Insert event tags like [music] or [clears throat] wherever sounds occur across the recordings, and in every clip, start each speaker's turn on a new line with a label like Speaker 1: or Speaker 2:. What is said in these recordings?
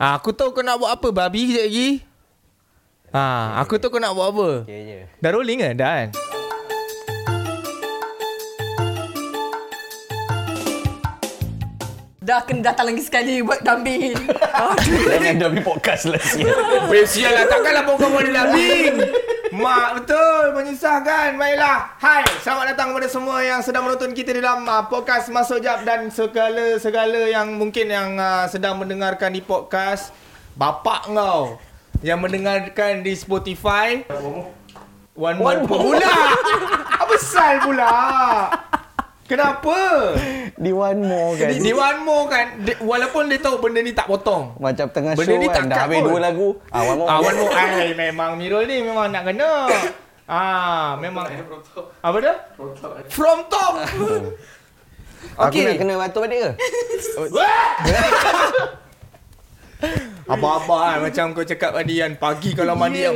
Speaker 1: Ah, aku tahu kau nak buat apa babi kejap lagi. Ah, aku tahu kau nak buat apa.
Speaker 2: Okay
Speaker 3: [laughs]
Speaker 2: je.
Speaker 1: Dah rolling ke dah kan?
Speaker 4: Dah kena datang lagi sekali
Speaker 1: [laughs]
Speaker 4: buat Ah, kambing. Aduh.
Speaker 2: Jangan dah beli podcast lah sikit.
Speaker 3: [laughs]
Speaker 1: Persia lah takkanlah pokok boleh labing. Mak betul menyusahkan Baiklah Hai Selamat datang kepada semua yang sedang menonton kita dalam uh, podcast Masuk Jap Dan segala-segala yang mungkin yang uh, sedang mendengarkan di podcast Bapak kau Yang mendengarkan di Spotify One more pula Apa sal pula Kenapa
Speaker 3: Di one more kan.
Speaker 1: Di one more kan di- Walaupun dia tahu benda ni tak potong
Speaker 3: Macam tengah
Speaker 1: Benda
Speaker 3: show
Speaker 1: ni tak
Speaker 3: kan dah
Speaker 1: cut
Speaker 3: habis
Speaker 1: pun.
Speaker 3: dua lagu. Ah one more.
Speaker 1: Ah, one more. Ai, memang Mirul ni memang nak kena. Ah, memang. Apa dia? From top.
Speaker 3: Aku
Speaker 1: Okey.
Speaker 3: nak kena batuk balik ke?
Speaker 1: [laughs] Apa-apa kan macam kau cakap tadi kan pagi kalau mandi yang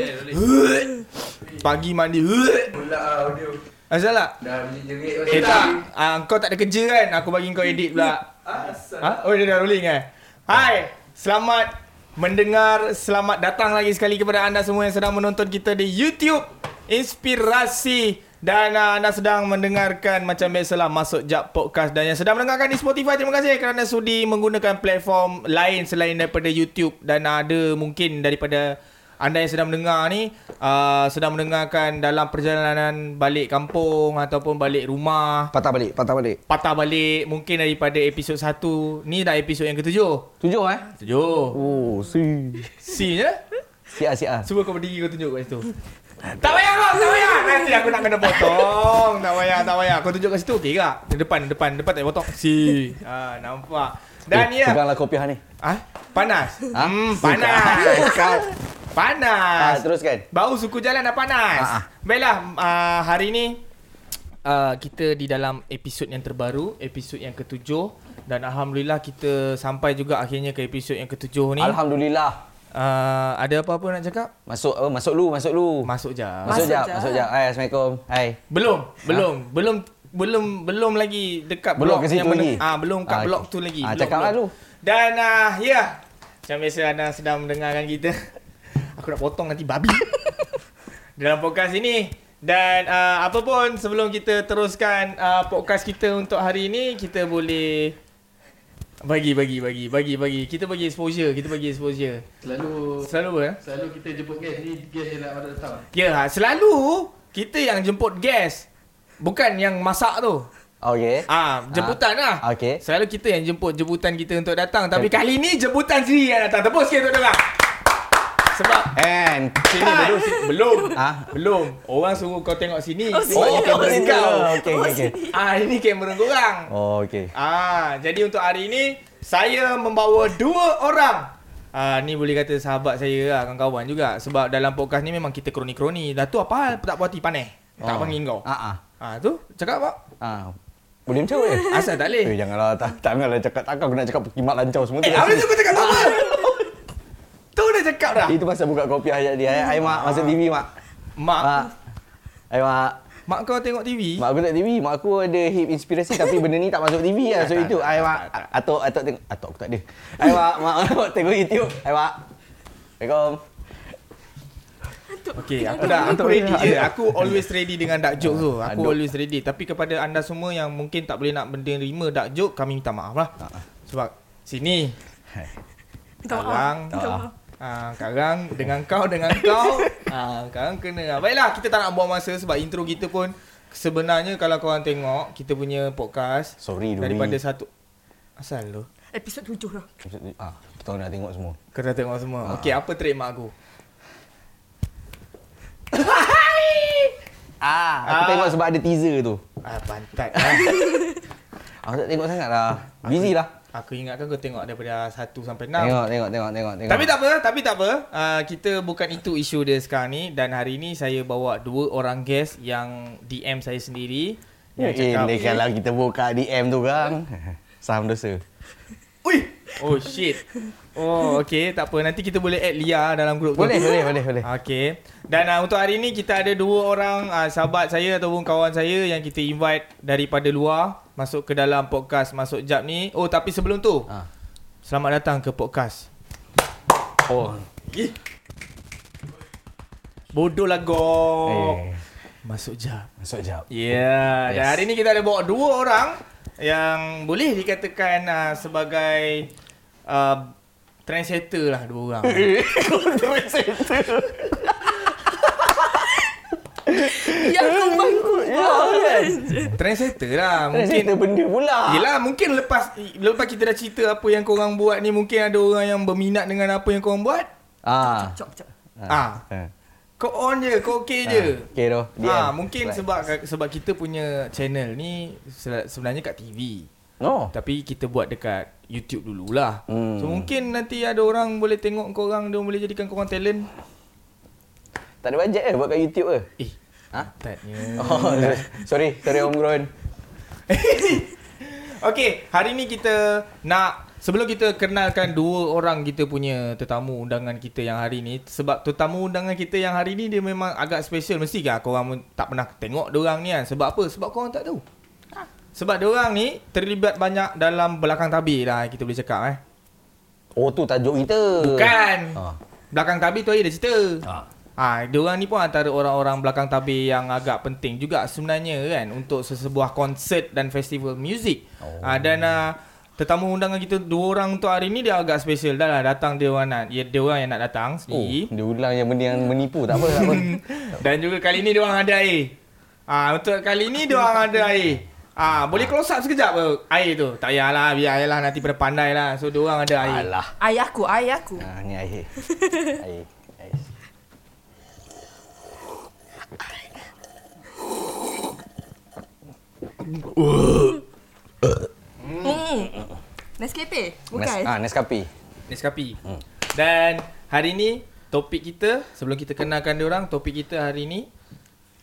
Speaker 1: pagi mandi Asal tak?
Speaker 5: Dah beli jerit
Speaker 1: Eh tak, ah, kau tak ada kerja kan? Aku bagi kau edit pula. Ha? Oh, dia dah rolling eh? Hai, selamat mendengar, selamat datang lagi sekali kepada anda semua yang sedang menonton kita di YouTube Inspirasi dan uh, anda sedang mendengarkan macam biasalah Masuk Jap Podcast dan yang sedang mendengarkan di Spotify terima kasih kerana sudi menggunakan platform lain selain daripada YouTube dan ah, ada mungkin daripada anda yang sedang mendengar ni uh, sedang mendengarkan dalam perjalanan balik kampung ataupun balik rumah
Speaker 3: Patah balik, patah balik.
Speaker 1: patah balik mungkin daripada episod 1 ni dah episod yang ketujuh
Speaker 3: Tujuh eh?
Speaker 1: tujuh
Speaker 3: Oh, si.
Speaker 1: C je
Speaker 3: Si ah, si
Speaker 1: ya?
Speaker 3: ah.
Speaker 1: cuba kau berdiri kau tunjuk kat situ tak payah kau tak payah nanti aku nak kena potong tak payah tak payah kau tunjuk kat situ okey tak depan depan depan tak payah potong C ha nampak dan
Speaker 3: Eh,
Speaker 1: ya
Speaker 3: Peganglah kopiah ni.
Speaker 1: ah panas
Speaker 3: Ah,
Speaker 1: hmm
Speaker 3: [laughs]
Speaker 1: panas panas
Speaker 3: Ah, teruskan.
Speaker 1: Bau suku jalan dah panas.
Speaker 3: Ha, ha.
Speaker 1: Baiklah, uh, hari ni uh, kita di dalam episod yang terbaru, episod yang ketujuh dan alhamdulillah kita sampai juga akhirnya ke episod yang ketujuh ni.
Speaker 3: Alhamdulillah.
Speaker 1: Uh, ada apa-apa nak cakap?
Speaker 3: Masuk oh, masuk lu, masuk lu.
Speaker 1: Masuk je. Mas-
Speaker 3: Masuk
Speaker 4: Masuk
Speaker 3: jap,
Speaker 4: jap.
Speaker 3: masuk jap. Hai, Assalamukum. Hai.
Speaker 1: belum, belum, belum belum belum lagi dekat
Speaker 3: Belum
Speaker 1: blok
Speaker 3: ke situ
Speaker 1: yang
Speaker 3: lagi?
Speaker 1: Ah belum kat
Speaker 3: Ah,
Speaker 1: blok
Speaker 3: okey.
Speaker 1: tu lagi.
Speaker 3: Ah,
Speaker 1: Belum,
Speaker 3: cakap lah
Speaker 1: belum.
Speaker 3: lu.
Speaker 1: Dan uh, ya, yeah. macam biasa anda sedang mendengarkan kita. [laughs] Aku nak potong nanti babi. [laughs] dalam podcast ini dan uh, apa pun sebelum kita teruskan uh, podcast kita untuk hari ini kita boleh bagi bagi bagi bagi bagi kita bagi exposure kita bagi exposure
Speaker 5: Selalu
Speaker 1: selalu apa eh?
Speaker 5: Selalu kita jemput guest ni Guest yang nak pada datang
Speaker 1: ya ha, selalu kita yang jemput guest bukan yang masak tu
Speaker 3: Okey.
Speaker 1: ah jemputan lah
Speaker 3: Okey.
Speaker 1: selalu kita yang jemput jemputan kita untuk datang tapi kali ni jemputan sendiri yang datang tepuk sikit untuk dengar sebab
Speaker 3: And
Speaker 1: Sini belum belum.
Speaker 3: Ah.
Speaker 1: Belum. Orang suruh kau tengok sini.
Speaker 4: Oh,
Speaker 1: sebab
Speaker 4: sini.
Speaker 1: ni kamera
Speaker 3: sini.
Speaker 1: kau.
Speaker 3: Okey, okey, okey.
Speaker 1: Ah, ini kamera korang.
Speaker 3: Oh, okey.
Speaker 1: Ah, jadi untuk hari ini saya membawa dua orang. Ah, ni boleh kata sahabat saya lah, kawan-kawan juga. Sebab dalam podcast ni memang kita kroni-kroni. Dah tu apa hal tak puas hati paneh. Tak
Speaker 3: Oh.
Speaker 1: panggil kau.
Speaker 3: Ah ah.
Speaker 1: Ah, tu cakap apa?
Speaker 3: Ah. Boleh macam boleh.
Speaker 1: [laughs] Asal tak
Speaker 3: Eh,
Speaker 1: boleh.
Speaker 3: janganlah tak janganlah cakap takkan aku nak cakap kimak lancau semua tu.
Speaker 1: Eh, apa tu kau cakap [laughs] tak apa? Tu dah cakap dah.
Speaker 3: Itu pasal buka kopiah ayat dia. eh. Hai, hai mak, masuk TV mak.
Speaker 1: Mak,
Speaker 3: Mak. Hai mak.
Speaker 1: Ah. mak kau tengok TV.
Speaker 3: Mak aku tak TV, mak aku ada hip inspirasi tapi benda ni tak masuk
Speaker 1: [laughs]
Speaker 3: TV lah. So
Speaker 1: Ya, Tak,
Speaker 3: itu
Speaker 1: tak,
Speaker 3: ai
Speaker 1: tak,
Speaker 3: mak
Speaker 1: tak, tak.
Speaker 3: atok atok tengok atok aku tak ada. Ai mak mak [laughs] atok tengok YouTube. Ai mak. Assalamualaikum.
Speaker 1: Okay, aku dah aku ready je. Aku always ready dengan dark joke tu. Aku always ready. Tapi kepada anda semua yang mungkin tak boleh nak menerima dark joke, kami minta maaf lah. Sebab sini,
Speaker 4: Minta maaf.
Speaker 1: Karang,
Speaker 4: Minta maaf.
Speaker 1: ah, Karang dengan kau, dengan kau, ah, Karang kena. Baiklah, kita tak nak buang masa sebab intro kita pun sebenarnya kalau korang tengok kita punya podcast
Speaker 3: Sorry Duri.
Speaker 1: daripada satu asal lu
Speaker 4: Episod tujuh lah.
Speaker 3: ah, kita orang dah tengok semua.
Speaker 1: Kau dah tengok semua. Okey, apa trademark aku?
Speaker 3: Ah, aku
Speaker 1: Ah.
Speaker 3: tengok sebab ada teaser tu.
Speaker 1: Ah, [laughs] pantat. ah.
Speaker 3: Aku tak tengok sangat lah. Busy lah.
Speaker 1: Aku ingatkan kau tengok daripada 1 sampai 6.
Speaker 3: Tengok, tengok, tengok, tengok, tengok.
Speaker 1: Tapi tak apa, tapi tak apa. Uh, kita bukan itu isu dia sekarang ni dan hari ni saya bawa dua orang guest yang DM saya sendiri yang
Speaker 3: Ya, eh,
Speaker 1: cakap,
Speaker 3: ni kalau kita buka DM tu kan. Saham dosa.
Speaker 1: "Ui, oh shit." Oh, okay, tak apa. Nanti kita boleh add Lia dalam grup
Speaker 3: Boleh,
Speaker 1: tu.
Speaker 3: boleh, boleh, boleh.
Speaker 1: Okay. Dan uh, untuk hari ni kita ada dua orang uh, sahabat saya ataupun kawan saya yang kita invite daripada luar masuk ke dalam podcast Masuk Jap ni. Oh, tapi sebelum tu,
Speaker 3: Ah.
Speaker 1: selamat datang ke podcast
Speaker 2: Oh.
Speaker 1: Bodoh lah kau.
Speaker 2: Eh.
Speaker 1: Masuk jap.
Speaker 2: Masuk jap.
Speaker 1: Ya, yes. dan
Speaker 2: Yes.
Speaker 1: hari ni kita ada bawa dua orang yang boleh dikatakan uh, sebagai uh, trendsetter lah dua orang.
Speaker 4: Yang kembang kubur kan.
Speaker 1: trendsetter lah.
Speaker 3: Mungkin
Speaker 1: Mungkin
Speaker 3: benda pula.
Speaker 1: Yelah mungkin lepas lepas kita dah cerita apa yang korang buat ni mungkin ada orang yang berminat dengan apa yang korang buat.
Speaker 3: Ah.
Speaker 4: Cop, cop.
Speaker 1: Ah.
Speaker 3: Ah.
Speaker 1: Kau on je, kau okay je.
Speaker 3: Okay doh.
Speaker 1: Ha, mungkin sebab sebab kita punya channel ni se- sebenarnya kat TV.
Speaker 3: No.
Speaker 1: Tapi kita buat dekat YouTube dululah. Hmm.
Speaker 3: Hmm.
Speaker 1: So mungkin nanti ada orang boleh tengok korang dia boleh jadikan korang talent.
Speaker 3: Tak ada bajet ke buat kat YouTube ke?
Speaker 1: Eh,
Speaker 3: Ha?
Speaker 1: tatnya.
Speaker 3: Oh, [laughs] sorry. Sorry Om Gron.
Speaker 1: Okey, hari ni kita nak sebelum kita kenalkan dua orang kita punya tetamu undangan kita yang hari ni sebab tetamu undangan kita yang hari ni dia memang agak special mesti kan korang tak pernah tengok dia orang ni kan sebab apa? Sebab korang tak tahu. Sebab dia orang ni terlibat banyak dalam belakang tabir lah kita boleh cakap eh.
Speaker 3: Oh tu tajuk kita.
Speaker 1: Bukan.
Speaker 3: Ha.
Speaker 1: Belakang tabir tu ada cerita. Ha.
Speaker 2: Ha.
Speaker 1: Ha, diorang ni pun antara orang-orang belakang tabir yang agak penting juga sebenarnya kan untuk sesebuah konsert dan festival muzik. Oh. Ha, dan uh, tetamu undangan kita dua orang untuk hari ni dia agak special dah lah datang dia orang nak ya, dia orang yang nak datang
Speaker 3: Oh,
Speaker 1: sendiri.
Speaker 3: dia ulang yang benda yang menipu. Tak apa, tak apa.
Speaker 1: [laughs] Dan juga kali ni dia orang ada air. Ah ha, untuk kali ni dia orang ada air. Ah ha, boleh close up sekejap ke air tu? Tak payahlah biar air lah nanti pada pandai lah. So dia orang ada air.
Speaker 3: Alah.
Speaker 4: Ayah aku, ayah aku.
Speaker 3: Ha, ni air. Air. Air.
Speaker 4: Hmm.
Speaker 3: Nes-
Speaker 4: Nescafe? Bukan?
Speaker 3: ah, Nescafe.
Speaker 1: Nescafe. Hmm. Dan hari ni topik kita sebelum kita kenalkan dia orang, topik kita hari ni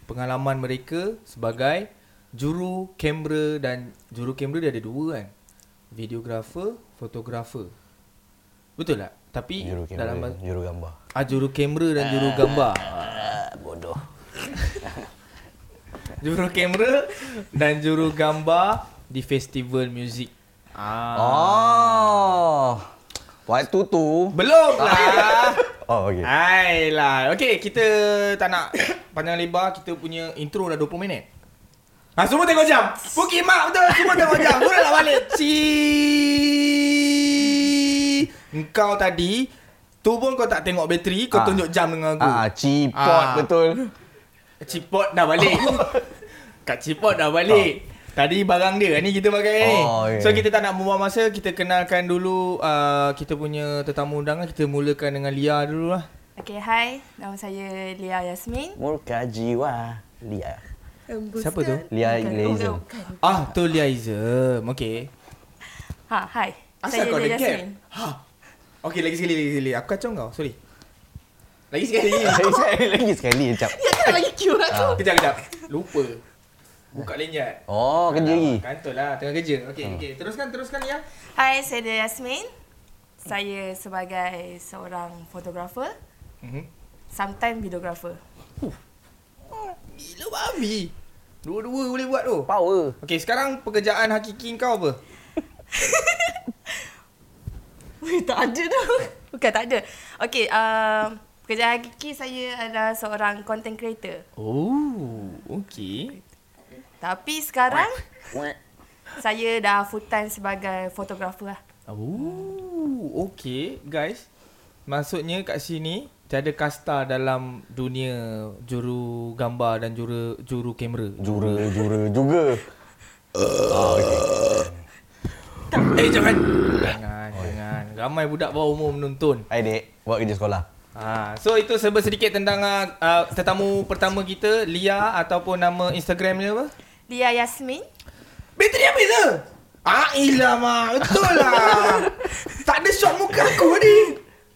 Speaker 1: pengalaman mereka sebagai juru kamera dan juru kamera dia ada dua kan. Videographer, fotografer. Betul tak? Tapi
Speaker 3: Juru kamera,
Speaker 1: dalam bah-
Speaker 3: juru gambar.
Speaker 1: ah, juru kamera dan juru gambar.
Speaker 3: Ah, bodoh.
Speaker 1: Juru kamera dan juru gambar di festival muzik. Ah. Oh.
Speaker 3: Oh. Waktu tu.
Speaker 1: Belum lah.
Speaker 3: Oh, okey.
Speaker 1: Hai lah. Okey, kita tak nak [coughs] panjang lebar. Kita punya intro dah 20 minit. Ha, semua tengok jam. Bukit mak betul. Semua tengok jam. Semua nak balik. Ci. Engkau tadi, tu pun kau tak tengok bateri. Kau
Speaker 3: Ah.
Speaker 1: tunjuk jam dengan aku.
Speaker 3: Ah, ah, cipot
Speaker 1: Ah.
Speaker 3: betul.
Speaker 1: Cipot dah balik.
Speaker 3: Oh.
Speaker 1: [laughs] Kak Cipot dah balik. Tadi barang dia ni kita pakai ni.
Speaker 3: Ah. Oh, okey.
Speaker 1: So kita tak nak membuang masa, kita kenalkan dulu uh, kita punya tetamu undangan. Kita mulakan dengan Lia dulu lah.
Speaker 4: Okay, hi. Nama saya Lia Yasmin.
Speaker 3: Murka jiwa Lia.
Speaker 1: Siapa tu?
Speaker 3: Lia
Speaker 4: Bukan.
Speaker 3: Lia
Speaker 4: Oh,
Speaker 3: Izzul.
Speaker 4: bukan.
Speaker 1: Ah, tu Liaism. Okay.
Speaker 4: Ha, hi.
Speaker 1: Asal
Speaker 4: saya
Speaker 1: kau ada
Speaker 4: Lia
Speaker 1: gap?
Speaker 4: Yasmin.
Speaker 1: Ha. Okay, lagi sekali, lagi sekali. Aku kacau kau. Sorry. Lagi sekali. [laughs]
Speaker 3: Lagi sekali, lagi sekali cap.
Speaker 4: Ya, kan lagi cute aku.
Speaker 1: kejap, kejap. Lupa. Buka lenjat.
Speaker 3: Oh, kerja lagi. Hmm.
Speaker 1: Kantul lah. Tengah kerja. Okay, okay. Teruskan, teruskan ya.
Speaker 4: Hai, saya Lia Yasmin. Saya sebagai seorang fotografer,
Speaker 1: Mhm.
Speaker 4: sometimes videographer.
Speaker 1: Gila babi. Dua-dua boleh buat tu.
Speaker 3: Power.
Speaker 1: Okay, sekarang pekerjaan hakiki kau apa?
Speaker 4: Weh, tak ada dah. [laughs] Bukan, tak ada. Okay, um, pekerjaan hakiki saya adalah seorang content creator.
Speaker 1: Oh, okay.
Speaker 4: Tapi sekarang, [laughs] saya dah full time sebagai fotografer lah.
Speaker 1: Oh, okay guys. Maksudnya kat sini tiada kasta dalam dunia juru gambar dan juru juru kamera.
Speaker 3: Jura, jura juga. Ah,
Speaker 1: Eh jangan. Jangan, jangan. Ramai budak bawah umur menonton.
Speaker 3: Hai dek, buat kerja sekolah.
Speaker 1: Ha, so itu serba sedikit tentang uh, uh, tetamu pertama kita Lia ataupun nama Instagram dia apa?
Speaker 4: Lia Yasmin.
Speaker 1: Bateri habis ke? Ah, ilah mak. Betul lah. [laughs] tak ada shot muka aku ni.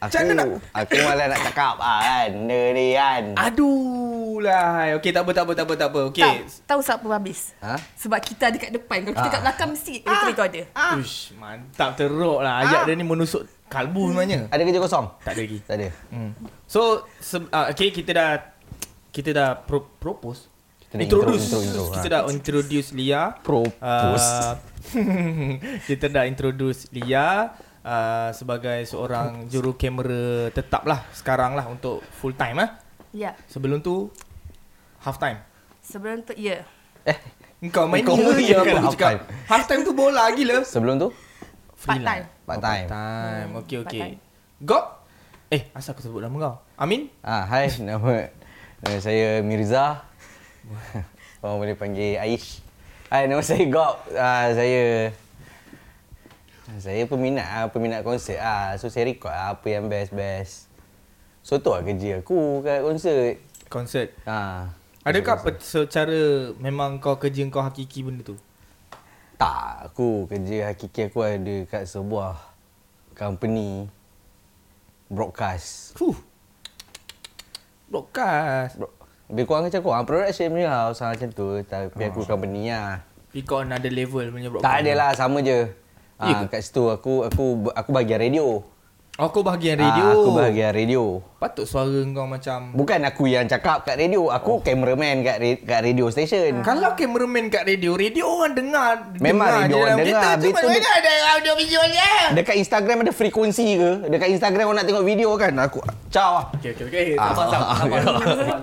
Speaker 3: Aku, aku malah nak cakap ah, kan. Benda ni kan.
Speaker 1: Aduh lah. Okey, tak apa, tak apa, tak apa, tak apa. Okey.
Speaker 4: Tahu, tahu siapa habis?
Speaker 3: Ha?
Speaker 4: Sebab kita ada kat depan. Kalau kita kat belakang mesti bateri tu ada.
Speaker 1: Ah. Ush, mantap teruk lah. Ajak dia ni menusuk kalbu sebenarnya.
Speaker 3: Ada kerja kosong?
Speaker 1: Tak ada lagi.
Speaker 3: Tak ada.
Speaker 1: Hmm. So, se- uh, okay, kita dah kita dah pro- propose.
Speaker 3: Kita dah
Speaker 1: introduce.
Speaker 3: intro, intro, intro,
Speaker 1: kita
Speaker 3: ha.
Speaker 1: dah introduce Lia.
Speaker 3: Ah.
Speaker 1: Ah, [laughs]
Speaker 3: Propose.
Speaker 1: Uh, kita dah introduce Lia. uh, sebagai seorang juru kamera tetap lah sekarang lah untuk full time ah.
Speaker 4: Ya.
Speaker 1: Sebelum tu half time.
Speaker 4: Sebelum tu, ya.
Speaker 1: Engkau main
Speaker 3: Engkau
Speaker 1: Kau
Speaker 3: main
Speaker 1: je
Speaker 3: je
Speaker 1: apa
Speaker 3: half
Speaker 1: aku cakap. Half time tu bola gila.
Speaker 3: Sebelum tu
Speaker 4: Part time.
Speaker 1: Freelance.
Speaker 3: part
Speaker 1: Oh,
Speaker 3: time.
Speaker 1: time. Okey
Speaker 4: part
Speaker 1: okey.
Speaker 4: time.
Speaker 1: Gop. Eh, asal aku sebut nama kau? Amin?
Speaker 3: Ah, hai, [laughs] nama nama saya Mirza. [laughs] Orang boleh panggil Aish. Hai, nama saya Gob. Ah, saya saya peminat ah, peminat konsert ah. So saya record ah, apa yang best-best. So tu lah kerja aku kat konsert.
Speaker 1: Concert.
Speaker 3: Ah.
Speaker 1: Adakah pe- secara memang kau kerja kau hakiki benda tu?
Speaker 3: Tak, aku kerja hakiki aku ada kat sebuah company broadcast.
Speaker 1: Fuh. Broadcast.
Speaker 3: Bro, lebih kurang macam aku. Ah, production punya house ah, macam tu. Tapi aku company lah.
Speaker 1: Tapi kau another level punya broadcast.
Speaker 3: Tak ada lah sama je.
Speaker 1: Ya
Speaker 3: Ah,
Speaker 1: ke?
Speaker 3: kat situ aku aku aku bahagian radio.
Speaker 1: Oh, kau bahagian radio.
Speaker 3: Ah, aku bahagian radio.
Speaker 1: Patut suara kau macam...
Speaker 3: Bukan aku yang cakap kat radio, aku oh. cameraman kat ra- kat radio
Speaker 1: Ah.
Speaker 3: station.
Speaker 1: Kalau cameraman kat radio, radio orang dengar. dengar
Speaker 3: Memang radio
Speaker 1: je
Speaker 3: orang
Speaker 1: dalam
Speaker 3: dengar.
Speaker 1: kereta. Cuma
Speaker 3: Habis tu
Speaker 1: mana ada audio visual dia?
Speaker 3: Dekat Instagram ada frekuensi ke? Dekat Instagram orang nak tengok video kan? Aku ciao lah.
Speaker 1: Okay, okay, okay. Eh, Sabar, [laughs] sabar. sabar.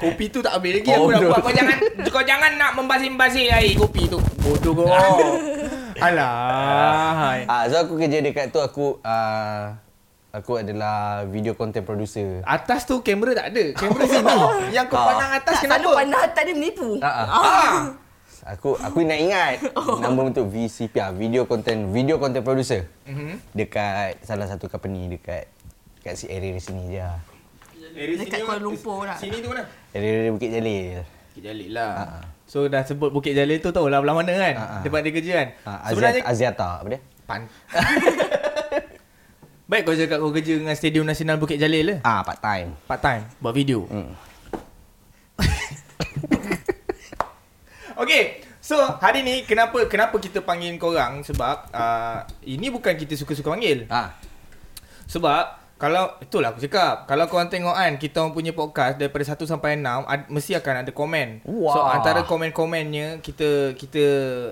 Speaker 1: Kopi tu tak habis lagi aku
Speaker 3: Oh,
Speaker 1: nak
Speaker 3: no.
Speaker 1: buat. Kau jangan, kau jangan nak membasir-basir air kopi tu. Ah. Bodoh kau. Alah. hai.
Speaker 3: Ah, so aku kerja dekat tu aku ah, aku adalah video content producer.
Speaker 1: Atas tu kamera tak ada. Kamera sini. [laughs] Yang kau
Speaker 3: Ah.
Speaker 1: pandang atas
Speaker 4: Tak selalu
Speaker 1: kenapa?
Speaker 4: pandang atas dia menipu.
Speaker 3: Ah, ah.
Speaker 1: Ah. Oh.
Speaker 3: Aku aku nak ingat
Speaker 1: [laughs]
Speaker 3: nama untuk VCP ah, video content video content producer.
Speaker 1: Mhm.
Speaker 3: Dekat salah satu company dekat dekat si area sini je. lah.
Speaker 1: Eh,
Speaker 4: Dekat Kuala Lumpur lah.
Speaker 1: Sini tu mana?
Speaker 3: Area Bukit Jalil.
Speaker 1: Bukit Jalil lah. So dah sebut Bukit Jalil tu tahu lah belah mana kan?
Speaker 3: Ah, ah.
Speaker 1: Tempat dia kerja kan?
Speaker 3: Ha,
Speaker 1: Sebenarnya
Speaker 3: Aziata, Aziata apa dia?
Speaker 1: pan. [laughs] Baik kau cakap kau kerja dengan Stadium Nasional Bukit Jalil lah.
Speaker 3: Ah, part time.
Speaker 1: Part time buat video. Hmm. [laughs] okay. So hari ni kenapa kenapa kita panggil korang sebab uh, ini bukan kita suka-suka panggil.
Speaker 3: Ah.
Speaker 1: Sebab kalau itulah aku cakap. Kalau korang tengok kan kita orang punya podcast daripada 1 sampai 6 ad, mesti akan ada komen. So
Speaker 3: Wah.
Speaker 1: antara komen-komennya kita kita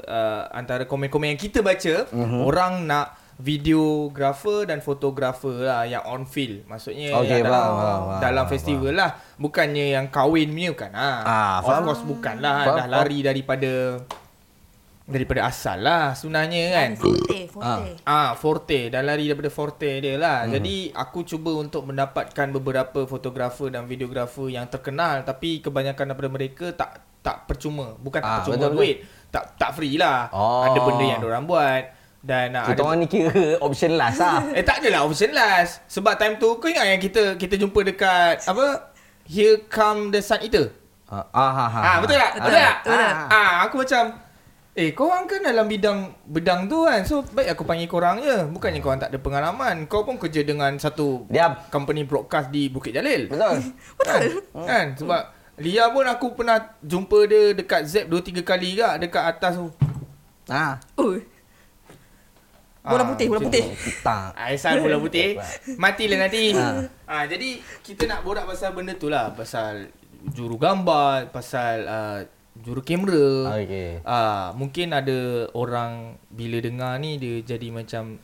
Speaker 1: uh, antara komen-komen yang kita baca
Speaker 3: Mhm.
Speaker 1: mm-hmm. orang nak videographer dan fotografer lah yang on field. Maksudnya
Speaker 3: Okey,
Speaker 1: yang dalam,
Speaker 3: faham, faham, faham,
Speaker 1: dalam
Speaker 3: faham,
Speaker 1: festival lah. Bukannya yang kahwin punya bukan. Ha.
Speaker 3: Ah,
Speaker 1: of
Speaker 3: faham.
Speaker 1: course bukan lah.
Speaker 3: Faham,
Speaker 1: Dah lari daripada daripada asal lah sebenarnya kan.
Speaker 4: Forte, forte.
Speaker 1: Ah, Forte. Dah lari daripada Forte dia lah.
Speaker 3: Hmm.
Speaker 1: Mm-hmm. Jadi, aku cuba untuk mendapatkan beberapa fotografer dan videografer yang terkenal. Tapi kebanyakan daripada mereka tak tak percuma. Bukan tak
Speaker 3: Ah,
Speaker 1: percuma
Speaker 3: betul, betul.
Speaker 1: duit. Tak tak free lah.
Speaker 3: Oh.
Speaker 1: Ada benda yang orang buat. Dan ah,
Speaker 3: Kita
Speaker 1: ada...
Speaker 3: orang ni kira [laughs] option last ah.
Speaker 1: Eh, tak adalah option last. Sebab time tu, kau ingat yang kita kita jumpa dekat... Apa? Here Come The Sun Eater.
Speaker 3: Ah, ah, ah,
Speaker 1: Ah, betul tak? Betul tak?
Speaker 4: Betul tak?
Speaker 1: Ah, aku macam Eh, korang kan dalam bidang bidang tu kan. So, baik aku panggil korang je. Bukannya korang tak ada pengalaman. Kau pun kerja dengan satu
Speaker 3: Diam.
Speaker 1: company broadcast di Bukit Jalil.
Speaker 3: Betul.
Speaker 1: Kan? kan? Sebab Lia pun aku pernah jumpa dia dekat Zep 2 3 kali juga dekat atas tu.
Speaker 3: [laughs] Ah.
Speaker 4: Oh. Bola
Speaker 1: Ah,
Speaker 4: putih, bola
Speaker 1: macam
Speaker 4: putih.
Speaker 3: Tak.
Speaker 1: Aisan Ah, bola putih Matilah nanti
Speaker 3: Ah.
Speaker 1: ha. ha, Jadi kita nak borak pasal benda tu lah Pasal juru gambar Pasal uh, juru kamera
Speaker 3: Okey.
Speaker 1: uh, Mungkin ada orang bila dengar ni Dia jadi macam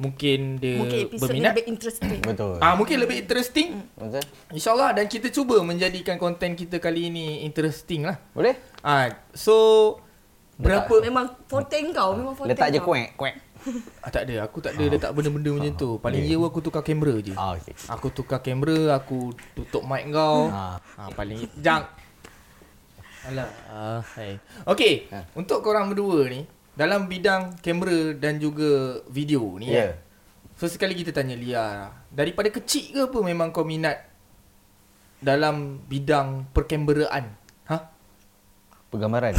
Speaker 1: Mungkin dia
Speaker 4: Mungkin episod ni
Speaker 1: berminat
Speaker 4: lebih Hmm. interesting.
Speaker 3: Betul.
Speaker 1: Ah Mungkin lebih interesting
Speaker 3: Betul.
Speaker 1: InsyaAllah dan kita cuba menjadikan konten kita kali ini interesting lah
Speaker 3: Boleh?
Speaker 1: Ah, So Berapa
Speaker 4: Memang forte
Speaker 1: Hmm.
Speaker 4: kau, memang forte
Speaker 3: Letak je
Speaker 4: kau.
Speaker 3: kuek, kuek.
Speaker 1: ah, Tak ada aku tak ada letak benda-benda macam tu Paling yeah. aku tukar kamera je
Speaker 3: Ah, okey.
Speaker 1: Aku tukar kamera, aku tutup mic kau. Ha.
Speaker 3: Ah.
Speaker 1: ha paling jang. Alah, ah, hai. Okey, ha.
Speaker 3: Ha.
Speaker 1: untuk korang berdua ni dalam bidang kamera dan juga video ni. Yeah.
Speaker 3: Ya.
Speaker 1: First sekali kita tanya Lia lah. Daripada kecil ke apa memang kau minat dalam bidang perkameraan? Ha?
Speaker 3: Pergambaran.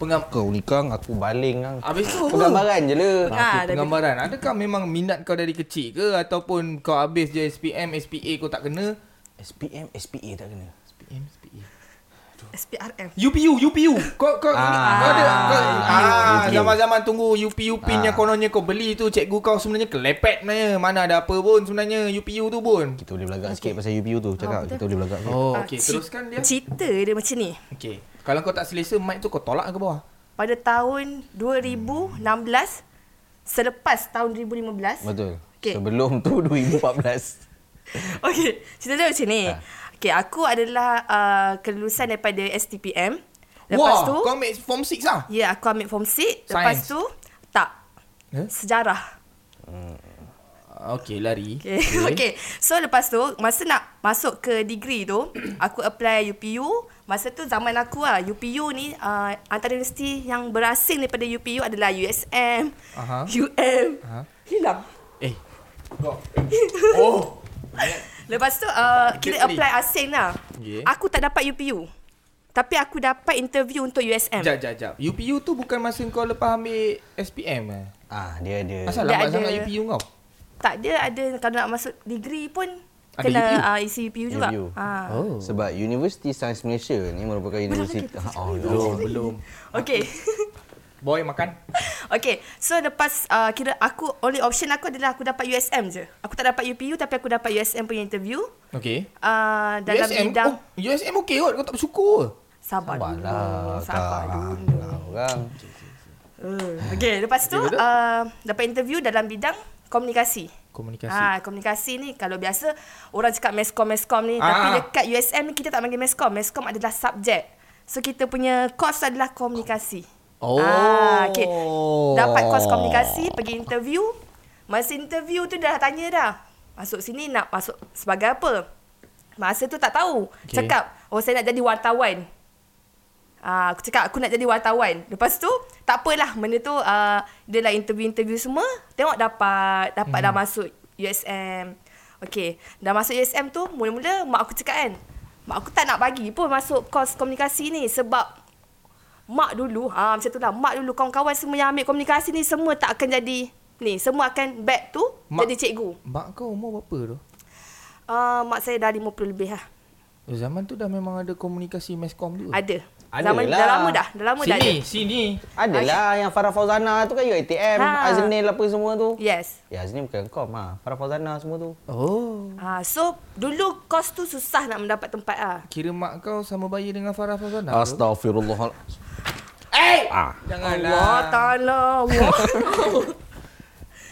Speaker 1: Pengam
Speaker 3: Kau ni kang aku baling kang.
Speaker 1: Habis tu apa?
Speaker 3: Pergambaran je le.
Speaker 1: Ah,
Speaker 4: Ah,
Speaker 1: Okey,
Speaker 4: dari-
Speaker 1: penggambaran. Adakah memang minat kau dari kecil ke ataupun kau habis je SPM, SPA kau tak kena?
Speaker 3: SPM, SPA tak kena.
Speaker 1: SPM, SPA.
Speaker 4: SPRM.
Speaker 1: UPU, UPU. Kau kau,
Speaker 3: Ah.
Speaker 1: kau ada kau, ah,
Speaker 3: UPU.
Speaker 1: zaman-zaman tunggu UPU pin
Speaker 3: Ah.
Speaker 1: yang kononnya kau beli tu cikgu kau sebenarnya kelepek sebenarnya. Mana ada apa pun sebenarnya UPU tu pun.
Speaker 3: Kita boleh belagak sikit pasal UPU tu
Speaker 4: Ah,
Speaker 3: cakap.
Speaker 4: betul.
Speaker 3: Kita boleh belagak. sikit.
Speaker 1: Oh,
Speaker 4: Ah,
Speaker 1: okey.
Speaker 4: ci-
Speaker 1: Teruskan dia.
Speaker 4: Cerita dia macam ni.
Speaker 1: Okey. Kalau kau tak selesa mic tu kau tolak ke bawah.
Speaker 4: Pada tahun 2016 selepas tahun 2015 [laughs]
Speaker 3: Betul.
Speaker 4: Okay.
Speaker 3: Sebelum tu [laughs] 2014.
Speaker 4: Okay, cerita dia macam ni.
Speaker 3: Ha.
Speaker 4: Okay, aku adalah uh, kelulusan daripada STPM.
Speaker 1: Wah,
Speaker 4: Lepas tu,
Speaker 1: kau ambil form 6 lah.
Speaker 4: ya aku ambil form 6. Lepas
Speaker 1: Science.
Speaker 4: tu, tak.
Speaker 1: Eh?
Speaker 4: Sejarah.
Speaker 1: Okay, lari.
Speaker 4: Okay. [laughs] okay. So lepas tu masa nak masuk ke degree tu, [clears throat] aku apply UPU. Masa tu zaman aku lah, UPU ni uh, antara universiti yang berasing daripada UPU adalah USM,
Speaker 1: Aha.
Speaker 4: [laughs] UM.
Speaker 1: Aha.
Speaker 4: Hilang.
Speaker 1: Eh.
Speaker 4: [laughs]
Speaker 1: Oh.
Speaker 4: Lepas tu uh, kira
Speaker 1: Degree.
Speaker 4: apply asing lah.
Speaker 1: Okay.
Speaker 4: Aku tak dapat UPU. Tapi aku dapat interview untuk USM.
Speaker 1: Jap, jap, jap. UPU tu bukan masa kau lepas ambil SPM eh?
Speaker 3: ah, dia ada.
Speaker 1: Asal
Speaker 4: Dia
Speaker 1: lambat
Speaker 4: ada-
Speaker 1: sangat UPU kau?
Speaker 4: Tak dia ada kalau nak masuk degree pun
Speaker 1: Ada
Speaker 4: kena
Speaker 1: UPU?
Speaker 4: uh, isi UPU juga.
Speaker 3: UPU.
Speaker 4: Ha.
Speaker 1: Oh.
Speaker 3: Sebab Universiti Sains Malaysia ni merupakan universiti oh,
Speaker 1: Belum,
Speaker 4: [laughs]
Speaker 1: belum.
Speaker 4: Okay.
Speaker 1: Boy makan.
Speaker 4: Okay, so lepas uh, kira aku only option aku adalah aku dapat USM je. Aku tak dapat UPU tapi aku dapat USM punya interview.
Speaker 1: Okay.
Speaker 4: Uh, dalam
Speaker 1: USM,
Speaker 4: bidang
Speaker 1: oh, USM okey kot. Kau tak bersyukur ke?
Speaker 4: sabar, dulu.
Speaker 3: Alah,
Speaker 4: Sabar dulu.
Speaker 3: orang.
Speaker 4: Uh, okay, lepas tu uh, dapat interview dalam bidang komunikasi.
Speaker 1: Komunikasi.
Speaker 4: Ah, komunikasi ni kalau biasa orang cakap meskom meskom ni tapi
Speaker 1: Ah.
Speaker 4: dekat USM ni kita tak panggil meskom. Meskom adalah subjek. So kita punya course adalah komunikasi.
Speaker 1: Oh.
Speaker 4: Ah, okay. Dapat course komunikasi, pergi interview. Masa interview tu dah tanya dah. Masuk sini nak masuk sebagai apa? Masa tu tak tahu.
Speaker 1: Okay.
Speaker 4: Okay. Cakap, oh saya nak jadi wartawan. Ah, aku cakap aku nak jadi wartawan. Lepas tu tak apalah benda tu ah, dia lah interview-interview semua. Tengok dapat dapat hmm. dah masuk USM. Okey, dah masuk USM tu mula-mula mak aku cakap kan. Mak aku tak nak bagi pun masuk kos komunikasi ni sebab mak dulu ha macam tu lah mak dulu kawan-kawan semua yang ambil komunikasi ni semua tak akan jadi ni semua akan back tu
Speaker 1: Mak-
Speaker 4: mak. jadi cikgu.
Speaker 1: Mak kau umur berapa tu?
Speaker 4: Ah mak saya dah 50 lebih lah.
Speaker 1: Eh, Zaman tu dah memang ada komunikasi meskom tu. ke?
Speaker 4: Ada.
Speaker 3: Ada
Speaker 4: Zaman
Speaker 3: lah.
Speaker 4: dah lama dah, dah lama dah.
Speaker 1: Uh, Sini,
Speaker 4: Ada.
Speaker 1: sini.
Speaker 3: Adalah yang Farah Fauzana tu kan UiTM,
Speaker 4: Ha.
Speaker 3: Aznil apa semua tu.
Speaker 4: Yes.
Speaker 3: Ya, Aznil bukan kom ah. Farah Fauzana semua tu.
Speaker 1: Oh.
Speaker 4: Ha, so dulu kos tu susah nak mendapat tempat ah.
Speaker 1: Kira mak kau sama bayi dengan Farah Fauzana. tu?
Speaker 3: Astaghfirullah.
Speaker 1: Eh!
Speaker 3: Ah.
Speaker 4: Allah lah. Taala.
Speaker 1: [laughs]
Speaker 4: Allah.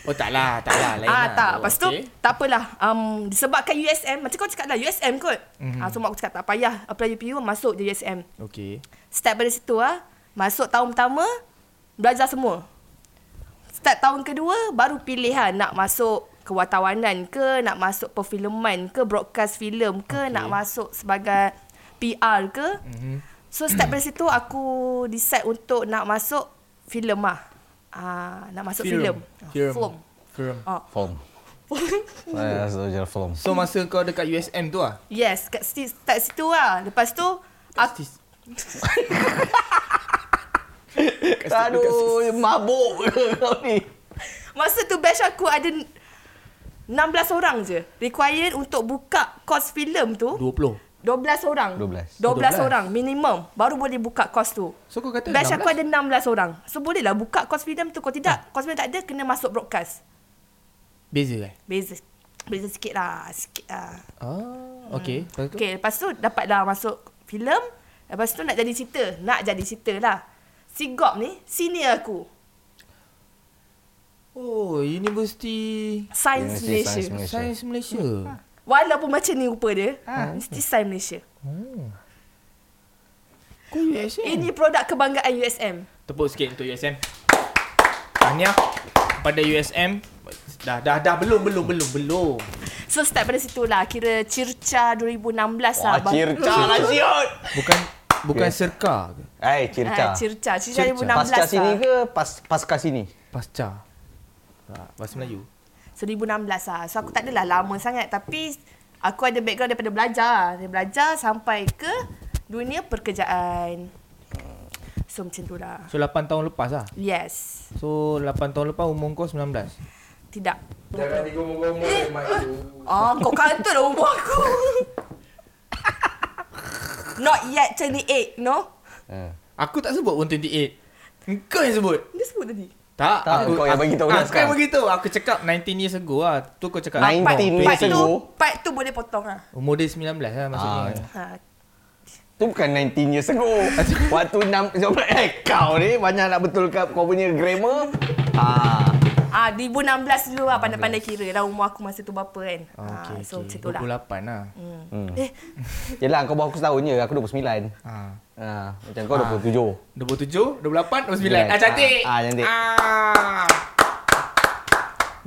Speaker 1: Oh taklah, taklah lain.
Speaker 4: ah
Speaker 1: lah.
Speaker 4: tak,
Speaker 1: Oh,
Speaker 4: lepas tu
Speaker 1: okey.
Speaker 4: tak apalah. Um disebabkan USM, macam kau cakap lah USM kot.
Speaker 1: Mhm.
Speaker 4: Mm-hmm. Ah so mak aku cakap tak payah apply UPU masuk je USM.
Speaker 1: Okey.
Speaker 4: Start dari situ ah. Masuk tahun pertama belajar semua. Start tahun kedua baru pilih ah nak masuk kewartawanan ke, nak masuk perfilman ke, broadcast filem ke, okay. nak masuk sebagai PR ke. Mm-hmm. So start dari situ aku decide untuk nak masuk filem ah. Ah nak masuk filem.
Speaker 1: Film.
Speaker 4: Film.
Speaker 1: Film.
Speaker 4: Oh.
Speaker 3: Form. [laughs] Saya saja form.
Speaker 1: So masa kau dekat USM tu ah.
Speaker 4: Yes, kat situ, start situ lah. Lepas tu aku,
Speaker 3: Aduh, mabuk [laughs] ke kau ni?
Speaker 4: Masa tu batch aku ada 16 orang je required untuk buka kos filem tu
Speaker 1: 20.
Speaker 4: 12 orang
Speaker 3: 12.
Speaker 4: 12, 12 orang minimum baru boleh buka kos tu
Speaker 1: So kau kata
Speaker 4: batch
Speaker 1: 16?
Speaker 4: aku ada 16 orang so bolehlah buka kos filem tu
Speaker 1: Ah.
Speaker 4: kalau tidak kos filem tak ada kena masuk broadcast
Speaker 1: Beza eh?
Speaker 4: beza beza sikit lah sikit lah
Speaker 1: Ah, okey. Lepas tu?
Speaker 4: Okay, lepas tu dapat dah masuk filem. Lepas tu nak jadi cerita. Nak jadi cerita lah. Si Gob ni, senior aku.
Speaker 1: Oh, Universiti
Speaker 4: Sains
Speaker 3: Universiti
Speaker 4: Malaysia.
Speaker 3: Sains Malaysia.
Speaker 1: Sains Malaysia.
Speaker 4: Walaupun macam ni rupa dia,
Speaker 1: Ah.
Speaker 4: ha. mesti Sains Malaysia.
Speaker 1: Kau USM?
Speaker 4: Ini produk kebanggaan USM.
Speaker 1: Tepuk sikit untuk USM. Tahniah pada USM. Dah dah dah belum belum belum belum.
Speaker 4: So start pada situ lah. Kira Circa 2016 lah.
Speaker 3: Wah,
Speaker 4: Abang.
Speaker 3: circa lah siot.
Speaker 1: Bukan bukan serka ke?
Speaker 3: Hai,
Speaker 4: Ha,
Speaker 3: circa.
Speaker 4: Circa.
Speaker 1: Circa.
Speaker 4: Circa 2016
Speaker 3: Pasca
Speaker 4: lah.
Speaker 3: sini ke pas, pasca sini?
Speaker 1: Pasca. Ah, Bahasa Melayu.
Speaker 4: So 2016 lah. So aku tak adalah lama sangat. Tapi aku ada background daripada belajar. Dari belajar sampai ke dunia perkerjaan. So macam tu lah.
Speaker 1: So 8 tahun lepas lah.
Speaker 4: Yes.
Speaker 1: So 8 tahun lepas umur kau 19.
Speaker 4: Tidak.
Speaker 5: Jangan digomong-gomong eh, mak tu.
Speaker 4: Ah, kau kantut lah umur
Speaker 5: [laughs]
Speaker 4: aku. Not yet 28, no?
Speaker 3: Ha.
Speaker 1: Aku tak sebut pun 28. Kau yang sebut.
Speaker 4: Dia sebut tadi.
Speaker 1: Tak,
Speaker 3: Tak, kau yang bagi
Speaker 1: aku,
Speaker 3: tahu dia
Speaker 1: aku yang
Speaker 3: sekarang.
Speaker 1: bagi tahu. Aku cakap 19 years ago lah. Tu kau cakap
Speaker 3: Nine-
Speaker 4: part,
Speaker 3: 19
Speaker 4: part tu,
Speaker 3: ago.
Speaker 4: part tu boleh potong lah.
Speaker 1: umur dia 19 lah maksudnya.
Speaker 3: Ah.
Speaker 4: Ha.
Speaker 3: Tu bukan 19 years ago. Waktu 6 Eh, kau ni banyak nak betulkan kau punya grammar. Ha.
Speaker 4: Ah, 2016 dulu lah pandai-pandai kira lah umur aku masa tu berapa kan.
Speaker 1: Oh,
Speaker 4: Ah,
Speaker 1: okay,
Speaker 4: so
Speaker 1: okay.
Speaker 4: macam tu lah.
Speaker 1: 28 lah.
Speaker 4: Eh,
Speaker 3: Yelah kau bawah aku setahun je Aku 29
Speaker 1: Ha.
Speaker 3: ha, Macam kau 27
Speaker 1: 27, 28, 29.
Speaker 3: Sembilan.
Speaker 1: Ah cantik.
Speaker 3: Ah, ah, cantik.
Speaker 1: Ah.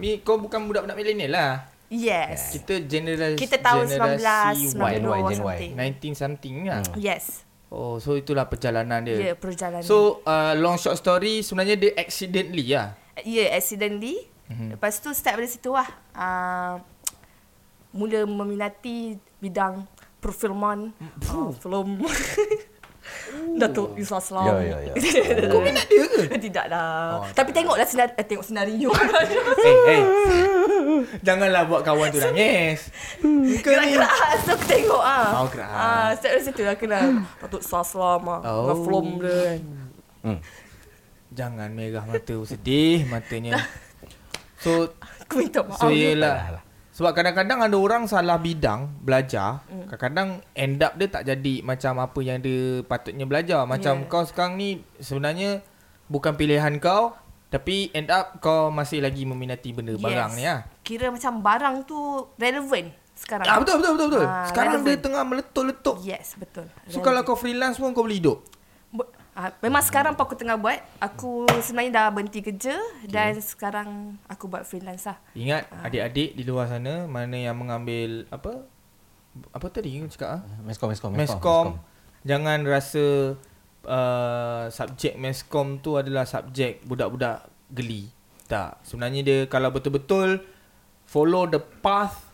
Speaker 1: Mi kau bukan budak-budak milenial lah.
Speaker 3: Eh.
Speaker 4: yes.
Speaker 1: Kita generasi
Speaker 4: Kita tahun 19,
Speaker 1: generasi Y.
Speaker 3: Y,
Speaker 4: 90 or
Speaker 3: Gen Y.
Speaker 4: something.
Speaker 1: 19 something lah.
Speaker 3: Hmm.
Speaker 4: Yes.
Speaker 1: Oh, so itulah perjalanan
Speaker 4: Ya, yeah,
Speaker 1: dia.
Speaker 4: perjalanan.
Speaker 1: So, uh, long short story sebenarnya dia accidentally
Speaker 3: [laughs]
Speaker 1: lah.
Speaker 4: Ya, yeah, accidentally. Mm-hmm. Lepas tu start dari situ lah. Uh, mula meminati bidang perfilman. Uh, film. [laughs] Datuk Yusof Salam.
Speaker 3: Ya, ya, ya.
Speaker 4: [laughs] Kau minat dia ke? Tidak lah. Oh, Tapi tengoklah senar- eh, tengok senario.
Speaker 3: Eh,
Speaker 1: Hey, hey. Janganlah buat kawan tu nangis. Kau ni.
Speaker 4: Gerak-gerak so aku tengok ah.
Speaker 1: Oh, gerak.
Speaker 4: Ah, start dari situ lah kenal Datuk Yusof Salam ah.
Speaker 1: Oh.
Speaker 4: Dengan film dia kan.
Speaker 3: Hmm.
Speaker 1: Jangan merah mata sedih
Speaker 4: [laughs]
Speaker 1: matanya. So,
Speaker 4: Aku minta maaf.
Speaker 1: So yelah Sebab kadang-kadang ada orang salah bidang Belajar
Speaker 4: Hmm.
Speaker 1: Kadang-kadang end up dia tak jadi Macam apa yang dia patutnya belajar Macam
Speaker 4: Yeah.
Speaker 1: kau sekarang ni Sebenarnya Bukan pilihan kau Tapi end up kau masih lagi meminati benda yes. barang ni lah
Speaker 4: Kira macam barang tu relevant sekarang.
Speaker 1: Ah betul betul betul betul.
Speaker 4: Ah,
Speaker 1: Sekarang dia
Speaker 4: relevant.
Speaker 1: tengah meletup-letup.
Speaker 4: Yes, betul.
Speaker 1: So
Speaker 4: kan.
Speaker 1: kalau kau freelance pun kau boleh hidup.
Speaker 4: Bo- ah, memang sekarang apa aku tengah buat, aku sebenarnya dah berhenti kerja okay. dan sekarang aku buat freelance lah.
Speaker 1: Ingat adik-adik di luar sana mana yang mengambil apa? Apa tadi kau cakap ah?
Speaker 3: Meskom, meskom,
Speaker 1: Meskom Jangan rasa uh, Subjek Meskom tu adalah subjek budak-budak geli Tak Sebenarnya dia kalau betul-betul Follow the path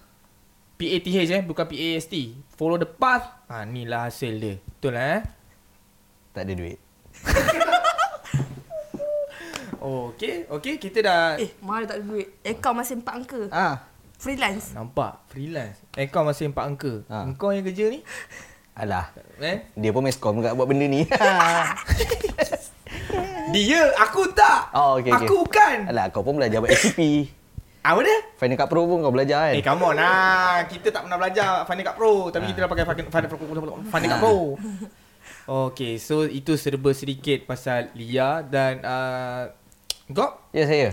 Speaker 1: PATH eh Bukan PAST Follow the path ha, Ni lah hasil dia Betul lah eh
Speaker 3: Tak ada duit
Speaker 1: Oh okay Okay kita dah ha. eh.
Speaker 4: Eh, mahal tak ada duit. Eh, kau masih empat angka.
Speaker 3: Ah,
Speaker 4: Freelance.
Speaker 1: Nampak Freelance Eh kau masih empat angka ha.
Speaker 3: Ha.
Speaker 1: Engkau yang kerja ni
Speaker 3: Alah
Speaker 1: Eh
Speaker 3: Dia pun meskom kat buat benda ni [laughs]
Speaker 1: Dia Aku tak
Speaker 3: Oh, okay, okay.
Speaker 1: Aku bukan
Speaker 3: Alah kau pun belajar buat SCP
Speaker 1: Apa dia
Speaker 3: Final Cut Pro pun kau belajar kan
Speaker 1: Eh Ah. come on lah Kita tak pernah belajar Final Cut Pro Tapi kita dah pakai Final- Final Final Cut Pro [laughs] Okay so itu serba sedikit pasal Lia dan uh, Gop
Speaker 3: Ya saya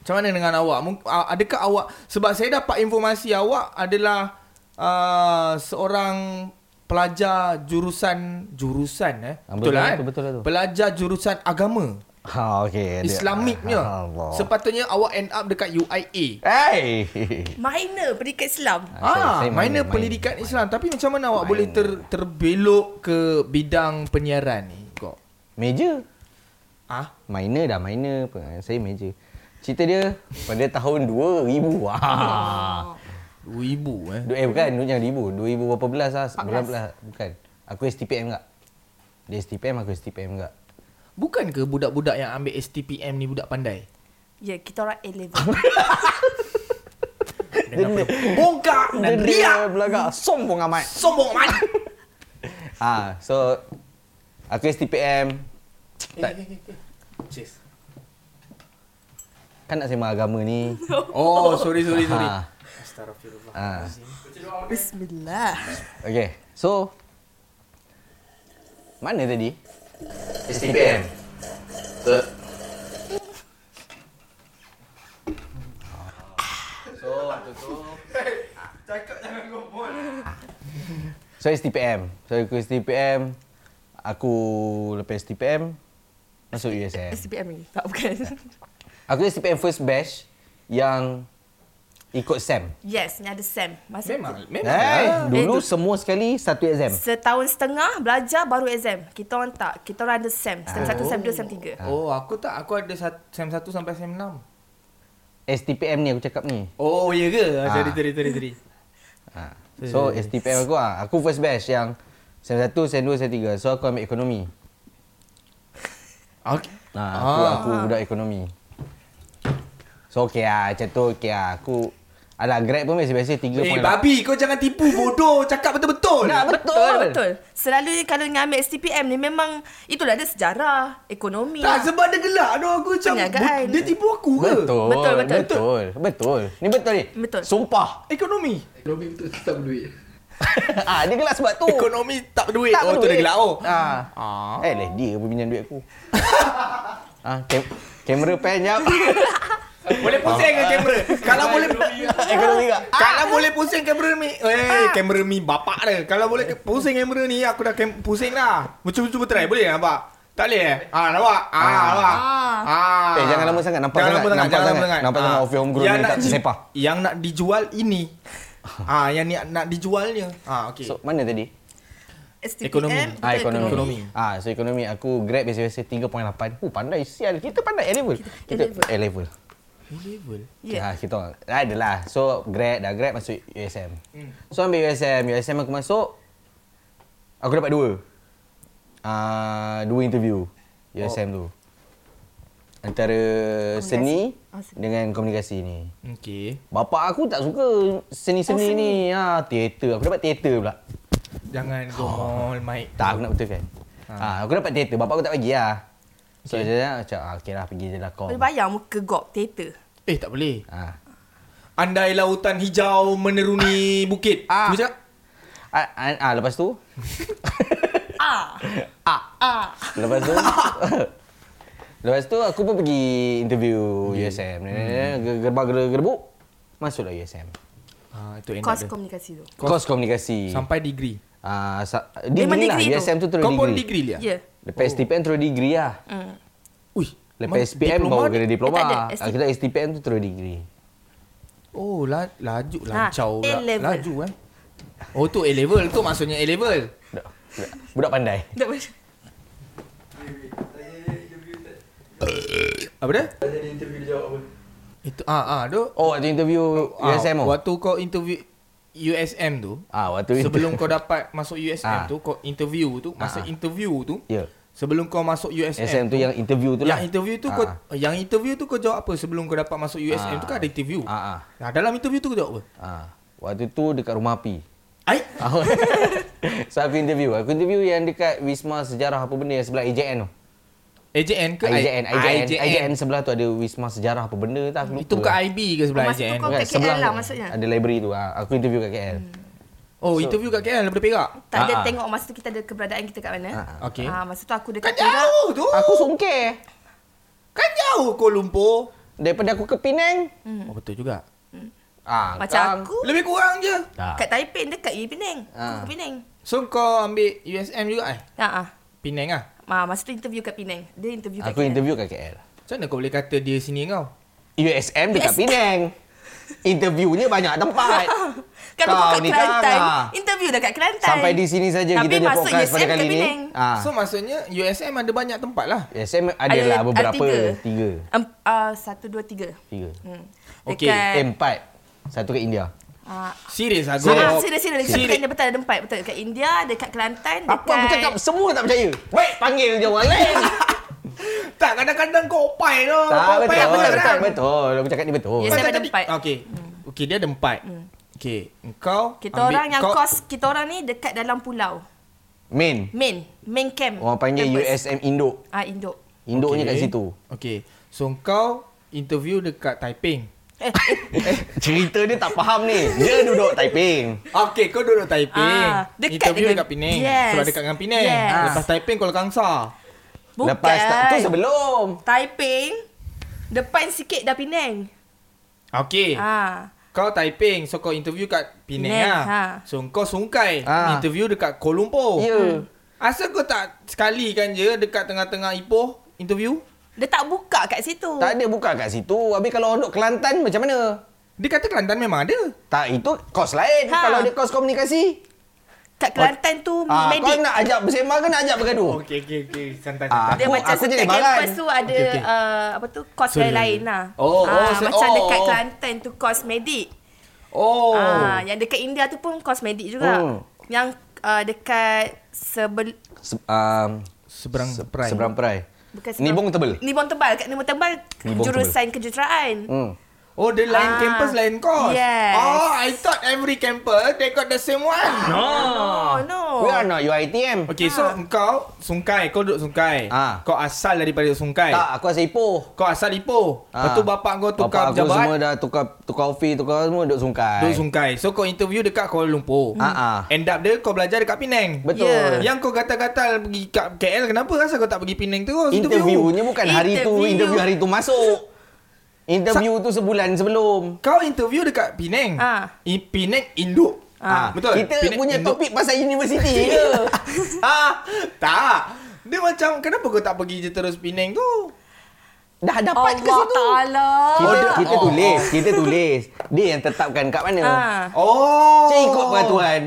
Speaker 1: Macam mana dengan awak? Mung- a- Adakah awak Sebab saya dapat informasi awak adalah uh, Seorang pelajar jurusan Jurusan eh
Speaker 3: Ah,
Speaker 1: Betul
Speaker 3: betul,
Speaker 1: lah kan?
Speaker 3: betul, betul lah tu.
Speaker 1: Pelajar jurusan agama
Speaker 3: Ha okey dia-
Speaker 1: Islamiknya
Speaker 3: Allah
Speaker 1: Sepatutnya awak end up dekat UIA
Speaker 3: Hey [laughs]
Speaker 4: Minor, pendidikan Islam.
Speaker 1: Ah,
Speaker 3: Saya- saya
Speaker 1: minor
Speaker 3: minor,
Speaker 1: pendidikan
Speaker 3: minor.
Speaker 1: Islam. Tapi macam mana awak boleh ter, terbelok ke bidang penyiaran ni? Kok.
Speaker 3: Meja
Speaker 1: Ah,
Speaker 3: Minor dah minor apa Saya meja Cerita dia pada tahun 2000 [laughs] ah.
Speaker 1: 2000 eh.
Speaker 3: Du- Eh bukan, dunia 1000. 2000 berapa belas lah. Berapa belas? Bukan. Aku STPM enggak. Dia STPM, aku STPM enggak.
Speaker 1: Bukan ke budak-budak yang ambil STPM ni budak pandai?
Speaker 4: Ya, yeah, kita orang A-level.
Speaker 1: [laughs] Dengan
Speaker 3: [laughs]
Speaker 1: penuh bongkak [laughs] dan riak.
Speaker 3: belagak sombong amat.
Speaker 1: Sombong man.
Speaker 3: Ah, so aku STPM. Tak,
Speaker 1: Cheers.
Speaker 3: kan nak sembang agama [laughs] ni.
Speaker 1: Oh, sorry sorry sorry.
Speaker 3: Ha.
Speaker 1: Astagfirullah.
Speaker 3: Ah.
Speaker 4: Bismillah.
Speaker 3: Okay. So mana tadi? STPM. So STPM. So aku STPM. Aku lepas STPM masuk USM.
Speaker 4: SPM ni. Tak, bukan.
Speaker 3: Aku STPM first batch yang ikut SEM.
Speaker 4: yes, ni ada Sam. Masa
Speaker 1: Memang memang.
Speaker 3: Eh,
Speaker 1: lah.
Speaker 3: dulu
Speaker 4: Eh, tu-
Speaker 3: semua sekali satu exam.
Speaker 4: Setahun setengah belajar baru exam. Kita orang tak. Kita orang ada SEM. SEM 1, SEM 2, SEM
Speaker 3: Ah.
Speaker 4: 3.
Speaker 1: Oh, aku tak. Aku ada sat- SEM 1 sampai SEM 6.
Speaker 3: STPM ni aku cakap ni.
Speaker 1: Oh, ya ke? Ah,
Speaker 3: Ah.
Speaker 1: Sorry sorry sorry sorry.
Speaker 3: Ha. So
Speaker 1: Eh.
Speaker 3: STPM aku ah, aku first batch yang SEM 1, SEM 2, SEM 3. So aku ambil ekonomi.
Speaker 1: Okay.
Speaker 3: Ha, aku
Speaker 1: Ah.
Speaker 3: aku budak ekonomi. So okey ah, macam tu okey ah. Aku alah grad pun biasa-biasa 3.8.
Speaker 1: Eh, babi kau jangan tipu bodoh. Cakap betul-betul.
Speaker 3: Nah,
Speaker 4: Betul, betul. Selalu kalau dengan ambil STPM ni memang itulah ada sejarah, ekonomi.
Speaker 1: Tak sebab dia gelak tu aku macam
Speaker 4: Perniagaan.
Speaker 1: bu- dia tipu aku ke?
Speaker 3: Betul.
Speaker 4: Betul,
Speaker 3: Betul,
Speaker 4: betul.
Speaker 3: betul. Betul. Betul. Ni betul ni.
Speaker 4: Betul.
Speaker 1: [laughs]
Speaker 3: Sumpah.
Speaker 1: Ekonomi.
Speaker 5: Ekonomi betul tetap duit.
Speaker 3: ah, dia gelak sebab tu.
Speaker 1: Oh. Ekonomi tak berduit.
Speaker 3: Tak
Speaker 1: oh tu
Speaker 3: berduit.
Speaker 1: dia gelak oh.
Speaker 3: Ah.
Speaker 1: Ah. [laughs] [laughs]
Speaker 3: Eh, leh dia pun pinjam duit aku. ah, kem- kamera pen jap.
Speaker 1: Boleh pusing ke [laughs] kamera? Kalau boleh
Speaker 3: Eh, kena minggat.
Speaker 1: kalau boleh pusing kamera mi. Eh, kamera mi bapak dia. Kalau boleh ke- pusing kamera ni aku dah kem, pusing dah. Cuba-cuba try boleh tak nampak? Tak boleh eh? Ah, nampak? Ah, nampak? Ah.
Speaker 3: Eh, jangan lama sangat, nampak sangat, nampak sangat, nampak sangat off your home ground
Speaker 1: Yang
Speaker 3: ni
Speaker 1: nak
Speaker 3: tak
Speaker 1: di-
Speaker 3: sepah.
Speaker 1: Yang nak dijual ini. ah, yang ni nak dijualnya. Ah, okey.
Speaker 3: So, mana tadi?
Speaker 4: STPM
Speaker 1: Ekonomi.
Speaker 4: betul,
Speaker 3: Ah, ekonomi.
Speaker 1: Ekonomi.
Speaker 3: ekonomi. Ah, so ekonomi aku grab biasa-biasa 3.8. Hu, pandai sial. Kita pandai A level. Kita A level.
Speaker 4: Ya.
Speaker 3: Yeah. Ha, kita orang. Adalah. So, grad dah grad masuk USM.
Speaker 4: Hmm.
Speaker 3: So, ambil USM. USM aku masuk, aku dapat dua. Uh, dua interview USM oh. tu. Antara seni
Speaker 4: Ah, seni.
Speaker 3: dengan komunikasi ni.
Speaker 1: Okey.
Speaker 3: Bapak aku tak suka seni-seni
Speaker 4: Oh,
Speaker 3: oh,
Speaker 4: seni.
Speaker 3: ni. Ha, teater. Aku dapat teater pula.
Speaker 1: Jangan
Speaker 3: Ah.
Speaker 1: gomol mic.
Speaker 3: Tak, aku nak betulkan. Ha. ha aku dapat teater. Bapak aku tak bagi lah. So, okay. dia macam, ah, okay lah, pergi je lah kau.
Speaker 4: Boleh bayar muka gop teater.
Speaker 1: Eh, tak boleh.
Speaker 3: Ha.
Speaker 1: Andai lautan hijau meneruni bukit.
Speaker 3: Ah.
Speaker 1: Cuba cakap.
Speaker 3: Ah, ah, ah, lepas tu, [laughs]
Speaker 4: Ah.
Speaker 3: Lepas tu Lepas tu aku pun pergi interview yeah. USM. Hmm. Gerbang ger- gerbuk masuklah USM.
Speaker 1: Ah, itu enak
Speaker 4: Kos
Speaker 1: dia.
Speaker 4: komunikasi tu.
Speaker 3: Kos, Kos komunikasi.
Speaker 1: Sampai degree.
Speaker 3: Ah sa-
Speaker 4: Memang
Speaker 3: degree lah.
Speaker 4: degree tu.
Speaker 3: USM tu terus
Speaker 1: Kau
Speaker 3: degree.
Speaker 1: pun degree dia?
Speaker 4: Ya. Hmm.
Speaker 3: Lepas STPM terus degree lah.
Speaker 1: Ui.
Speaker 3: Lepas
Speaker 1: man-
Speaker 3: SPM baru kena diploma.
Speaker 4: Eh, tak ada,
Speaker 3: Eh,
Speaker 4: STPM.
Speaker 3: Kita STPM tu terus degree.
Speaker 1: Oh, la, laju, lancau
Speaker 4: A
Speaker 1: pula.
Speaker 4: level.
Speaker 1: Laju eh. Oh, tu A level. Tu maksudnya A level.
Speaker 3: Budak, budak, budak pandai.
Speaker 4: Tak boleh.
Speaker 1: Apa dia?
Speaker 5: Tak jadi interview dia jawab apa
Speaker 1: Itu ah ah tu.
Speaker 3: Oh, waktu interview
Speaker 1: Ah,
Speaker 3: USM tu.
Speaker 1: Waktu kau interview USM tu,
Speaker 3: Ah, waktu inter-
Speaker 1: sebelum kau dapat masuk USM
Speaker 3: Ah.
Speaker 1: tu, kau interview tu, masa
Speaker 3: Ah, ah.
Speaker 1: interview tu,
Speaker 3: Ya.
Speaker 1: sebelum kau masuk USM.
Speaker 3: USM tu yang interview tu
Speaker 1: yang
Speaker 3: lah.
Speaker 1: interview tu
Speaker 3: Ah,
Speaker 1: kau
Speaker 3: ah.
Speaker 1: yang interview tu kau jawab apa sebelum kau dapat masuk USM
Speaker 3: Ah.
Speaker 1: tu kan ada interview.
Speaker 3: Ah, ah.
Speaker 1: Nah, dalam interview tu kau jawab apa?
Speaker 3: Ah, waktu tu dekat rumah api.
Speaker 1: Ai.
Speaker 3: Aku- [laughs] so aku interview Aku interview yang dekat Wisma Sejarah apa benda yang sebelah AJN tu
Speaker 1: AJN ke
Speaker 3: AJN, AJN,
Speaker 1: IJN.
Speaker 3: AJN sebelah tu ada Wisma Sejarah apa benda tak aku lupa
Speaker 1: Itu bukan IB ke sebelah
Speaker 4: Oh, masa tu
Speaker 1: AJN?
Speaker 4: kau
Speaker 3: Bukan,
Speaker 4: kat KL lah maksudnya. Hmm.
Speaker 3: Ada library tu ha. Aku interview kat KL
Speaker 1: Oh, interview kat KL daripada Perak.
Speaker 4: Tak ada
Speaker 3: Ah, ah.
Speaker 4: tengok masa tu kita ada keberadaan kita kat mana.
Speaker 3: Ah,
Speaker 1: ah. Okey.
Speaker 4: Ah, masa tu aku
Speaker 1: Kan
Speaker 4: dekat Perak.
Speaker 1: jauh tu.
Speaker 3: Aku sungkir
Speaker 1: Kan jauh Kuala Lumpur.
Speaker 3: Daripada aku ke Penang
Speaker 1: Oh, betul juga.
Speaker 3: ah,
Speaker 4: Hmm. Macam
Speaker 3: kang.
Speaker 4: aku
Speaker 1: Lebih kurang je.
Speaker 3: Tak.
Speaker 4: kat Taipei dekat Iri Penang. Aku
Speaker 3: Ah.
Speaker 4: ke Penang.
Speaker 1: So kau ambil USM juga eh?
Speaker 4: Ha ah.
Speaker 1: Penang ah.
Speaker 4: Ma, masa tu interview kat Penang. Dia interview kat
Speaker 3: Aku
Speaker 4: KL.
Speaker 3: interview kat KL
Speaker 1: Macam mana kau boleh kata dia sini kau?
Speaker 3: USM dekat
Speaker 4: USM.
Speaker 3: Penang Interviewnya banyak tempat
Speaker 4: [laughs] Kan
Speaker 3: Kau
Speaker 4: aku kat
Speaker 3: ni
Speaker 4: Kelantan.
Speaker 3: kan, ah.
Speaker 4: Interview dekat Kelantan.
Speaker 3: Sampai di sini saja
Speaker 4: Tapi
Speaker 3: kita punya
Speaker 4: masuk
Speaker 3: podcast pada
Speaker 4: USM
Speaker 3: kali
Speaker 4: ke
Speaker 3: ni
Speaker 4: Penang.
Speaker 3: ah.
Speaker 1: So maksudnya USM ada banyak tempat lah.
Speaker 3: USM adalah
Speaker 4: Ada-
Speaker 3: beberapa
Speaker 4: ada
Speaker 3: Tiga
Speaker 4: Em, ah, satu, dua, tiga.
Speaker 3: Tiga
Speaker 4: Hmm.
Speaker 1: Okey,
Speaker 3: Eh
Speaker 4: Dekat,
Speaker 3: empat Satu kat India
Speaker 4: ah,
Speaker 1: Serius lah kau.
Speaker 4: Ah, serius, serius. Kita
Speaker 1: Serius.
Speaker 4: kena betul ada empat. Betul. Dekat India, dekat Kelantan,
Speaker 3: Apa
Speaker 4: dekat...
Speaker 3: aku cakap semua tak percaya. Baik panggil je orang
Speaker 4: [laughs]
Speaker 3: lain.
Speaker 1: Tak, kadang-kadang kau opai tu.
Speaker 3: tak
Speaker 1: Kau opai kan? apa
Speaker 3: betul, betul,
Speaker 1: kadang-kadang.
Speaker 4: kan?
Speaker 3: betul, Aku cakap ni betul.
Speaker 4: Yes,
Speaker 1: Kau
Speaker 4: saya
Speaker 1: tak
Speaker 4: ada
Speaker 1: tadi-
Speaker 4: empat.
Speaker 1: Okey. Okey, dia ada empat. Okey, engkau
Speaker 4: Hmm. Kita
Speaker 1: ambil-
Speaker 4: orang yang
Speaker 1: kau-
Speaker 4: kos, kita orang ni dekat dalam pulau.
Speaker 3: Main.
Speaker 4: Main. Main camp.
Speaker 3: Orang panggil
Speaker 4: campus.
Speaker 3: USM Induk.
Speaker 4: Ah, Indok.
Speaker 3: Induknya
Speaker 1: Okey.
Speaker 3: kat situ.
Speaker 1: Okey. So engkau interview dekat Taiping.
Speaker 4: Eh, eh,
Speaker 3: Cerita dia tak faham ni. Dia duduk Taiping.
Speaker 1: Okey, kau duduk Taiping.
Speaker 4: Ah, dekat
Speaker 1: interview
Speaker 4: dengan-
Speaker 1: dekat Penang.
Speaker 4: Yes.
Speaker 1: Sebab dekat dengan Penang.
Speaker 4: Yes.
Speaker 1: Ah. Lepas Taiping kau Kangsa.
Speaker 4: bukan.
Speaker 3: Lepas tak tu sebelum.
Speaker 4: Taiping. Depan sikit dah Penang.
Speaker 1: Okey.
Speaker 4: Ah.
Speaker 1: Kau Taiping, so kau interview kat Penang
Speaker 4: Penang,
Speaker 1: lah.
Speaker 4: ha.
Speaker 1: So kau sungkai
Speaker 3: Ah.
Speaker 1: interview dekat Kuala
Speaker 4: Oh.
Speaker 1: Lumpur.
Speaker 3: Ya.
Speaker 1: Asal kau tak sekali kan je dekat tengah-tengah Ipoh interview?
Speaker 4: Dia tak buka kat situ.
Speaker 3: Tak ada buka kat situ. Habis kalau orang duduk Kelantan macam mana?
Speaker 1: Dia kata Kelantan memang ada.
Speaker 3: Tak itu kos lain.
Speaker 4: Ha.
Speaker 3: Kalau dia kos komunikasi.
Speaker 4: Kat Kelantan tu
Speaker 3: Ah, kau
Speaker 4: medik.
Speaker 3: nak ajak bersembang ke nak ajak bergaduh?
Speaker 1: Okey, okey, okey. Santai,
Speaker 3: Ah.
Speaker 1: santai.
Speaker 4: Oh. Dia
Speaker 3: Aku-
Speaker 4: macam
Speaker 3: aku jadi
Speaker 4: setiap
Speaker 3: barang.
Speaker 4: kampus tu ada
Speaker 1: Okey,
Speaker 4: okay,
Speaker 1: okey.
Speaker 4: Uh, apa tu kos
Speaker 1: Sorry,
Speaker 4: lain lain
Speaker 1: sorry.
Speaker 4: lah.
Speaker 1: Oh,
Speaker 4: Ah,
Speaker 1: oh, se-
Speaker 4: macam
Speaker 1: oh,
Speaker 4: dekat
Speaker 1: oh.
Speaker 4: Kelantan tu kos medik.
Speaker 1: Oh.
Speaker 4: Ah, yang dekat India tu pun kos medik juga.
Speaker 3: Oh.
Speaker 4: Yang uh, dekat sebel
Speaker 3: Se- um,
Speaker 1: Seberang
Speaker 3: se-
Speaker 1: perai.
Speaker 3: Seberang perai.
Speaker 4: bukan
Speaker 3: Nibong tebel.
Speaker 4: Nibong tebal kat Nibong tebal
Speaker 3: Nibong
Speaker 4: jurusan kejuruteraan.
Speaker 3: Hmm.
Speaker 1: Oh, dia lain
Speaker 4: Ah.
Speaker 1: campus, lain course.
Speaker 4: Yes.
Speaker 1: Oh, I thought every campus, they got the same one.
Speaker 4: Oh no.
Speaker 3: We are not UiTM.
Speaker 1: Okay, so
Speaker 4: Ah.
Speaker 1: engkau Sungkai, kau duduk Sungkai.
Speaker 3: Ah.
Speaker 1: Kau asal daripada Sungkai.
Speaker 3: Tak, aku asal Ipoh.
Speaker 1: Kau asal Ipoh. Lepas
Speaker 3: Ah.
Speaker 1: tu bapak kau tukar
Speaker 3: bapak aku
Speaker 1: pejabat.
Speaker 3: semua dah tukar tukar ofis, tukar semua duduk sungkai.
Speaker 1: Duduk Sungkai. So kau interview dekat Kuala Lumpur.
Speaker 3: Ah, ah.
Speaker 1: End up dia kau belajar dekat Penang.
Speaker 3: Betul.
Speaker 4: Yeah.
Speaker 1: Yang kau gatal-gatal pergi kat KL kenapa rasa kau tak pergi Penang terus
Speaker 3: Interviewnya bukan hari tu,
Speaker 4: Interview.
Speaker 3: interview hari tu masuk. Interview tu sebulan sebelum.
Speaker 1: Kau interview dekat Penang.
Speaker 4: Ah.
Speaker 1: I Penang Induk. Ah,
Speaker 4: Ah.
Speaker 1: betul. Ya.
Speaker 3: Kita punya
Speaker 1: Induk.
Speaker 3: topik pasal universiti
Speaker 1: [laughs]
Speaker 3: ke?
Speaker 1: ah, tak. Dia macam kenapa kau tak pergi je terus Penang tu?
Speaker 3: Dah dapat ke
Speaker 4: Allah
Speaker 3: situ.
Speaker 4: Ta'ala.
Speaker 3: Kita, kita
Speaker 1: Oh.
Speaker 3: tulis, kita tulis. Dia yang tetapkan kat mana.
Speaker 4: Ah.
Speaker 1: Oh.
Speaker 3: Saya ikut peraturan.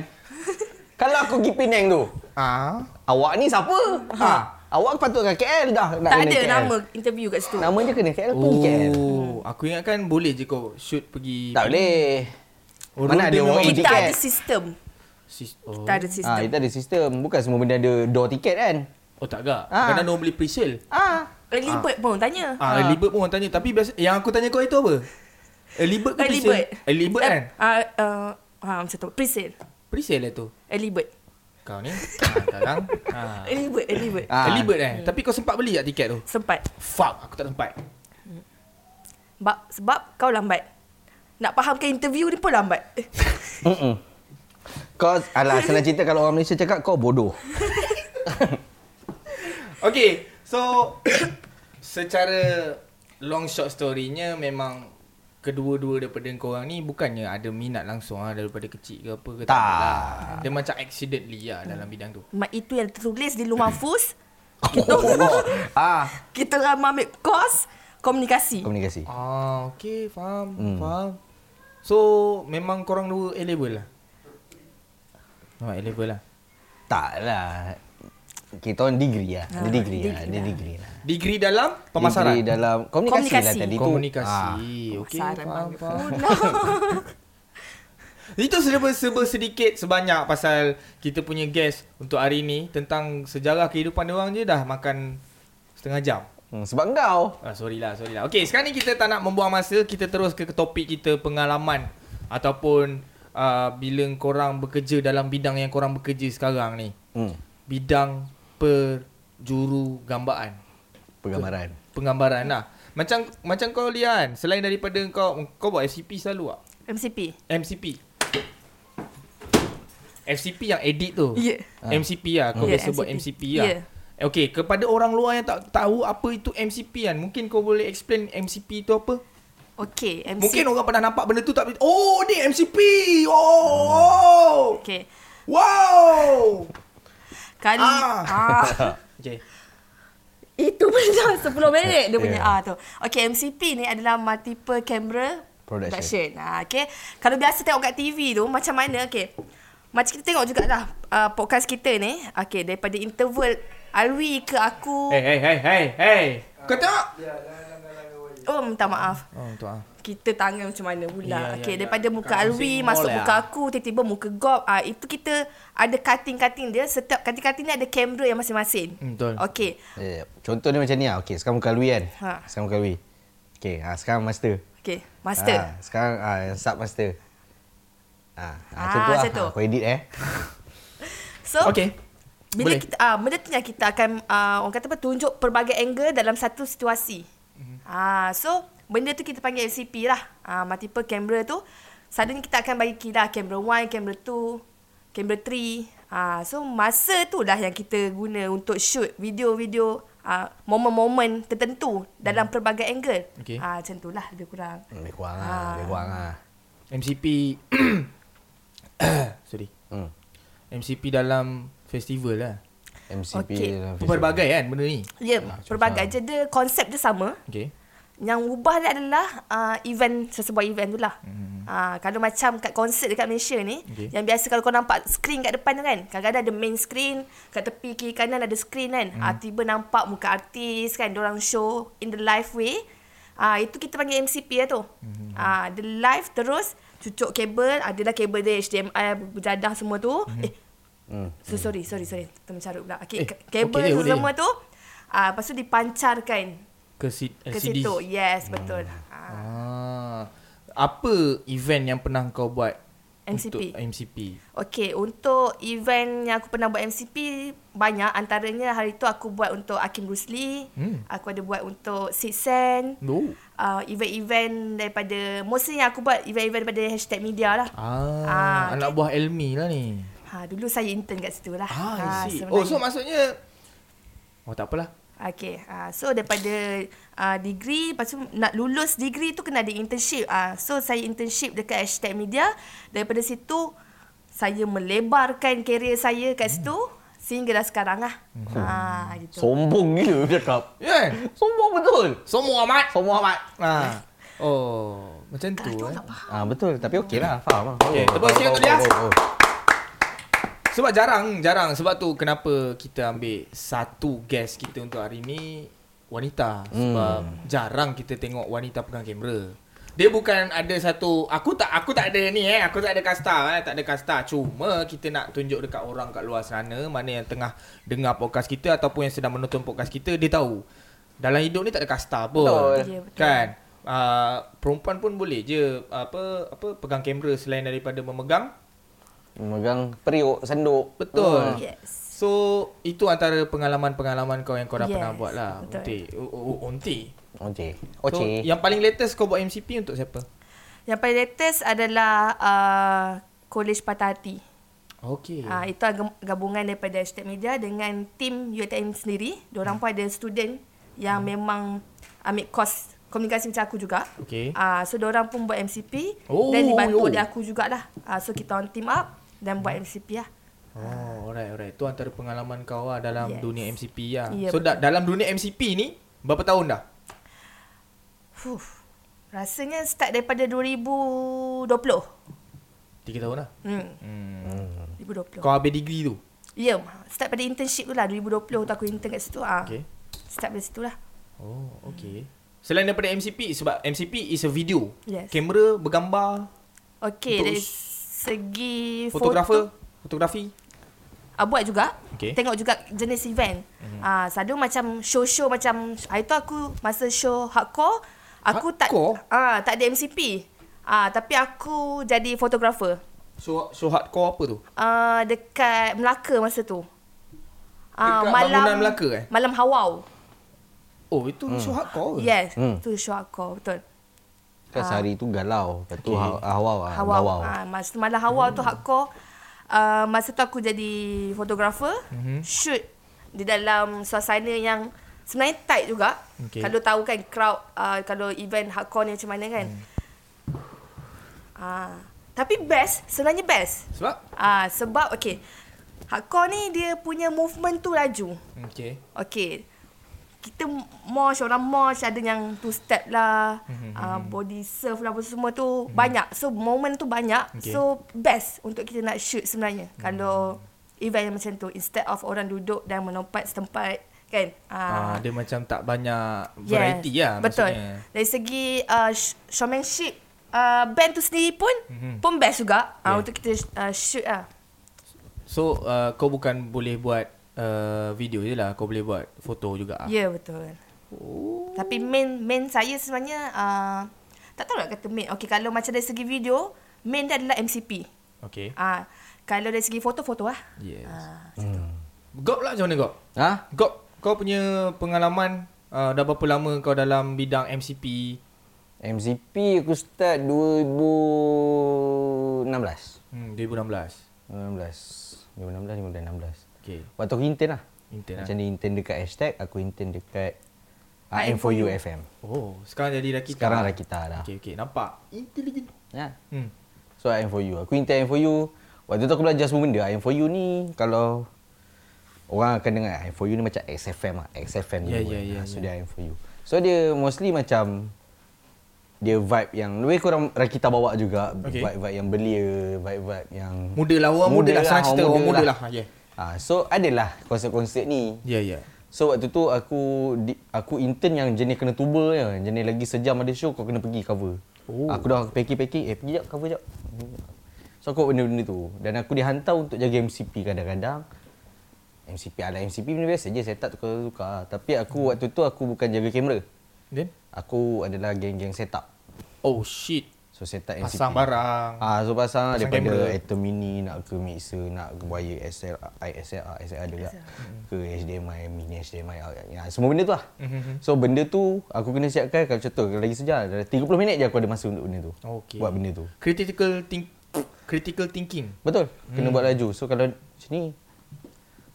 Speaker 3: Kalau aku pergi Penang tu,
Speaker 1: Ah.
Speaker 3: awak ni siapa? Ha. Awak patut kat KL dah. Nak
Speaker 4: Tak
Speaker 3: kena
Speaker 4: ada
Speaker 3: KL.
Speaker 4: nama interview kat situ.
Speaker 3: Nama je kena KL, pergi KL.
Speaker 1: Oh, aku ingatkan boleh je kau shoot pergi.
Speaker 3: Tak boleh.
Speaker 1: Oh,
Speaker 3: Mana
Speaker 1: dia
Speaker 3: ada orang
Speaker 1: memang-
Speaker 3: yang
Speaker 4: Kita
Speaker 3: tiket?
Speaker 4: ada sistem.
Speaker 1: Sis- Oh.
Speaker 4: Kita ada
Speaker 3: Ah,
Speaker 4: sistem.
Speaker 3: kita ada sistem. Bukan semua benda ada door tiket kan?
Speaker 1: Oh tak gak.
Speaker 3: Ah.
Speaker 1: Kadang orang beli pre-sale.
Speaker 3: Ah.
Speaker 4: Early bird pun tanya.
Speaker 1: Ah, early bird pun orang tanya. Tapi biasa yang aku tanya kau itu apa? Early bird ke
Speaker 4: Early
Speaker 1: pre-sale?
Speaker 4: bird.
Speaker 1: Early bird kan?
Speaker 4: Ah, ah, ah, macam tu. Pre-sale.
Speaker 1: Pre-sale lah tu.
Speaker 4: Early bird.
Speaker 1: Kau ni. Ah, sekarang. Ah.
Speaker 4: Early bird, early bird.
Speaker 3: Ah.
Speaker 1: Early bird eh. Tapi kau sempat beli tak tiket tu?
Speaker 4: Sempat.
Speaker 1: Fuck, aku tak sempat.
Speaker 4: Sebab, sebab kau lambat. Nak fahamkan interview ni pun lambat. Eh,
Speaker 3: Mm-mm. Kau, alah, senang cerita kalau orang Malaysia cakap kau bodoh.
Speaker 1: Okay, so [coughs] secara long short story-nya memang kedua-dua daripada korang ni bukannya ada minat langsung lah daripada kecil ke apa ke
Speaker 3: Tak.
Speaker 1: ada Lah. Dia macam accidentally lah dalam bidang tu.
Speaker 4: Mak itu yang tertulis di luar fus. Kita,
Speaker 3: Oh. ah,
Speaker 4: [laughs] kita ramai ambil kos komunikasi.
Speaker 3: komunikasi.
Speaker 1: Ah, okay, faham, hmm.
Speaker 3: Hmm.
Speaker 1: faham. So, memang korang dua A-level lah? Memang A-level lah.
Speaker 3: Tak lah. Kita on degree lah. Dia
Speaker 4: Ah,
Speaker 3: degree lah.
Speaker 4: degree
Speaker 3: Dia
Speaker 4: lah.
Speaker 3: degree lah.
Speaker 1: Degree dalam pemasaran?
Speaker 3: Degree dalam komunikasi,
Speaker 4: Komunikasi.
Speaker 3: lah tadi tu. Ah.
Speaker 1: Komunikasi. Okay,
Speaker 4: Pasaran
Speaker 1: faham,
Speaker 4: mana
Speaker 1: faham.
Speaker 4: pun.
Speaker 1: Itu serba-serba sedikit sebanyak pasal kita punya guest untuk hari ni tentang sejarah kehidupan orang je dah makan setengah jam.
Speaker 3: Hmm, sebab kau.
Speaker 1: Ah, sorry lah, sorry lah. Okay, sekarang ni kita tak nak membuang masa. Kita terus ke topik kita pengalaman ataupun uh, bila korang bekerja dalam bidang yang korang bekerja sekarang ni.
Speaker 3: Hmm,
Speaker 1: Bidang perjuru gambaan
Speaker 3: pergambaran.
Speaker 1: penggambaran lah. Macam macam kau Lian, selain daripada kau kau buat FCP selalu tak?
Speaker 4: MCP.
Speaker 1: MCP FCP yang edit tu
Speaker 4: Ya.
Speaker 1: MCP lah Kau
Speaker 4: Ya,
Speaker 1: biasa buat
Speaker 4: MCP.
Speaker 1: MCP lah
Speaker 4: Ya.
Speaker 1: Okay Kepada orang luar yang tak tahu Apa itu MCP kan Mungkin kau boleh explain MCP tu apa
Speaker 4: Okey, MCP.
Speaker 1: Mungkin orang pernah nampak benda tu tak Oh ni MCP Oh, oh.
Speaker 4: Okey.
Speaker 1: Wow
Speaker 4: Kali
Speaker 1: Ah.
Speaker 4: ah.
Speaker 1: Okay
Speaker 4: Itu pun [laughs] dah 10 minit dia
Speaker 1: [laughs]
Speaker 4: punya
Speaker 3: Yeah.
Speaker 4: ah tu. Okey, MCP ni adalah multiple camera
Speaker 3: Production.
Speaker 4: production. Ah okey. Kalau biasa tengok kat TV tu macam mana okey. Macam kita tengok jugalah uh, podcast kita ni. Okey, daripada interval Alwi ke aku.
Speaker 1: Hey hey hey hey hey Kau tengok
Speaker 4: Oh, minta maaf.
Speaker 1: Oh untuk ah.
Speaker 4: Kita tangan macam mana pula.
Speaker 1: Ya,
Speaker 4: Yeah,
Speaker 1: ya,
Speaker 4: okey,
Speaker 1: ya.
Speaker 4: daripada muka
Speaker 1: Bukan
Speaker 4: Alwi
Speaker 1: pusing
Speaker 4: masuk
Speaker 1: mall
Speaker 4: muka
Speaker 1: lah.
Speaker 4: aku, tiba-tiba muka Gob. Ah itu kita ada cutting-cutting dia. Setiap cutting-cutting ni ada kamera yang masing-masing.
Speaker 1: Hmm, betul.
Speaker 4: Okey.
Speaker 3: Eh, contoh dia macam ni lah. Okay, sekarang bukan Lui kan?
Speaker 4: Ha.
Speaker 3: Sekarang bukan Lui. Okay, ha, sekarang master.
Speaker 4: Okey, master.
Speaker 1: Ah.
Speaker 3: Ha, sekarang ha, yang sub master. Ha, ha, macam
Speaker 4: Ah,
Speaker 3: tu lah.
Speaker 4: macam tu.
Speaker 3: Ha, kau edit eh.
Speaker 4: So,
Speaker 1: Okay
Speaker 4: Bila
Speaker 1: Boleh.
Speaker 4: Boleh. kita ah benda tu yang kita akan ah, orang kata apa tunjuk pelbagai angle dalam satu situasi.
Speaker 1: Mhm.
Speaker 4: Ah so benda tu kita panggil MCP lah. Ah multiple camera tu selalunya kita akan bagi kira camera 1, camera 2, camera 3. Ah so masa tu lah yang kita guna untuk shoot video-video ah momen-momen tertentu dalam pelbagai angle.
Speaker 1: Mhm. Okey.
Speaker 4: Ah macam tu lah lebih kurang.
Speaker 3: Hmm, Lebih kurang
Speaker 4: Ah.
Speaker 3: lah. Lebih kurang lah.
Speaker 1: MCP [coughs] Sorry
Speaker 3: Hmm.
Speaker 1: MCP dalam festival lah
Speaker 3: MCP
Speaker 4: Okey.
Speaker 3: dalam Facebook.
Speaker 1: Pelbagai kan benda ni
Speaker 4: Ya, yeah, pelbagai je dia konsep dia sama.
Speaker 1: Okay
Speaker 4: Yang ubah dia adalah uh, event sesebuah event tu lah. Hmm. Uh, kalau macam kat konsert dekat Malaysia ni,
Speaker 1: Mm-hmm. Okey.
Speaker 4: okay. yang biasa kalau kau nampak screen kat depan tu kan, kadang-kadang ada main screen, kat tepi kiri kanan ada screen kan.
Speaker 1: Mm.
Speaker 4: Hmm. Uh, tiba nampak muka artis kan, orang show in the live way. Ah uh, itu kita panggil MCP lah tu.
Speaker 1: Mm-hmm.
Speaker 4: Ah hmm. uh, the live terus cucuk kabel, adalah kabel dia HDMI berjadah semua tu. Hmm. Eh
Speaker 3: Hmm.
Speaker 4: So sorry, sorry, sorry. Termencarut pula.
Speaker 1: Mm-hmm. Eh,
Speaker 4: Okay, eh,
Speaker 1: okey
Speaker 4: kabel
Speaker 1: je,
Speaker 4: okay,
Speaker 1: boleh.
Speaker 4: semua tu, ah uh, lepas tu dipancarkan
Speaker 1: Ke, si-
Speaker 4: ke ya.
Speaker 1: LCD.
Speaker 4: situ. Yes, betul. Ah.
Speaker 1: Ah, apa event yang pernah kau buat
Speaker 4: MCP.
Speaker 1: untuk MCP?
Speaker 4: Okay, untuk event yang aku pernah buat MCP banyak antaranya hari tu aku buat untuk Hakim Rusli,
Speaker 1: Hmm.
Speaker 4: hmm. aku ada buat untuk Sixen,
Speaker 1: No.
Speaker 4: uh, event-event daripada mostly yang aku buat event-event daripada hashtag media lah. Ah,
Speaker 1: Ah, anak
Speaker 4: okay.
Speaker 1: buah Elmi lah ni.
Speaker 4: Ha, dulu saya intern kat situ lah.
Speaker 1: Ah, I see.
Speaker 4: sebenarnya.
Speaker 1: Oh, so maksudnya Oh, tak apalah.
Speaker 4: Okay, uh, so daripada uh, degree, lepas tu nak lulus degree tu kena ada internship. Uh, so saya internship dekat hashtag media. Daripada situ, saya melebarkan kerjaya saya kat situ sehingga dah sekarang lah. Hmm. Uh, gitu.
Speaker 2: Sombong gila cakap.
Speaker 1: Yeah.
Speaker 2: Sombong betul.
Speaker 1: Sombong amat.
Speaker 2: Sombong amat.
Speaker 1: Ha. Oh, macam tu eh.
Speaker 3: Ah betul tapi okey lah faham lah. oh,
Speaker 1: Okey, tepuk sikit untuk dia. Sebab jarang, jarang. Sebab tu kenapa kita ambil satu guest kita untuk hari ni wanita. Sebab jarang kita tengok wanita pegang kamera. Dia bukan ada satu aku tak aku tak ada ni eh aku tak ada kasta eh tak ada kasta cuma kita nak tunjuk dekat orang kat luar sana mana yang tengah dengar podcast kita ataupun yang sedang menonton podcast kita dia tahu dalam hidup ni tak ada kasta pun
Speaker 3: Betul.
Speaker 4: Ya, betul.
Speaker 1: kan uh, perempuan pun boleh je apa apa pegang kamera selain daripada memegang
Speaker 3: Memegang periuk, sanduk.
Speaker 1: Betul.
Speaker 3: Ah.
Speaker 4: Yes.
Speaker 1: So itu antara pengalaman-pengalaman kau yang kau dah
Speaker 4: Yes,
Speaker 1: pernah buat lah.
Speaker 4: betul.
Speaker 1: Unti. O- o- Unti.
Speaker 3: Hmm, Okey.
Speaker 1: So ya-
Speaker 3: Okey.
Speaker 1: yang paling latest kau buat MCP untuk siapa?
Speaker 4: Yang paling latest adalah uh, College Patah Hati.
Speaker 1: Okey.
Speaker 4: Yeah. Uh, itu agam- gabungan daripada Hashtag Media dengan tim UTM sendiri. Diorang pun ada student yang
Speaker 1: Hmm.
Speaker 4: memang ambil kos komunikasi macam aku juga.
Speaker 1: Okey.
Speaker 4: Uh, so diorang pun buat MCP
Speaker 1: Oh, Hmm.
Speaker 4: oh, dan dibantu
Speaker 1: yo.
Speaker 4: oh. dia aku jugalah. Uh, so kita on team up dan buat MCP lah.
Speaker 1: Oh, alright alright. Itu antara pengalaman kau lah dalam yes.
Speaker 4: Yes.
Speaker 1: dunia MCP lah.
Speaker 4: Ya,
Speaker 1: so da- dalam dunia MCP ni berapa tahun dah?
Speaker 4: Fuh. Rasanya start daripada 2020.
Speaker 1: 3 tahun lah.
Speaker 4: Hmm.
Speaker 1: Hmm.
Speaker 4: 2020.
Speaker 1: Kau habis degree tu.
Speaker 4: Ya, start pada internship tu lah 2020 tu aku intern kat situ ah.
Speaker 1: Okey.
Speaker 4: Okay. Start dari situ lah.
Speaker 1: Oh, okey. Selain daripada MCP sebab MCP is a video.
Speaker 4: Yes.
Speaker 1: Kamera bergambar,
Speaker 4: Okey,
Speaker 1: Untuk
Speaker 4: dari
Speaker 1: s-
Speaker 4: segi
Speaker 1: fotografer,
Speaker 4: foto,
Speaker 1: fotografi.
Speaker 4: ah, buat juga.
Speaker 1: Okey. Mhm.
Speaker 4: Tengok juga jenis event. Mm-hmm. Ah, selalu macam show-show macam hari tu aku masa show hardcore, aku
Speaker 1: Hardcore?
Speaker 4: tak ah tak ada MCP. Ah, tapi aku jadi fotografer.
Speaker 1: So so hardcore apa tu?
Speaker 4: Ah, dekat Melaka masa tu. Ah,
Speaker 1: Dekat bangunan Melaka, eh?
Speaker 4: Malam Hawau.
Speaker 1: Oh, itu hmm. so hardcore. ke?
Speaker 4: Yes,
Speaker 3: Hmm.
Speaker 4: mm. tu show hardcore betul.
Speaker 3: Kan sehari tu galau. Lepas tu
Speaker 1: Ah. Okey.
Speaker 3: ha- hawau. ah,
Speaker 4: Hawa.
Speaker 3: bawau.
Speaker 4: Ha, masa tu malam Hawa tu hardcore. Uh, masa tu aku jadi fotografer. Mm-hmm.
Speaker 3: Mhm.
Speaker 4: Shoot di dalam suasana yang sebenarnya tight juga.
Speaker 1: Okey.
Speaker 4: Okay. Kalau tahu kan crowd, uh, kalau event hardcore ni macam mana kan.
Speaker 3: Hmm.
Speaker 4: Mm. Uh, tapi best, sebenarnya best.
Speaker 1: Sebab
Speaker 4: Uh, sebab, okay. Hardcore ni dia punya movement tu laju.
Speaker 1: Okay.
Speaker 4: Okay kita mosh orang mosh ada yang two step lah
Speaker 1: Mhm,
Speaker 4: uh, body surf lah apa semua tu banyak so moment tu banyak
Speaker 1: Okay.
Speaker 4: okay. so best untuk kita nak shoot sebenarnya
Speaker 1: Mhm.
Speaker 4: kalau event yang macam tu instead of orang duduk dan melompat setempat kan
Speaker 1: Ah,
Speaker 4: uh,
Speaker 1: dia macam tak banyak variety lah
Speaker 4: betul
Speaker 1: maksudnya.
Speaker 4: dari segi uh, sh- showmanship uh, band tu sendiri pun pun best
Speaker 1: Mhm.
Speaker 4: juga
Speaker 1: Yeah.
Speaker 4: uh, untuk kita uh, shoot lah
Speaker 1: So uh, kau bukan boleh buat uh, video je lah, kau boleh buat foto juga ah.
Speaker 4: Ya betul. Oh. Tapi main main saya sebenarnya uh, tak tahu nak kata main. Okey kalau macam dari segi video, main dia adalah MCP.
Speaker 1: Okay.
Speaker 4: Ah uh, kalau dari segi foto foto lah.
Speaker 1: Yes.
Speaker 4: Ah,
Speaker 3: Hmm.
Speaker 1: Gop lah macam mana Gop?
Speaker 3: Ha?
Speaker 1: Gop, kau punya pengalaman uh, dah berapa lama kau dalam bidang MCP?
Speaker 3: MCP aku start 2016.
Speaker 1: Hmm, 2016.
Speaker 3: 2016. 2016, 2016.
Speaker 1: Okay.
Speaker 3: Waktu aku intern lah.
Speaker 1: Intern lah.
Speaker 3: Macam dia intern dekat hashtag, aku intern dekat ah, IM4U FM.
Speaker 1: Oh, sekarang jadi Rakita.
Speaker 3: Sekarang dah kita dah.
Speaker 1: Okay, okay. Nampak? Intelligent.
Speaker 3: Ya.
Speaker 1: Hmm.
Speaker 3: So IM4U. Aku intern IM4U. Waktu tu aku belajar semua benda. IM4U ni kalau orang akan dengar IM4U ni macam XFM lah. XFM
Speaker 1: Ya,
Speaker 3: dulu
Speaker 1: ya,
Speaker 3: kan.
Speaker 1: ya,
Speaker 3: So
Speaker 1: ya.
Speaker 3: dia IM4U. So dia mostly macam dia vibe yang lebih kurang Rakita bawa juga.
Speaker 1: Okay.
Speaker 3: Vibe-vibe yang belia, vibe-vibe yang
Speaker 1: Muda lah, orang muda, lah. Senang cerita, orang muda lah. Ya,
Speaker 3: Ha, so adalah konsert-konsert ni.
Speaker 1: ya. ya.
Speaker 3: So waktu tu aku di, aku intern yang jenis kena tuba je. Jenis lagi sejam ada show kau kena pergi cover.
Speaker 1: Oh.
Speaker 3: Oh. Aku dah packing-packing, eh pergi jap cover jap. So aku buat benda-benda tu dan aku dihantar untuk jaga MCP kadang-kadang. MCP ala MCP benda biasa je set up tukar-tukar. Tapi aku waktu tu aku bukan jaga kamera.
Speaker 1: Then?
Speaker 3: Aku adalah geng-geng set up.
Speaker 1: Oh, shit.
Speaker 3: So set up MCP.
Speaker 1: Pasang barang.
Speaker 3: Ah, so
Speaker 1: Pasang
Speaker 3: pasang, pasang daripada
Speaker 1: kamera.
Speaker 3: kamera. atom mini nak ke mixer, nak ke wire SL, ISLR, SLR juga. Ke HDMI, mini HDMI, ya, semua benda tu lah. So benda tu aku kena siapkan kalau contoh kalau lagi sejarah, dalam 30 minit je aku ada masa untuk benda tu.
Speaker 1: Okey.
Speaker 3: Buat benda tu.
Speaker 1: Critical think critical thinking.
Speaker 3: Betul,
Speaker 1: Hmm.
Speaker 3: kena buat laju. So kalau macam ni,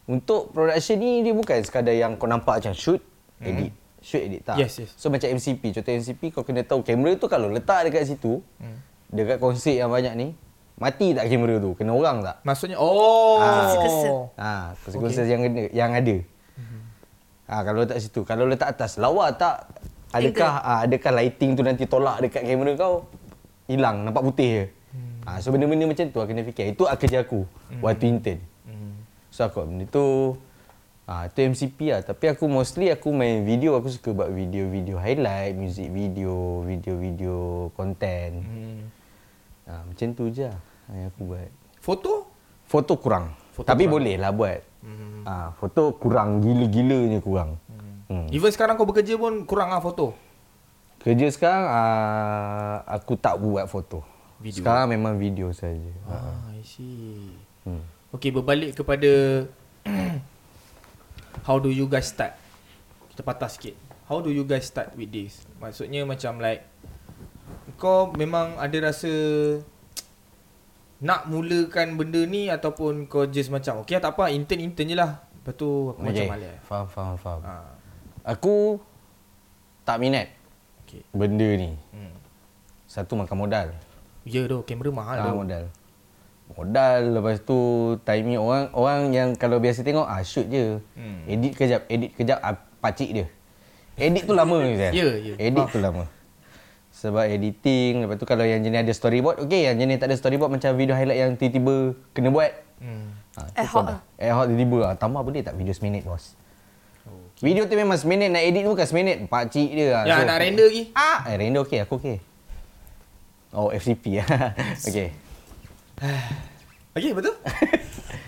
Speaker 3: untuk production ni dia bukan sekadar yang kau nampak macam shoot, edit. Shoot edit tak.
Speaker 1: Hmm. Yes, yes.
Speaker 3: So macam MCP, contoh MCP kau kena tahu kamera tu kalau letak dekat situ,
Speaker 1: Hmm.
Speaker 3: dekat konsert yang banyak ni, mati tak kamera tu? Kena orang tak?
Speaker 1: Maksudnya oh.
Speaker 4: Kesa-kesa.
Speaker 3: Ha, konsekuensi okay. yang kena, yang ada. Ha, kalau letak situ, kalau letak atas, lawa tak? Adakah ha, adakah lighting tu nanti tolak dekat kamera kau? Hilang, nampak putih je. Ha, so benda-benda macam tu aku kena fikir. Itu ah kerja aku waktu intern. So aku buat benda tu Ah, tu MCP lah. Tapi aku mostly aku main video. Aku suka buat video-video highlight, music video, video-video content. Hmm. Ah, macam tu je lah yang aku buat.
Speaker 1: Foto?
Speaker 3: Foto kurang.
Speaker 1: Foto
Speaker 3: Foto Tapi
Speaker 1: kurang.
Speaker 3: kurang. boleh lah buat. Hmm. Ha, foto kurang gila-gilanya kurang. Hmm. Hmm.
Speaker 1: Even sekarang kau bekerja pun kurang lah foto.
Speaker 3: Kerja sekarang uh, aku tak buat foto.
Speaker 1: Video.
Speaker 3: Video. Sekarang memang video saja. Ha.
Speaker 1: Ah, I see.
Speaker 3: Hmm.
Speaker 1: Okay, berbalik kepada [clears throat] how do you guys start? Kita patah sikit. How do you guys start with this? Maksudnya macam like kau memang ada rasa nak mulakan benda ni ataupun kau just macam okay lah, tak apa intern-intern je lah. Lepas tu aku okay. macam malas.
Speaker 3: Faham, faham, faham.
Speaker 1: Ha.
Speaker 3: Aku tak minat
Speaker 1: Okay.
Speaker 3: benda ni.
Speaker 1: Hmm.
Speaker 3: Satu makan modal.
Speaker 1: Ya doh, kamera mahal
Speaker 3: Ah,
Speaker 1: doh.
Speaker 3: modal. Modal lepas tu timing orang orang yang kalau biasa tengok ah shoot je.
Speaker 1: Hmm.
Speaker 3: Hmm. Edit kejap, edit kejap ah, pacik dia. Edit tu lama je. Zal.
Speaker 1: [laughs] Ya, ya.
Speaker 3: Edit tu lama. Sebab editing, lepas tu kalau yang jenis ada storyboard, okey yang jenis tak ada storyboard macam video highlight yang tiba-tiba kena buat.
Speaker 1: Hmm.
Speaker 3: Ha, tu
Speaker 4: Ad hoc
Speaker 3: kau dah. Ad hoc tiba-tiba. Ah, tambah boleh tak video seminit bos? Okay. Video tu memang seminit, nak edit tu bukan seminit. Pakcik dia. ah.
Speaker 1: Ya, nak render lagi?
Speaker 3: Ah, eh, render okey, aku okey. Oh, FCP. [laughs] okey.
Speaker 1: Okay, [laughs] betul?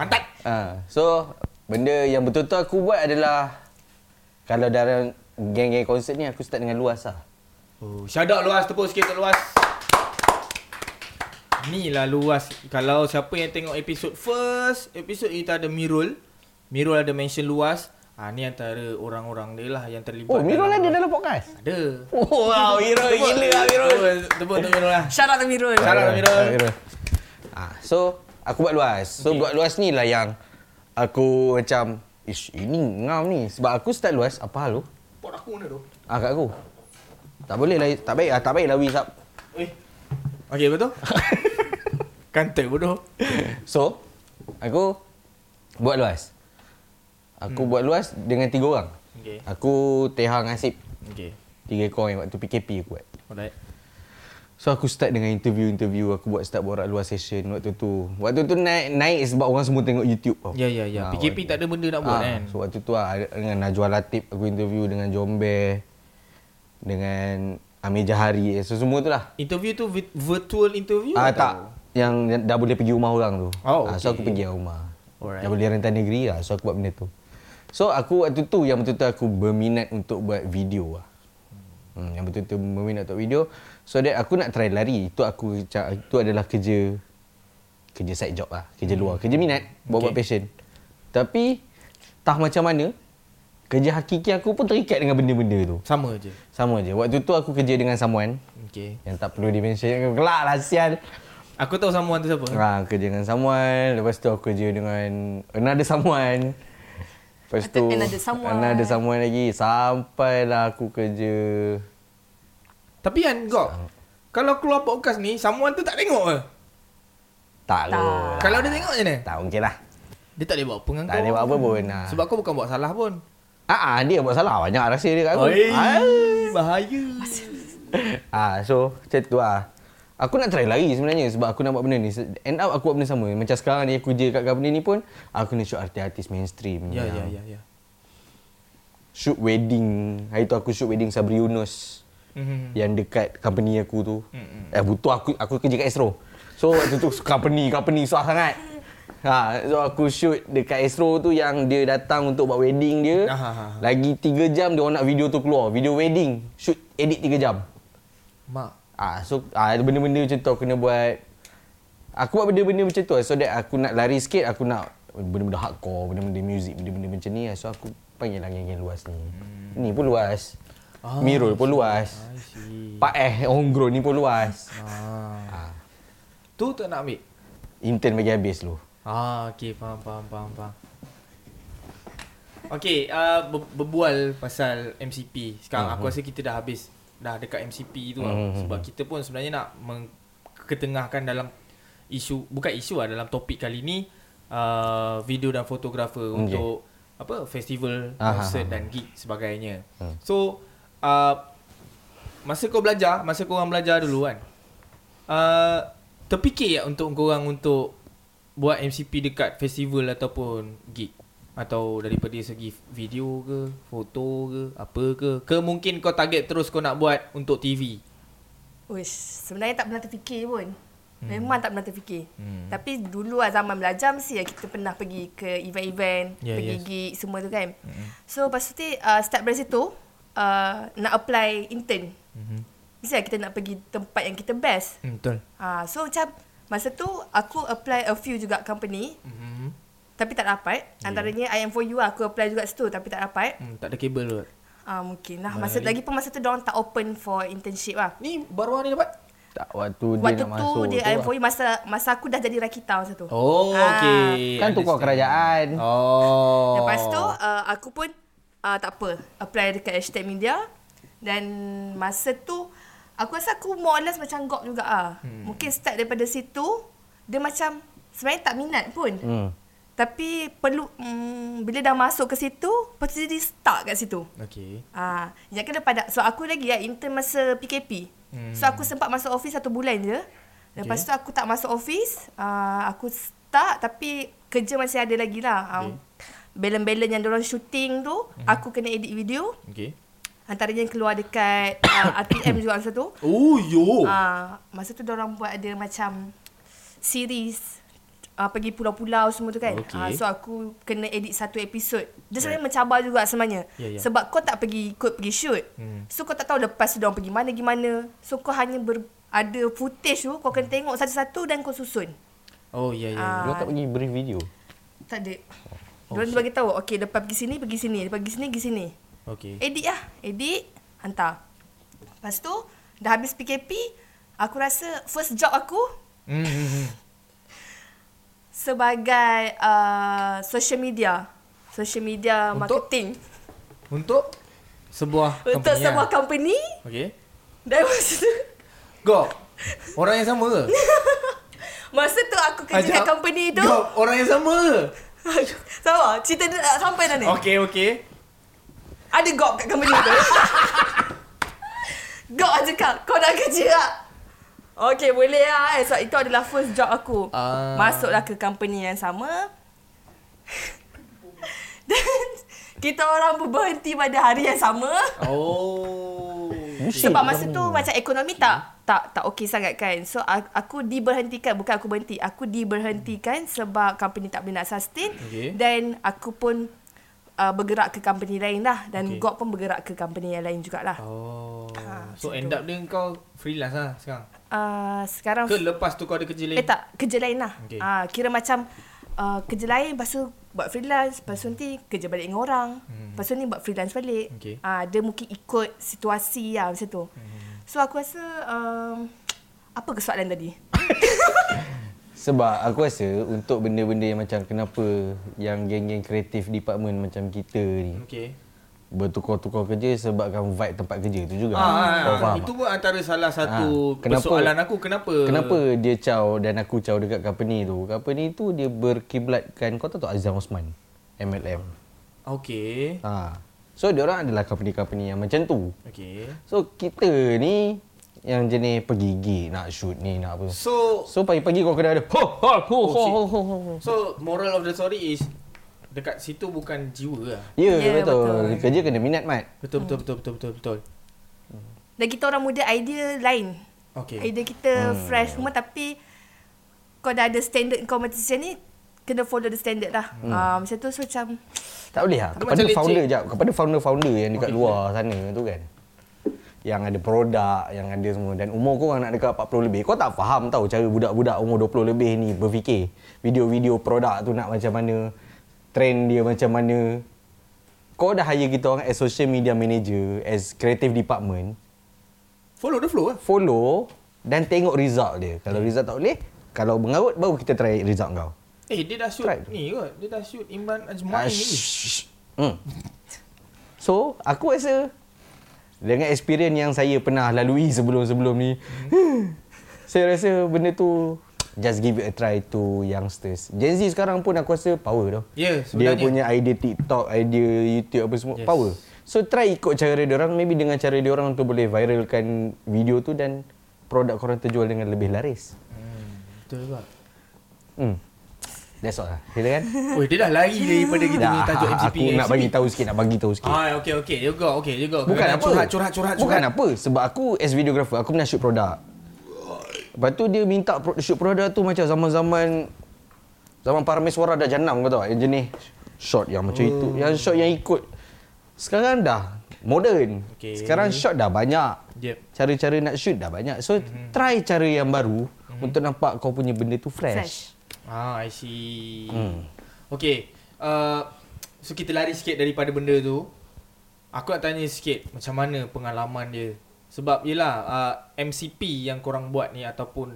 Speaker 1: Pantat.
Speaker 3: Ha, so benda yang betul-betul aku buat adalah kalau dalam geng-geng konsert ni aku start dengan luas lah.
Speaker 1: Oh, shout out luas tepuk sikit untuk luas. Ni lah luas. Kalau siapa yang tengok episod first, episod kita ada Mirul. Mirul ada mention luas. Ha, ni antara orang-orang dia lah yang
Speaker 3: Oh,
Speaker 1: terlibat. dalam-
Speaker 3: dalam podcast.
Speaker 1: Ada.
Speaker 3: Wow, hero gila lah Mirul.
Speaker 1: Tepuk- Tepuk untuk Mirul lah.
Speaker 4: Shout out to Mirul.
Speaker 1: Shout out Mirul.
Speaker 3: Ah, so aku buat luas. So okay. buat luas ni lah yang aku macam ish ini ngam ni sebab aku start luas apa hal tu?
Speaker 1: Pot aku mana tu?
Speaker 3: Ah kat aku. Tak boleh lah tak baik ah tak baik lah Wisap.
Speaker 1: Eh. Okey, betul? [laughs] Kantik bodoh.
Speaker 3: So aku buat luas. Aku hmm. buat luas dengan tiga orang.
Speaker 1: Okey.
Speaker 3: Aku Teha dengan Asip.
Speaker 1: Okey.
Speaker 3: Tiga ekor yang waktu PKP aku buat.
Speaker 1: Alright.
Speaker 3: So aku start dengan interview-interview. Aku buat start borak luar session waktu tu. Waktu tu naik naik sebab orang semua tengok YouTube. tau.
Speaker 1: Ya, ya, ya.
Speaker 3: Ah,
Speaker 1: PKP
Speaker 3: waktu-
Speaker 1: tak ada benda nak buat
Speaker 3: Ah,
Speaker 1: kan?
Speaker 3: So waktu tu ah, ada- dengan Najwa Latif aku interview dengan Jombe. Dengan Amir Jahari. So semua tu lah.
Speaker 1: Interview tu vi- virtual interview
Speaker 3: Ah,
Speaker 1: atau-
Speaker 3: tak. Yang yang dah boleh pergi rumah orang tu.
Speaker 1: Oh,
Speaker 3: Ah, so
Speaker 1: okey.
Speaker 3: aku pergi yang rumah.
Speaker 1: Alright.
Speaker 3: Dah boleh rentan negeri lah. So aku buat benda tu. So aku waktu tu yang betul-betul aku berminat untuk buat video lah. Hmm, yang betul-betul berminat untuk video. So that aku nak try lari. Itu aku ca- itu adalah kerja kerja side job lah. Kerja luar. Kerja minat. Buat-buat
Speaker 1: Okay.
Speaker 3: passion. Tapi tah macam mana kerja hakiki aku pun terikat dengan benda-benda tu.
Speaker 1: Sama je.
Speaker 3: Sama je. Waktu tu aku kerja dengan someone
Speaker 1: Okey.
Speaker 3: yang tak perlu dimention. Kelak lah sial.
Speaker 1: Aku tahu someone tu siapa.
Speaker 3: Ha, kerja dengan someone. Lepas tu aku kerja dengan another someone. Lepas tu
Speaker 4: Atau another someone.
Speaker 3: another someone lagi. Sampailah aku kerja.
Speaker 1: Tapi kan kau Kalau keluar podcast ni Someone tu tak tengok ke?
Speaker 3: Tak
Speaker 4: Tak.
Speaker 3: lah.
Speaker 1: Kalau dia tengok macam mana?
Speaker 3: Tak mungkin lah.
Speaker 1: Dia tak boleh buat apa dengan
Speaker 3: Tak
Speaker 1: kau
Speaker 3: ada buat apa pun. Ha.
Speaker 1: Sebab kau bukan buat salah pun
Speaker 3: Ah, ah, dia buat salah. Banyak rahsia dia kat aku.
Speaker 1: Oi,
Speaker 3: Ah.
Speaker 1: Bahaya
Speaker 3: Ah, so macam tu lah. Aku nak try lari sebenarnya sebab aku nak buat benda ni. End up aku buat benda sama. Macam sekarang ni aku kerja kat company ni pun aku nak shoot artis-artis mainstream.
Speaker 1: Ya
Speaker 3: yang
Speaker 1: ya ya ya
Speaker 3: Shoot wedding. Hari tu aku shoot wedding Sabri Yunus.
Speaker 1: Mhm.
Speaker 3: yang dekat company aku tu. Mm-hmm. Eh butuh aku aku kerja kat Astro. So waktu tu company company susah sangat. Ha, so aku shoot dekat Astro tu yang dia datang untuk buat wedding dia.
Speaker 1: Ah, ah, ah.
Speaker 3: Lagi 3 jam dia orang nak video tu keluar. Video wedding, shoot edit 3 jam.
Speaker 1: Mak
Speaker 3: Ah, so ah, benda-benda macam tu aku kena buat. Aku buat benda-benda macam tu lah. so that aku nak lari sikit, aku nak benda-benda hardcore, benda-benda music, benda-benda macam ni lah. So aku panggil lah geng-geng luas ni. Ni pun luas.
Speaker 1: Ah,
Speaker 3: Mirul pun luas.
Speaker 1: I see
Speaker 3: Pak Eh, homegrown ni pun luas.
Speaker 1: ya, ah.
Speaker 3: Ah,
Speaker 1: Tu tak nak ambil
Speaker 3: intern bagi habis dulu.
Speaker 1: Ah, okay, faham, faham, faham, faham. Okay, uh, ber- berbual pasal MCP. Sekarang aku rasa kita dah habis dah dekat MCP tu lah. Sebab kita pun sebenarnya nak mengketengahkan dalam isu, bukan isu lah, dalam topik kali ni uh, video dan fotografer okay. untuk apa festival,
Speaker 3: Aha.
Speaker 1: konsert dan gig sebagainya. So, uh, masa kau belajar, masa kau orang belajar dulu kan. Uh, terfikir tak untuk kau orang untuk buat MCP dekat festival ataupun gig atau daripada segi video ke, foto ke, apa ke? Ke mungkin kau target terus kau nak buat untuk TV.
Speaker 4: Uish, sebenarnya tak pernah terfikir pun. Memang tak pernah terfikir. Hmm. Tapi dulu lah zaman belajar mesti lah kita pernah pergi ke event-event,
Speaker 1: Yeah,
Speaker 4: yeah, pergi
Speaker 1: yes.
Speaker 4: Ya, yes. gig semua tu kan. Hmm. So lepas tu uh, start dari situ uh, nak apply intern. Hmm. Mesti lah kita nak pergi tempat yang kita best.
Speaker 1: Hmm, betul.
Speaker 4: Uh, so macam masa tu aku apply a few juga company
Speaker 1: Hmm.
Speaker 4: tapi tak dapat. Antaranya IM4U lah aku apply juga situ tapi tak dapat.
Speaker 1: hmm tak ada kabel kot.
Speaker 4: Ah mungkin lah. Masa,
Speaker 1: Baik.
Speaker 4: lagi pun masa tu diorang tak open for internship lah.
Speaker 1: Ni baru ni dapat.
Speaker 3: Tak waktu dia
Speaker 4: Waktu
Speaker 3: nak
Speaker 4: tu
Speaker 3: masuk.
Speaker 4: dia
Speaker 3: tu lah.
Speaker 4: IM4U masa masa aku dah jadi Rakita masa tu.
Speaker 1: Oh,
Speaker 4: Ah.
Speaker 1: okey.
Speaker 3: Kan tukar
Speaker 1: Understand.
Speaker 3: kerajaan.
Speaker 1: Oh.
Speaker 4: Lepas tu uh, aku pun uh, tak apa. Apply dekat hashtag media. Dan masa tu aku rasa aku more or less macam gop juga ah. Hmm. Mungkin start daripada situ dia macam sebenarnya tak minat pun. Hmm. Tapi perlu mm, bila dah masuk ke situ, lepas tu jadi stuck kat situ.
Speaker 1: Okey.
Speaker 4: Ah, yang kena pada so aku lagi ya intern masa PKP. Hmm. So aku sempat masuk office satu bulan je. Lepas
Speaker 1: Okay.
Speaker 4: okay. tu aku tak masuk office, ah aku start tapi kerja masih ada lagi lah. Ah,
Speaker 1: Okay.
Speaker 4: Belen-belen yang diorang shooting tu, hmm. aku kena edit video.
Speaker 1: Okey.
Speaker 4: Antaranya yang keluar dekat ah, RTM juga masa [coughs] tu.
Speaker 1: Oh, yo.
Speaker 4: Ah, masa tu diorang buat ada macam series Uh, pergi pulau-pulau semua tu kan
Speaker 1: Okey.
Speaker 4: Ah, So aku kena edit satu episod Dia sebenarnya mencabar juga sebenarnya
Speaker 1: Ya, ya.
Speaker 4: Sebab kau tak pergi ikut pergi shoot
Speaker 1: Hmm.
Speaker 4: So kau tak tahu lepas tu diorang pergi mana-gimana So kau hanya ber, ada footage tu Kau
Speaker 1: Hmm.
Speaker 4: kena tengok satu-satu dan kau susun
Speaker 1: Oh, ya ya. ya.
Speaker 4: Ah.
Speaker 3: Dia tak pergi beri video.
Speaker 4: Tak ada
Speaker 1: Oh,
Speaker 4: Diorang dia bagi tahu Okay lepas pergi sini pergi sini Lepas pergi sini pergi sini
Speaker 1: Okey.
Speaker 4: Edit lah Edit Hantar Lepas tu Dah habis PKP Aku rasa First job aku
Speaker 1: Hmm, hmm, hmm.
Speaker 4: sebagai uh, social media social media
Speaker 1: Untuk?
Speaker 4: marketing
Speaker 1: Untuk sebuah company.
Speaker 4: untuk
Speaker 1: lah.
Speaker 4: sebuah company
Speaker 1: Okey.
Speaker 4: dan masa tu
Speaker 1: Go. Orang yang sama ke?
Speaker 4: [laughs] masa tu aku kerja
Speaker 1: Ajak-
Speaker 4: kat company tu
Speaker 1: Ah, Go. Orang yang sama ke?
Speaker 4: Aduh, sama cerita dia nak sampai dah ni
Speaker 1: Okey, okey.
Speaker 4: ada gop kat company
Speaker 1: [laughs]
Speaker 4: tu gop aja kak kau nak kerja tak Okay boleh lah eh. So itu adalah first job aku
Speaker 1: Ah.
Speaker 4: Masuklah ke company yang sama [laughs] Dan Kita orang pun berhenti pada hari yang sama
Speaker 1: Oh.
Speaker 3: Mesti
Speaker 4: Sebab masa tu macam ekonomi tak tak tak okey sangat kan. So a- aku diberhentikan bukan aku berhenti. Aku diberhentikan sebab company tak boleh nak sustain.
Speaker 1: Okey.
Speaker 4: Dan aku pun uh, bergerak ke company lain lah dan
Speaker 1: Okey.
Speaker 4: okay. God pun bergerak ke company yang lain jugalah.
Speaker 1: Oh.
Speaker 4: Ah,
Speaker 1: so
Speaker 4: macam
Speaker 1: end
Speaker 4: tu.
Speaker 1: up dia kau freelance lah sekarang.
Speaker 4: Uh, sekarang
Speaker 1: Ke lepas tu kau ada kerja lain?
Speaker 4: eh tak kerja lain lah.
Speaker 1: Okey.
Speaker 4: Okay. Uh, kira macam uh, kerja lain lepas tu buat freelance, lepas tu nanti kerja balik dengan orang. Hmm. Lepas tu ni buat freelance balik.
Speaker 1: Okey.
Speaker 4: Uh, dia mungkin ikut situasi lah macam tu. Hmm. So aku rasa um, apa ke soalan tadi?
Speaker 3: Sebab aku rasa untuk benda-benda yang macam kenapa yang geng-geng kreatif department macam kita ni
Speaker 1: Okey.
Speaker 3: bertukar-tukar kerja sebabkan vibe tempat kerja tu juga.
Speaker 1: Ah, ah,
Speaker 3: Kau
Speaker 1: ah,
Speaker 3: faham
Speaker 1: itu
Speaker 3: tak?
Speaker 1: pun antara salah satu
Speaker 3: Ah, kenapa-
Speaker 1: persoalan aku kenapa
Speaker 3: Kenapa dia caw dan aku caw dekat company tu? Company tu dia berkiblatkan kau tahu tak Azam Osman MLM.
Speaker 1: Okey.
Speaker 3: Ha. So dia orang adalah company-company yang macam tu.
Speaker 1: Okey.
Speaker 3: So kita ni yang jenis pergi gig nak shoot ni nak apa.
Speaker 1: So
Speaker 3: So pagi-pagi kau kena ada ho ho ho
Speaker 1: Oh,
Speaker 3: ho
Speaker 1: shit.
Speaker 3: ho, ho ho.
Speaker 1: so moral of the story is dekat situ bukan jiwa lah.
Speaker 3: Ya
Speaker 4: Ya,
Speaker 3: yeah, betul.
Speaker 4: betul.
Speaker 3: betul. Kerja kena minat mat.
Speaker 1: Betul betul betul betul betul betul.
Speaker 4: Dan kita orang muda idea lain.
Speaker 1: Okey.
Speaker 4: Okay. Idea kita hmm. fresh semua tapi kau dah ada standard kau macam ni kena follow the standard lah. Hmm. Uh, macam tu so macam
Speaker 3: Tak boleh lah.
Speaker 1: Dia
Speaker 3: Kepada
Speaker 1: macam leceh.
Speaker 3: founder jap, kepada founder-founder yang dekat luar sana tu kan. Yang ada produk, yang ada semua dan umur kau orang nak dekat 40 lebih. Kau tak faham tau cara budak-budak umur 20 lebih ni berfikir. Video-video produk tu nak macam mana, trend dia macam mana. Kau dah hire kita orang as social media manager, as creative department.
Speaker 1: Follow the flow lah.
Speaker 3: Follow dan tengok result dia. Kalau result tak boleh, kalau mengarut baru kita try result kau.
Speaker 1: Eh dia dah shoot
Speaker 3: Try tu.
Speaker 1: ni kot. Dia dah shoot Imran Ajmai
Speaker 3: Ah,
Speaker 1: ni.
Speaker 3: shh, shh. Hmm. So, aku rasa dengan experience yang saya pernah lalui sebelum-sebelum ni,
Speaker 1: Hmm.
Speaker 3: saya rasa benda tu just give it a try to youngsters. Gen Z sekarang pun aku rasa power tau.
Speaker 1: Ya,
Speaker 3: Dia
Speaker 1: sebenarnya.
Speaker 3: punya idea TikTok, idea YouTube apa semua, yes. power. So try ikut cara dia orang, maybe dengan cara dia orang tu boleh viralkan video tu dan produk korang terjual dengan lebih laris.
Speaker 1: Betul juga.
Speaker 3: Hmm. That's all lah. Silakan.
Speaker 1: [laughs] Oi, dia dah lari daripada kita punya
Speaker 3: Dah,
Speaker 1: tajuk MCP.
Speaker 3: aku nak bagi tahu sikit, nak bagi tahu sikit.
Speaker 1: Ah, okey okey. You go, okey, you go.
Speaker 3: Bukan
Speaker 1: Kadang-kadang
Speaker 3: apa.
Speaker 1: Curhat, curhat, curhat,
Speaker 3: Bukan
Speaker 1: curhat.
Speaker 3: apa. Sebab aku as videographer, aku pernah shoot produk. Lepas tu dia minta pro- shoot produk tu macam zaman-zaman zaman Parameswara dah janam kau tahu tak? Yang jenis shot yang macam itu.
Speaker 1: Hmm.
Speaker 3: Yang shot yang ikut. Sekarang dah modern.
Speaker 1: Okey.
Speaker 3: Sekarang shot dah banyak.
Speaker 1: Yep. Mhm.
Speaker 3: Cara-cara nak shoot dah banyak. So try cara yang baru untuk nampak kau punya benda tu fresh.
Speaker 4: Fresh.
Speaker 1: Ah, I see. Hmm. Okey. Uh, so kita lari sikit daripada benda tu. Aku nak tanya sikit macam mana pengalaman dia. Sebab yelah uh, MCP yang korang buat ni ataupun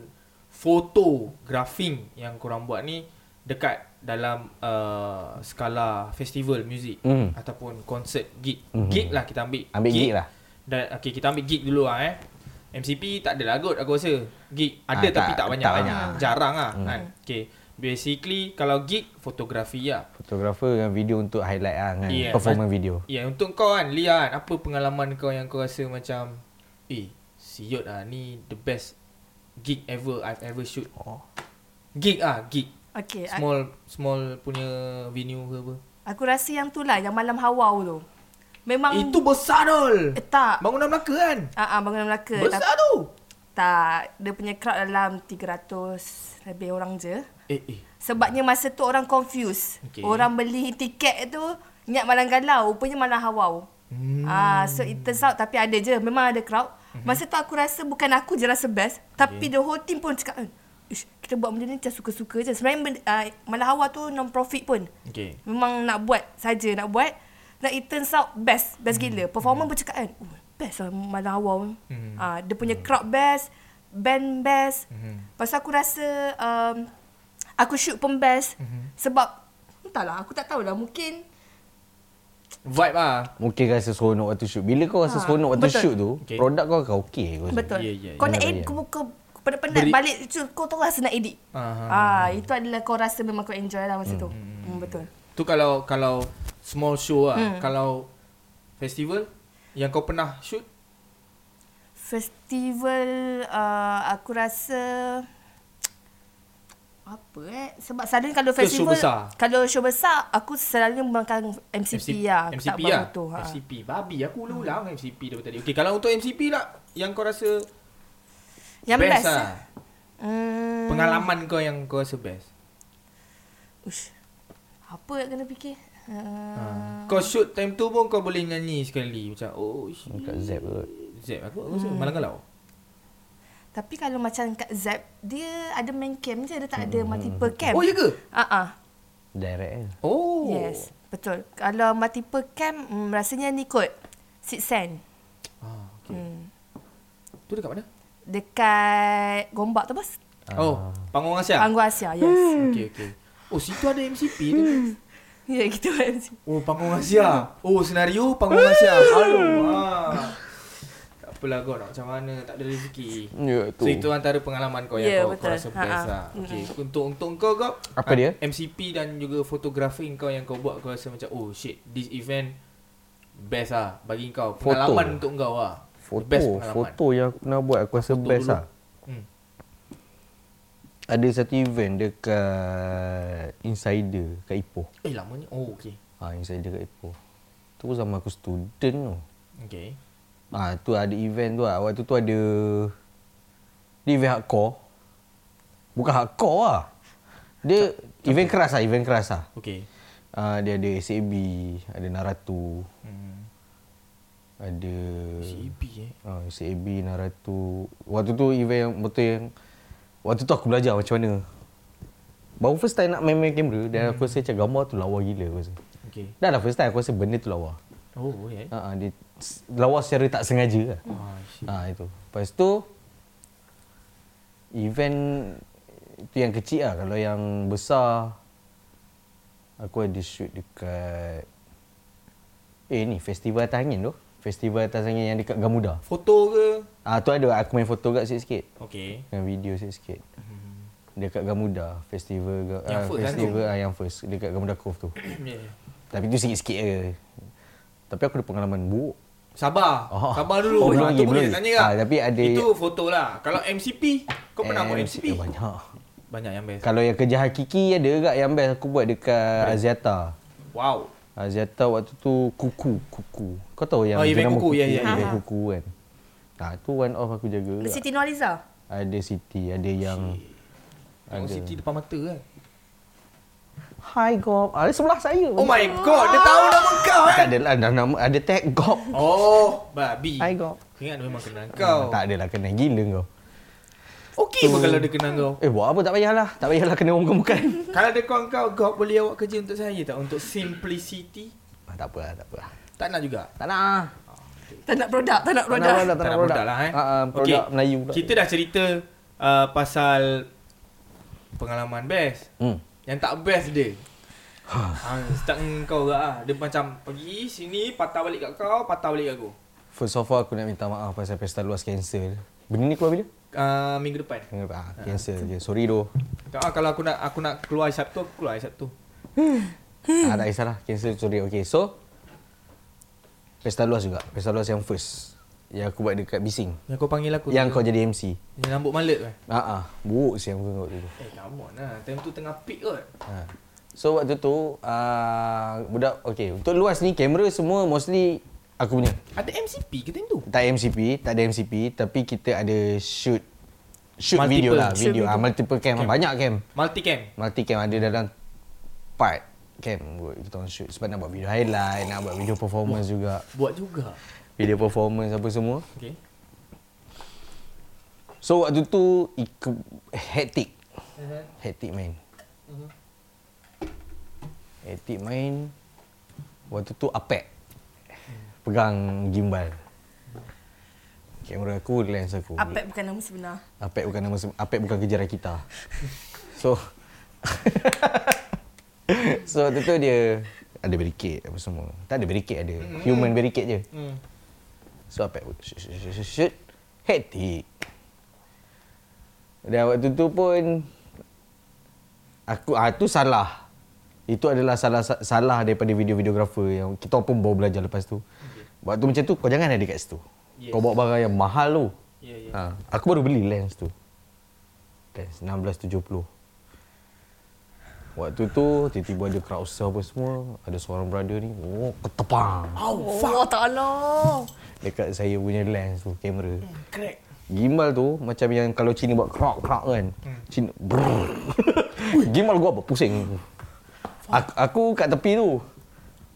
Speaker 1: foto grafing yang korang buat ni dekat dalam uh, skala festival muzik
Speaker 3: Hmm.
Speaker 1: ataupun konsert gig.
Speaker 3: Mhm.
Speaker 1: Gig lah kita ambil.
Speaker 3: Ambil gig lah.
Speaker 1: Dan okay, kita ambil gig dulu lah eh. MCP tak ada lah kot aku rasa. Gig ada
Speaker 3: Ah,
Speaker 1: tapi tak,
Speaker 3: tak-
Speaker 1: banyak.
Speaker 3: tak
Speaker 1: lah.
Speaker 3: banyak.
Speaker 1: Jarang lah hmm. kan. Okay. Basically kalau gig fotografi lah.
Speaker 3: Fotografer dengan video untuk highlight lah kan.
Speaker 1: Yeah.
Speaker 3: Performance video.
Speaker 1: Ya yeah, untuk kau kan Lian apa pengalaman kau yang kau rasa macam eh siot lah ni the best gig ever I've ever shoot. Oh. Gig ah gig.
Speaker 4: Okay. Small.
Speaker 1: Small small punya venue ke apa.
Speaker 4: Aku rasa yang tu lah, yang malam hawau tu. Memang...
Speaker 1: Itu besar dol.
Speaker 4: Eh, tak.
Speaker 1: Bangunan Melaka kan.
Speaker 4: Ah, ah, bangunan Melaka.
Speaker 1: Besar
Speaker 4: Tapi-
Speaker 1: tu.
Speaker 4: Tak. Dia punya crowd dalam 300 lebih orang je.
Speaker 1: Eh eh.
Speaker 4: Sebabnya masa tu orang confuse.
Speaker 1: Okey.
Speaker 4: Okay. Orang beli tiket tu niat malang galau, rupanya malah hawau. Hmm. Ah, so it turns out tapi ada je, memang ada crowd. Mm-hmm. Masa tu aku rasa bukan aku je rasa best, tapi okay. the whole team pun cakap, "Eh, ish, kita buat benda ni macam suka-suka je. Sebenarnya benda, uh, malah hawau tu non profit pun.
Speaker 1: Okay.
Speaker 4: Memang nak buat saja nak buat. Dan it turns out best, best gila. Performer pun cakap kan, oh, best lah malam awal. Hmm. Uh, dia punya crowd best, band best.
Speaker 1: Mhm.
Speaker 4: Hmm. Pasal aku rasa um, aku shoot pun best. Hmm. Sebab entahlah aku tak tahulah mungkin
Speaker 1: Vibe ah.
Speaker 3: Mungkin rasa seronok waktu shoot. Bila kau rasa
Speaker 4: Ha,
Speaker 3: ha, seronok waktu
Speaker 4: betul.
Speaker 3: shoot tu,
Speaker 1: Okey.
Speaker 3: okay. produk kau kau okey. Kau rasa.
Speaker 4: betul.
Speaker 1: ya, ya,
Speaker 4: kau
Speaker 3: ya.
Speaker 4: nak
Speaker 3: Ya,
Speaker 4: edit
Speaker 3: ya.
Speaker 4: kau kau penat-penat
Speaker 1: Beri-
Speaker 4: balik tu kau tahu rasa nak edit.
Speaker 1: Aha.
Speaker 4: Ah, itu adalah kau rasa memang kau enjoy lah masa tu. Hmm, betul.
Speaker 1: Tu kalau kalau small show lah. Hmm. Kalau festival yang kau pernah shoot
Speaker 4: Festival uh, aku rasa apa eh sebab selalunya kalau
Speaker 1: Ke show
Speaker 4: festival
Speaker 1: besar?
Speaker 4: kalau show besar aku selalunya makan MCP lah aku tak
Speaker 1: MCP
Speaker 4: buat
Speaker 1: lah.
Speaker 4: foto ha. Hmm.
Speaker 1: MCP. Babi aku ulang-ulang MCP daripada tadi. Okey, kalau untuk MCP lah yang kau rasa
Speaker 4: yang
Speaker 1: best,
Speaker 4: best,
Speaker 1: lah.
Speaker 4: lah. hmm.
Speaker 1: Pengalaman kau yang kau rasa best.
Speaker 4: ush apa yang kena fikir
Speaker 1: Ha.
Speaker 4: uh,
Speaker 1: Kau shoot time tu pun kau boleh nyanyi sekali macam oh shit.
Speaker 3: Dekat Zep kot.
Speaker 1: Zep aku aku
Speaker 4: Hmm.
Speaker 1: rasa malang galau.
Speaker 4: tapi kalau macam kat Zep dia ada main camp je dia tak ada multiple camp
Speaker 1: Oh ya ke?
Speaker 4: ah ah
Speaker 3: Direct eh? je.
Speaker 1: Oh.
Speaker 4: yes betul kalau multiple camp hmm, rasanya ni kot Six Sen
Speaker 1: Ah, okey.
Speaker 4: Hmm.
Speaker 1: Tu dekat mana?
Speaker 4: dekat Gombak tu bos
Speaker 1: Oh, Panggung Asia.
Speaker 4: Panggung Asia, yes.
Speaker 1: Okey okey. Oh, situ ada MCP tu.
Speaker 4: [laughs] ya, gitu kan.
Speaker 1: Oh, Panggung Asia. Oh, senario Panggung Asia. Aduh. Ha. Tak apalah kau nak macam mana, tak ada rezeki.
Speaker 3: Ya, tu.
Speaker 1: So itu lah. antara pengalaman kau yang
Speaker 4: Ya,
Speaker 1: yeah, kau, kau
Speaker 4: betul.
Speaker 1: rasa best
Speaker 4: Ha-ha.
Speaker 1: lah. Okay. Untuk untuk kau kau
Speaker 3: Apa
Speaker 1: ah,
Speaker 3: dia?
Speaker 1: MCP dan juga fotografi kau yang kau buat kau rasa macam oh shit this event best lah bagi kau.
Speaker 3: Foto.
Speaker 1: Pengalaman untuk kau lah. The best
Speaker 3: Foto,
Speaker 1: pengalaman.
Speaker 3: foto yang aku pernah buat aku rasa
Speaker 1: Foto
Speaker 3: best
Speaker 1: dulu.
Speaker 3: lah.
Speaker 1: Hmm.
Speaker 3: Ada satu event dekat Insider kat Ipoh.
Speaker 1: Eh lamanya. Oh okay.
Speaker 3: Ha, Insider kat Ipoh. Tu pun zaman aku student tu.
Speaker 1: Okay.
Speaker 3: Ha, tu ada event tu lah. Waktu tu ada dia event hardcore. Bukan hardcore lah. Dia event keras lah, event keras lah.
Speaker 1: Okay.
Speaker 3: Uh, dia ada SAB, ada Naratu,
Speaker 1: Hmm.
Speaker 3: ada
Speaker 1: CEP eh.
Speaker 3: uh, SAB, Naratu. Waktu tu event yang betul yang waktu tu aku belajar macam mana. Baru first time nak main-main kamera dan aku rasa macam gambar tu lawa gila aku rasa.
Speaker 1: Okay.
Speaker 3: Dah lah first time aku rasa benda tu lawa.
Speaker 1: Oh yeah.
Speaker 3: Ha uh, dia s- lawa secara tak sengaja lah.
Speaker 1: Ah, shit.
Speaker 3: Ha itu. Lepas tu event itu yang kecil lah. Kalau yang besar aku ada shoot dekat Eh ni festival atas angin tu. Festival atas angin yang dekat Gamuda.
Speaker 1: Foto ke?
Speaker 3: Ah tu ada aku main foto kat sikit-sikit.
Speaker 1: Okey.
Speaker 3: Dengan video sikit-sikit. Dekat Gamuda
Speaker 1: Mhm. Yang
Speaker 3: festival yang
Speaker 1: first
Speaker 3: first,
Speaker 1: kan
Speaker 3: festival ah, yang first dekat Gamuda Cove tu.
Speaker 1: [coughs] Ya,
Speaker 3: Tapi tu sikit-sikit je. Tapi aku ada pengalaman buruk.
Speaker 1: Sabar.
Speaker 3: Oh.
Speaker 1: Sabar dulu.
Speaker 3: Oh, belum
Speaker 1: Ah, tu
Speaker 3: lagi,
Speaker 1: boleh nak
Speaker 3: belum lagi.
Speaker 1: tanya tak?
Speaker 3: Ah, tapi ada-
Speaker 1: Itu foto lah. Kalau MCP, kau pernah buat
Speaker 3: And-
Speaker 1: MCP?
Speaker 3: eh, Banyak.
Speaker 1: Banyak yang best.
Speaker 3: Kalau yang kerja hakiki ada agak yang best aku buat dekat Aziata.
Speaker 1: Wow.
Speaker 3: Aziata waktu tu kuku, kuku. Kau tahu yang
Speaker 1: Oh, event
Speaker 3: jenama
Speaker 1: kuku, ya, ya,
Speaker 3: event
Speaker 4: ya.
Speaker 3: kuku kan. Nah, tu one off aku jaga.
Speaker 4: Ada
Speaker 3: agak.
Speaker 4: Siti Nurhaliza.
Speaker 3: Ada Siti, ada yang
Speaker 1: Tengok
Speaker 3: Ada.
Speaker 1: Siti depan mata kan.
Speaker 3: Hi Gob. Ada sebelah saya.
Speaker 1: Oh my god, dia tahu nama kau
Speaker 3: Tak
Speaker 1: kan?
Speaker 3: ada lah dah nama ada tag Gob.
Speaker 1: Oh, babi.
Speaker 3: Hi Gob.
Speaker 1: Aku Ingat memang kenal kau.
Speaker 3: Ah, Tak adalah kena gila kau.
Speaker 1: Okey pun kalau dia kenal kau.
Speaker 3: Eh buat apa tak payahlah. Tak payahlah kena orang bukan.
Speaker 1: Kalau dia call kau, kau boleh awak kerja untuk saya tak? Untuk simplicity?
Speaker 3: ah, tak apa lah, tak apa lah.
Speaker 1: Tak nak juga.
Speaker 3: Tak nak. ah.
Speaker 4: Tak nak produk, tak nak
Speaker 3: Tak
Speaker 4: produk.
Speaker 3: nak produk, tak nak produk.
Speaker 1: lah eh.
Speaker 3: Ah, ah, produk
Speaker 1: Okey,
Speaker 3: Melayu pula.
Speaker 1: Kita dah cerita uh, pasal pengalaman best.
Speaker 3: Hmm.
Speaker 1: Yang tak best dia. ha, start dengan kau lah. ah. Dia macam pergi sini, patah balik kat kau, patah balik kat aku.
Speaker 3: First of all aku nak minta maaf pasal pesta luas cancel. Benda ni keluar bila?
Speaker 1: Uh, minggu depan.
Speaker 3: Ah, cancel je. Sorry doh.
Speaker 1: Ah, kalau aku nak aku nak keluar hari Sabtu, aku keluar hari Sabtu.
Speaker 3: ah, tak kisahlah. Cancel sorry. Okay, so pesta luas juga. Pesta luas yang first. Yang aku buat dekat Bising.
Speaker 1: Yang kau panggil aku.
Speaker 3: Yang
Speaker 1: tu.
Speaker 3: kau jadi MC.
Speaker 1: Yang rambut malet kan?
Speaker 3: Ah ah, buruk siang kau tu.
Speaker 1: Eh, come on lah. Time tu tengah peak kot.
Speaker 3: Ha. So waktu tu uh, budak okey untuk luas ni kamera semua mostly aku punya.
Speaker 1: Ada MCP ke time tu?
Speaker 3: Tak MCP, tak ada MCP tapi kita ada shoot shoot
Speaker 1: Multiple.
Speaker 3: video lah,
Speaker 4: Shoot
Speaker 3: video.
Speaker 4: video.
Speaker 3: Ah multiple cam,
Speaker 1: Cam.
Speaker 3: banyak cam.
Speaker 1: Multicam.
Speaker 3: Multi cam ada dalam part cam kot kita orang shoot sebab nak buat video highlight, nak buat video performance juga.
Speaker 1: Buat juga.
Speaker 3: Video performance apa semua.
Speaker 1: Okay.
Speaker 3: So waktu tu ik- hectic. Hectic main. Hectic main. Waktu tu apek. Pegang gimbal. Kamera aku, lens aku.
Speaker 4: Apek bukan nama sebenar.
Speaker 3: Apek bukan nama sem- Apek bukan kejaran kita. So [laughs] So waktu tu dia ada barricade apa semua. Tak ada barricade ada. Human barricade je.
Speaker 1: Hmm.
Speaker 3: So Apek shoot, shoot, shoot, shoot, shoot. Hectic. Dan waktu tu pun aku ah tu salah. Itu adalah salah salah daripada video videographer yang kita pun baru belajar lepas tu. Waktu macam tu kau jangan ada kat situ.
Speaker 1: Yes.
Speaker 3: Kau bawa barang yang mahal tu.
Speaker 1: Ya, ya.
Speaker 3: Ha, aku baru beli lens tu. Lens 1670. Waktu tu tiba-tiba ada crowd surf apa semua, ada seorang brother ni, oh ketepang
Speaker 4: Oh, Allah Ta'ala.
Speaker 3: dekat saya punya lens tu kamera.
Speaker 1: Eh. Crack.
Speaker 3: Gimbal tu macam yang kalau Cina buat krok krok kan. Cina brrr. Gimbal gua apa pusing. Aku, aku kat tepi tu.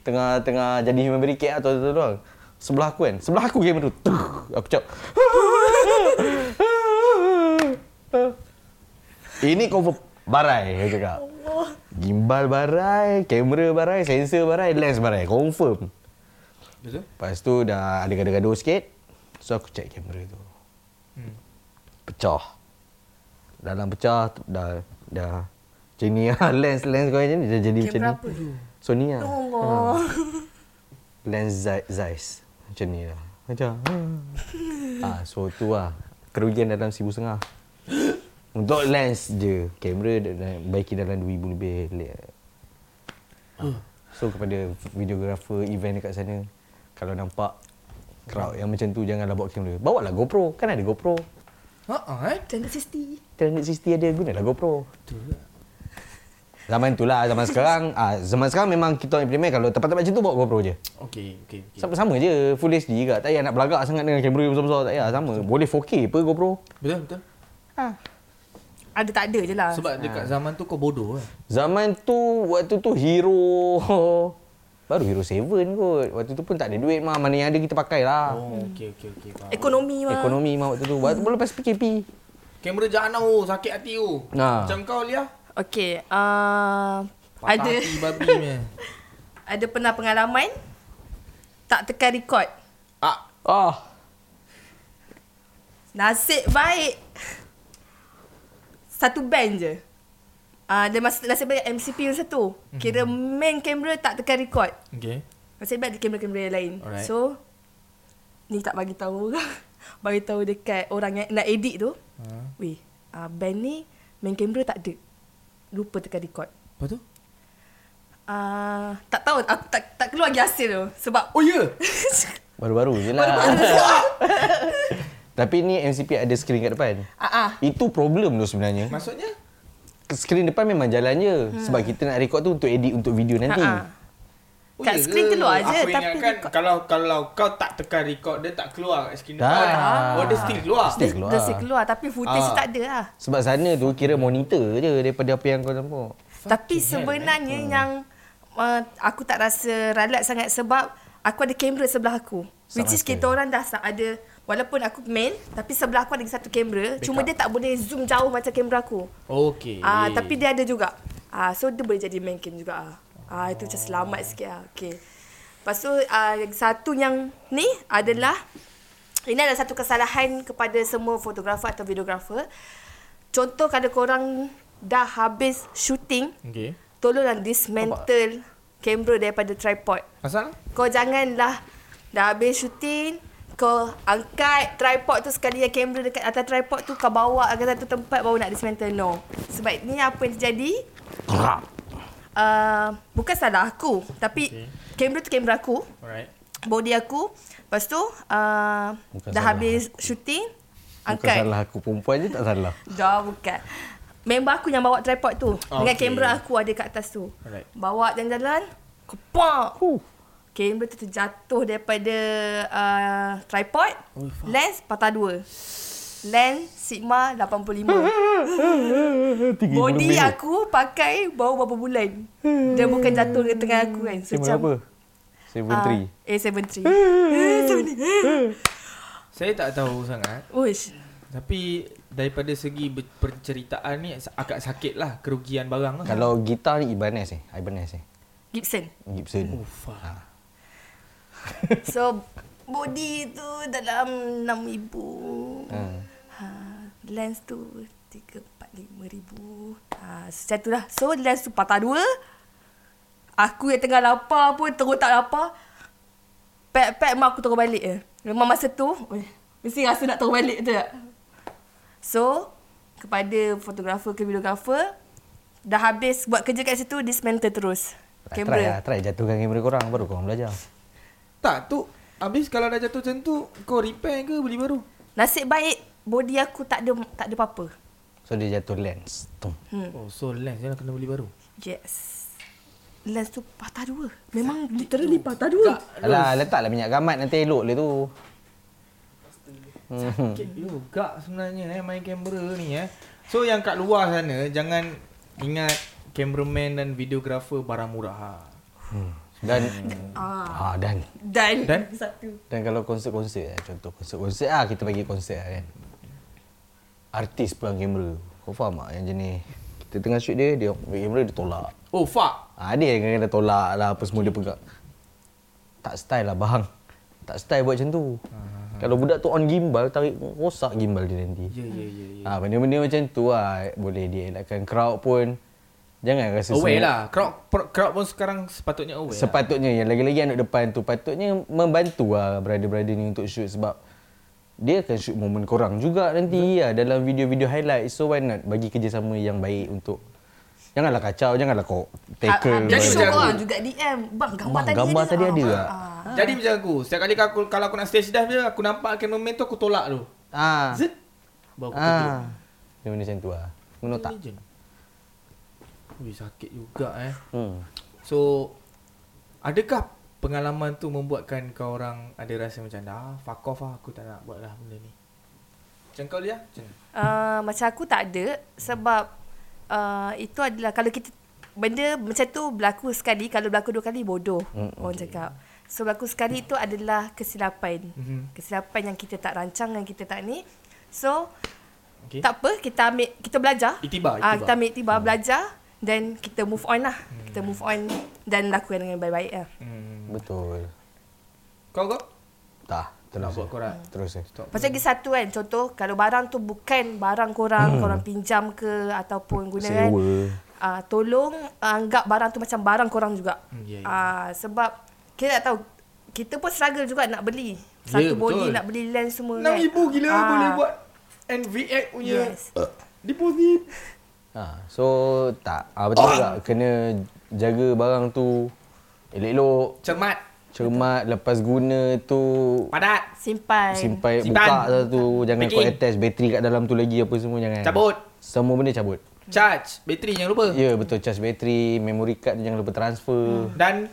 Speaker 3: Tengah tengah jadi human barricade atau tu doang. Sebelah aku kan. Sebelah aku kamera tu. Tuh. Aku cakap. [laughs] Ini cover barai aku cakap. Gimbal barai, kamera barai, sensor barai, lens barai. Confirm.
Speaker 1: Betul?
Speaker 3: Lepas tu dah ada gaduh-gaduh sikit. So aku check kamera tu.
Speaker 1: Hmm.
Speaker 3: Pecah. Dalam pecah tu- dah dah macam ni lah. [laughs] Lens lens kau macam ni dah jadi macam
Speaker 4: Kamera
Speaker 3: ni.
Speaker 4: apa tu? Oh.
Speaker 3: Sony lah.
Speaker 4: Allah.
Speaker 3: Lens Zeiss, Zeiss. Macam ni lah. Macam. ah, so tu lah. Kerugian dalam sibu setengah. Untuk lens je. Kamera dah- dah baiki dalam 2000 lebih. le- Ah. So kepada videographer event dekat sana. Kalau nampak crowd yang macam tu janganlah bawa kamera. Bawa lah GoPro. Kan ada GoPro.
Speaker 1: Ha ah eh.
Speaker 4: Tanda Sisti.
Speaker 3: 360 ada gunalah GoPro. Zaman tu lah, zaman sekarang ah, Zaman sekarang memang kita orang implement Kalau tempat-tempat macam tu bawa GoPro je
Speaker 1: Okey, okey, okey.
Speaker 3: sama, sama je Full HD juga Tak payah nak belagak sangat Dengan kamera besar-besar Tak payah sama Boleh 4K apa GoPro
Speaker 1: Betul, betul.
Speaker 4: Ah. Ada tak ada je lah.
Speaker 1: Sebab dekat zaman tu kau bodoh kan.
Speaker 3: Zaman tu Waktu tu Hero [laughs] Baru Hero 7 kot Waktu tu pun tak ada duit mah Mana yang ada kita pakai lah
Speaker 1: Oh, okey, okey, okey. faham.
Speaker 4: Ekonomi mah.
Speaker 3: Ekonomi mah waktu tu Waktu belum lepas PKP
Speaker 1: Kamera jahanam oh, sakit hati oh.
Speaker 4: Ah.
Speaker 3: Nah.
Speaker 1: Macam kau Lia.
Speaker 4: Okey. Uh,
Speaker 1: Patah
Speaker 4: ada
Speaker 1: hati babi punya.
Speaker 4: ada pernah pengalaman tak tekan record.
Speaker 1: Ah,
Speaker 3: Ah
Speaker 4: Nasib baik satu band je.
Speaker 1: Mhm.
Speaker 4: Ah uh, dia masuk nasib baik MCP yang satu. Kira main kamera tak tekan record.
Speaker 1: okey.
Speaker 4: Masih baik ada kamera-kamera yang lain.
Speaker 3: Alright.
Speaker 4: So ni tak bagi tahu orang. [laughs] bagi tahu dekat orang yang nak edit tu.
Speaker 1: Ha.
Speaker 4: Weh, uh, band ni main kamera tak ada. Lupa tekan record.
Speaker 1: Lepas tu?
Speaker 4: Uh, tak tahu aku tak tak keluar lagi hasil tu sebab
Speaker 1: Oh, ya?
Speaker 3: Baru-baru je lah. [laughs] Tapi ni MCP ada skrin kat depan.
Speaker 4: ah ah
Speaker 3: Itu problem tu sebenarnya.
Speaker 1: Maksudnya?
Speaker 3: Skrin depan memang jalan je. Sebab kita nak record tu untuk edit untuk video nanti.
Speaker 4: ah, ah. Kat
Speaker 1: ya
Speaker 4: skrin
Speaker 1: ke?
Speaker 4: keluar je,
Speaker 1: Aku
Speaker 4: tapi
Speaker 1: ingatkan
Speaker 4: record-
Speaker 1: kalau kalau kau tak tekan record dia tak keluar kat skrin
Speaker 4: Ah.
Speaker 3: Dah.
Speaker 1: depan. Oh dia still keluar.
Speaker 3: Still
Speaker 4: keluar.
Speaker 3: keluar.
Speaker 4: Dia keluar tapi footage
Speaker 3: Ah.
Speaker 4: tak ada lah.
Speaker 3: Sebab sana tu kira monitor je daripada apa yang kau nampak.
Speaker 4: Tapi sebenarnya
Speaker 1: eh.
Speaker 4: yang uh, aku tak rasa ralat sangat sebab aku ada kamera sebelah aku. Which is
Speaker 3: Sama
Speaker 4: kita orang dah sa- ada walaupun aku main tapi sebelah aku ada lagi satu kamera cuma dia tak boleh zoom jauh macam kamera aku.
Speaker 1: Okey.
Speaker 4: Ah tapi dia ada juga. Ah so dia boleh jadi main cam juga ah. Ah itu macam selamat sikit ah. Okey. Lepas tu ah, yang satu yang ni adalah ini adalah satu kesalahan kepada semua fotografer atau videografer. Contoh kalau korang dah habis shooting,
Speaker 1: Okey.
Speaker 4: tolonglah dismantle kamera daripada tripod.
Speaker 1: Masalah?
Speaker 4: Kau janganlah dah habis syuting, kau angkat tripod tu sekali yang kamera dekat atas tripod tu kau bawa ke satu tempat baru nak dismantle. No. Sebab ni apa yang terjadi? Uh, bukan salah aku tapi
Speaker 1: Okay.
Speaker 4: okay. kamera tu kamera aku
Speaker 1: Alright.
Speaker 4: body aku lepas tu uh,
Speaker 3: Bukan
Speaker 4: dah
Speaker 3: salah
Speaker 4: habis syuting
Speaker 3: Bukan
Speaker 4: angkat
Speaker 3: salah aku perempuan je tak salah.
Speaker 4: Dah bukan. Member aku yang bawa tripod tu. Okay. Dengan
Speaker 1: Okay.
Speaker 4: kamera aku ada kat atas tu.
Speaker 1: Alright.
Speaker 4: Bawa jalan-jalan. Kepak. Huh. Kamera tu terjatuh daripada uh, tripod. Oh, Lens patah dua. Lens Sigma 85. Body aku pakai baru berapa bulan. Dia bukan jatuh ke tengah aku kan. So,
Speaker 3: Saya Eh, berapa? Saya menteri.
Speaker 4: Uh, A73.
Speaker 1: Saya tak tahu sangat.
Speaker 4: Uish.
Speaker 1: Tapi daripada segi ber- penceritaan ni agak sakit lah kerugian barang lah.
Speaker 3: Kalau gitar ni Ibanez eh. Ibanez eh.
Speaker 4: Gibson.
Speaker 3: Gibson.
Speaker 1: Ufa.
Speaker 4: [laughs] So body tu dalam 6000.
Speaker 3: Ah.
Speaker 4: Ha. ha. Lens tu 3 4 ribu. Ha, macam tu lah. So lens tu patah dua. Aku yang tengah lapar pun terus tak lapar. Pek-pek mak aku terus balik je. Memang masa tu, oi, mesti rasa nak terus balik tu tak? So, kepada fotografer ke videografer, dah habis buat kerja kat situ, dismantle terus.
Speaker 3: Try lah,
Speaker 4: Kamera.
Speaker 3: try jatuhkan kamera korang baru korang belajar.
Speaker 1: Tak tu habis kalau dah jatuh macam tu kau repair ke beli baru?
Speaker 4: Nasib baik, body aku tak ada tak ada apa-apa.
Speaker 3: So dia jatuh lens. Tum.
Speaker 1: Hmm. Oh so lens je lah kena beli baru.
Speaker 4: Yes. Lens tu patah dua. Memang literally patah dua.
Speaker 3: Alah, letaklah minyak gamat nanti elok le tu. Hmm.
Speaker 1: Sakit juga sebenarnya eh main kamera ni eh. So yang kat luar sana jangan ingat cameraman dan videographer barang murah. Ha.
Speaker 3: Hmm. Dan
Speaker 4: Ah.
Speaker 3: ah dan
Speaker 4: Dan,
Speaker 1: Dan?
Speaker 4: satu.
Speaker 3: dan kalau konsert-konsert eh, contoh konsert-konsert ah kita bagi konsert lah kan. Artis pegang kamera. Kau faham tak yang jenis kita tengah shoot dia, dia pegang kamera dia tolak.
Speaker 1: Oh fuck.
Speaker 3: Ah dia yang kadang-kadang tolak lah apa semua dia pegang. Tak style lah bang. Tak style buat macam tu.
Speaker 1: Ah.
Speaker 3: Kalau budak tu on gimbal tarik rosak gimbal dia nanti.
Speaker 1: Ya ya ya ya.
Speaker 3: Ah benda-benda macam tu lah boleh dielakkan crowd pun. Jangan rasa
Speaker 1: Aware
Speaker 3: semua-
Speaker 1: lah. Crowd pro- crowd pun sekarang sepatutnya aware. lah.
Speaker 3: Sepatutnya yang lagi-lagi anak depan tu patutnya membantu lah brother-brother ni untuk shoot sebab dia akan shoot momen korang juga nanti lah dalam video-video highlight so why not bagi kerjasama yang baik untuk janganlah kacau janganlah kau
Speaker 4: Ah,
Speaker 1: Jadi
Speaker 3: tackle
Speaker 4: Jadi
Speaker 1: macam
Speaker 4: show
Speaker 1: aku.
Speaker 4: korang juga DM. Bang, gambar
Speaker 3: Bang,
Speaker 4: tadi
Speaker 3: gambar
Speaker 4: ada.
Speaker 3: tadi
Speaker 4: Ah,
Speaker 3: ada
Speaker 4: bang,
Speaker 3: tak?
Speaker 4: ah.
Speaker 1: Jadi macam aku, setiap kali aku kalau aku nak stage dive dia, aku nampak cameraman tu aku tolak tu.
Speaker 3: ah
Speaker 1: Zit. Baru aku tunjuk.
Speaker 3: ah dia benda macam tu lah menurut tak
Speaker 1: Legend. Ui, sakit juga eh.
Speaker 3: hmm.
Speaker 1: So, adakah pengalaman tu membuatkan kau orang ada rasa macam dah fuck off lah aku tak nak buat lah benda ni. Macam kau dia? Macam mana?
Speaker 4: Uh, macam aku tak ada sebab uh, itu adalah kalau kita benda macam tu berlaku sekali kalau berlaku dua kali bodoh mm, orang cakap. So berlaku sekali itu adalah kesilapan.
Speaker 1: Mhm.
Speaker 4: Mm-hmm. Kesilapan yang kita tak rancang yang kita tak ni. So
Speaker 1: Okay.
Speaker 4: Tak apa, kita ambil kita belajar.
Speaker 1: Iktibar,
Speaker 4: Ah,
Speaker 1: iktibar.
Speaker 4: kita ambil iktibar hmm. belajar dan kita move on lah. Hmm. Kita move on dan lakukan dengan baik-baik lah.
Speaker 1: Hmm.
Speaker 3: betul
Speaker 1: Kau kau?
Speaker 3: tak tenang
Speaker 1: Buat korang.
Speaker 3: terus eh.
Speaker 1: Stop.
Speaker 4: Pasal lagi satu kan, contoh kalau barang tu bukan barang korang, hmm. korang pinjam ke ataupun guna kan.
Speaker 3: Sewa.
Speaker 4: Ah, tolong ah, anggap barang tu macam barang korang juga.
Speaker 1: Hmm, ya, ya.
Speaker 4: Ah, sebab kita tak tahu kita pun struggle juga nak beli satu
Speaker 1: Ya,
Speaker 4: yeah, body
Speaker 1: betul.
Speaker 4: nak beli lens semua
Speaker 1: Enam ibu gila
Speaker 4: Ah,
Speaker 1: boleh buat NVX punya
Speaker 4: Yes.
Speaker 1: deposit.
Speaker 3: Ha, so tak ah, betul juga kena jaga barang tu elok-elok,
Speaker 1: Cermat,
Speaker 3: cermat lepas guna tu
Speaker 1: padat,
Speaker 4: simpan
Speaker 3: simpai
Speaker 1: Simpan.
Speaker 3: buka lah tu jangan kau
Speaker 1: Packing.
Speaker 3: attach bateri kat dalam tu lagi apa semua jangan.
Speaker 1: Cabut.
Speaker 3: Semua benda cabut.
Speaker 1: charge, bateri jangan lupa.
Speaker 3: Ya betul charge bateri, memory card tu jangan lupa transfer.
Speaker 1: Dan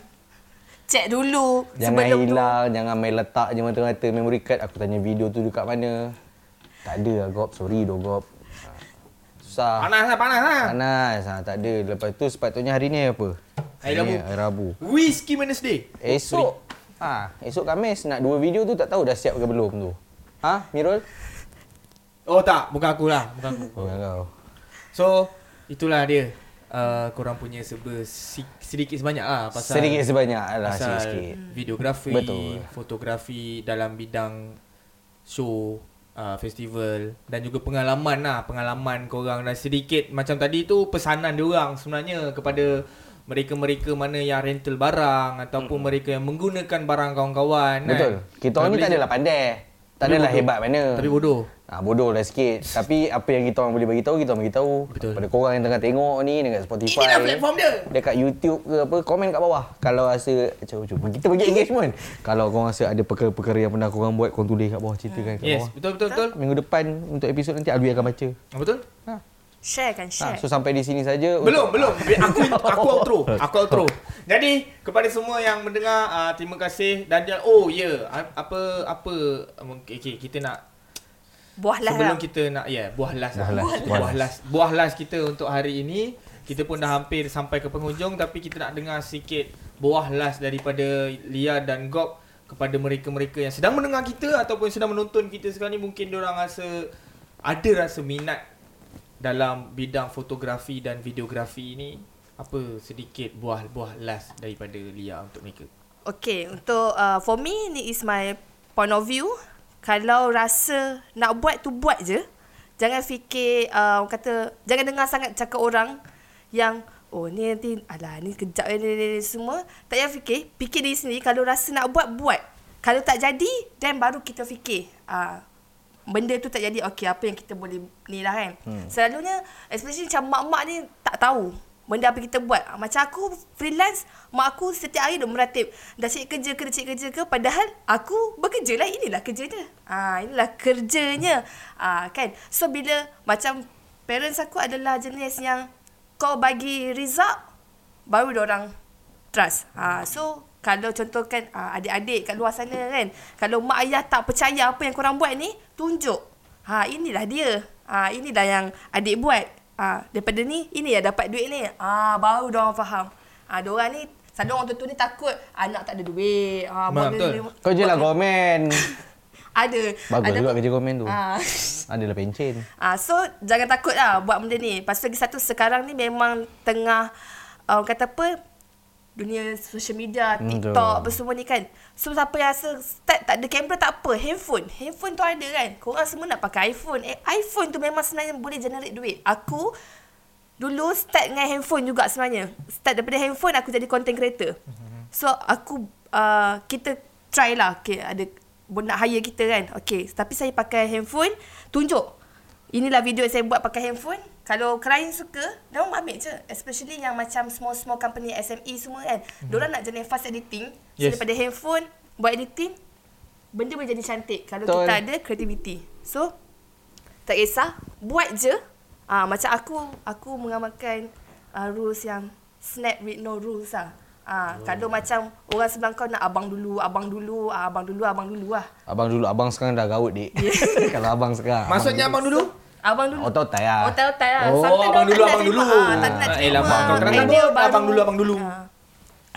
Speaker 4: check dulu
Speaker 3: Jangan
Speaker 4: sebelum
Speaker 3: hilang, jangan main letak je mata-mata memory card. Aku tanya video tu dekat mana. Tak ada lah Gop, sorry doh Gop. Ha, Susah.
Speaker 1: panas lah, panas lah.
Speaker 3: Panas. Ha, tak ada. Lepas tu sepatutnya hari ni apa?
Speaker 1: Hari
Speaker 3: Hari ni
Speaker 1: Rabu.
Speaker 3: Hari Rabu.
Speaker 1: Whiskey Wednesday.
Speaker 3: Esok. Ha, esok Khamis nak dua video tu tak tahu dah siap ke belum tu. Ha, Mirul?
Speaker 1: Oh tak, bukan aku lah. Bukan aku.
Speaker 3: Oh, kau.
Speaker 1: So, itulah dia. Uh, korang punya serba si- sedikit sebanyak lah pasal
Speaker 3: Sedikit sebanyak lah
Speaker 1: pasal Hmm.
Speaker 3: sikit-sikit.
Speaker 1: videografi,
Speaker 3: Betul.
Speaker 1: fotografi dalam bidang show, uh, festival dan juga pengalaman lah, pengalaman korang dan sedikit macam tadi tu pesanan diorang sebenarnya kepada mereka-mereka mana yang rental barang ataupun mereka yang menggunakan barang kawan-kawan kan.
Speaker 3: Hmm. Betul. Kita orang ni
Speaker 1: Boleh-
Speaker 3: tak adalah pandai. Tak
Speaker 1: Tapi
Speaker 3: adalah
Speaker 1: bodoh.
Speaker 3: hebat mana.
Speaker 1: Tapi bodoh.
Speaker 3: Ah bodoh lah sikit. Tapi apa yang kita orang boleh bagi tahu, kita orang bagi tahu.
Speaker 1: Betul.
Speaker 3: Pada korang yang tengah tengok ni dekat Spotify.
Speaker 1: Inilah platform dia.
Speaker 3: Dekat YouTube ke apa, komen kat bawah. Kalau rasa cuba cuba kita bagi engagement. Kalau korang rasa ada perkara-perkara yang pernah korang buat, korang tulis kat bawah, ceritakan kat
Speaker 1: Yes,
Speaker 3: bawah.
Speaker 1: betul betul betul.
Speaker 3: Minggu depan untuk episod nanti Alwi akan baca.
Speaker 1: Betul?
Speaker 4: share kan
Speaker 3: Ha,
Speaker 4: share
Speaker 3: so sampai di sini saja.
Speaker 1: Belum, belum. Bi- Aku aku outro. Aku outro. Jadi, kepada semua yang mendengar, uh, terima kasih dan dia oh ya, yeah, a- apa apa um, okay, okay, kita nak
Speaker 4: buah lah
Speaker 1: sebelum kita nak ya, yeah, buah las. lah.
Speaker 3: Buah las, buah
Speaker 1: Buah las. Buah las kita untuk hari ini. Kita pun dah hampir sampai ke penghujung tapi kita nak dengar sikit buah las daripada Lia dan Gob kepada mereka-mereka yang sedang mendengar kita ataupun sedang menonton kita sekarang ni mungkin diorang rasa ada rasa minat dalam bidang fotografi dan videografi ni apa sedikit buah-buah last daripada Lia untuk mereka.
Speaker 4: Okay, untuk uh, for me ni is my point of view. Kalau rasa nak buat tu buat je. Jangan fikir uh, orang kata jangan dengar sangat cakap orang yang oh ni nanti alah ni kejap ni, ni, ni, ni semua. Tak payah fikir, fikir diri sendiri kalau rasa nak buat buat. Kalau tak jadi then baru kita fikir. Uh, benda tu tak jadi okey apa yang kita boleh ni lah kan hmm. selalunya especially macam mak-mak ni tak tahu benda apa kita buat macam aku freelance mak aku setiap hari dia meratib dah cik kerja ke dah cik kerja ke padahal aku bekerja lah inilah kerja dia ha, inilah kerjanya ha, kan so bila macam parents aku adalah jenis yang kau bagi result baru dia orang trust. Ha, so kalau contohkan ha, adik-adik kat luar sana kan, kalau mak ayah tak percaya apa yang korang buat ni, tunjuk. Ha, inilah dia. Ha, inilah yang adik buat. Ha, daripada ni, ini yang dapat duit ni. Ha, baru diorang faham. Ha, diorang ni, selalu orang tua-tua ni takut anak tak ada duit.
Speaker 1: Mak,
Speaker 4: Ha, buat-
Speaker 1: betul.
Speaker 3: Kau je lah komen.
Speaker 4: Ada.
Speaker 3: Bagus
Speaker 4: ada
Speaker 3: juga kerja komen tu. [laughs]
Speaker 4: [laughs] Ha.
Speaker 3: Adalah pencen.
Speaker 4: Ah, so jangan takut lah buat benda ni. Lepas tu lagi satu sekarang ni memang tengah uh, orang kata apa dunia social media,
Speaker 3: Betul.
Speaker 4: TikTok apa semua ni kan. So siapa yang rasa start tak ada kamera tak apa, handphone. Handphone tu ada kan. Korang semua nak pakai iPhone. Eh, iPhone tu memang sebenarnya boleh generate duit. Aku dulu start dengan handphone juga sebenarnya. Start daripada handphone aku jadi content creator. So aku uh, kita try lah okay, ada bo- nak hire kita kan. Okay, tapi saya pakai handphone, tunjuk. Inilah video yang saya buat pakai handphone. Kalau klien suka, dia orang ambil je. Especially yang macam small-small company SME semua kan. Mm-hmm. Diorang nak jenis fast editing. So,
Speaker 1: Yes.
Speaker 4: daripada handphone, buat editing, benda boleh jadi cantik. Kalau
Speaker 3: Betul.
Speaker 4: kita ada creativity. So, tak kisah. Buat je. Ah macam aku, aku mengamalkan uh, rules yang snap with no rules lah. Ah, oh. Kalau macam orang sebelah kau nak abang dulu, abang dulu, ah, abang dulu, abang dulu lah.
Speaker 3: Abang dulu, abang sekarang dah gaut, dik. [laughs] Kalau abang sekarang.
Speaker 1: Maksudnya abang dulu?
Speaker 4: Abang dulu.
Speaker 3: Otak-otak lah.
Speaker 4: Otak-otak lah.
Speaker 1: Oh,
Speaker 4: Sometimes
Speaker 1: abang
Speaker 4: dia
Speaker 1: dulu,
Speaker 4: tak
Speaker 1: abang
Speaker 4: nak terima.
Speaker 1: dulu.
Speaker 4: Ah, tak
Speaker 1: Ah,
Speaker 4: nak
Speaker 1: eh,
Speaker 4: terima.
Speaker 1: lama. Kau
Speaker 4: Idea
Speaker 1: kadang-kadang
Speaker 4: baru.
Speaker 1: buat abang dulu, abang dulu.
Speaker 4: Ah.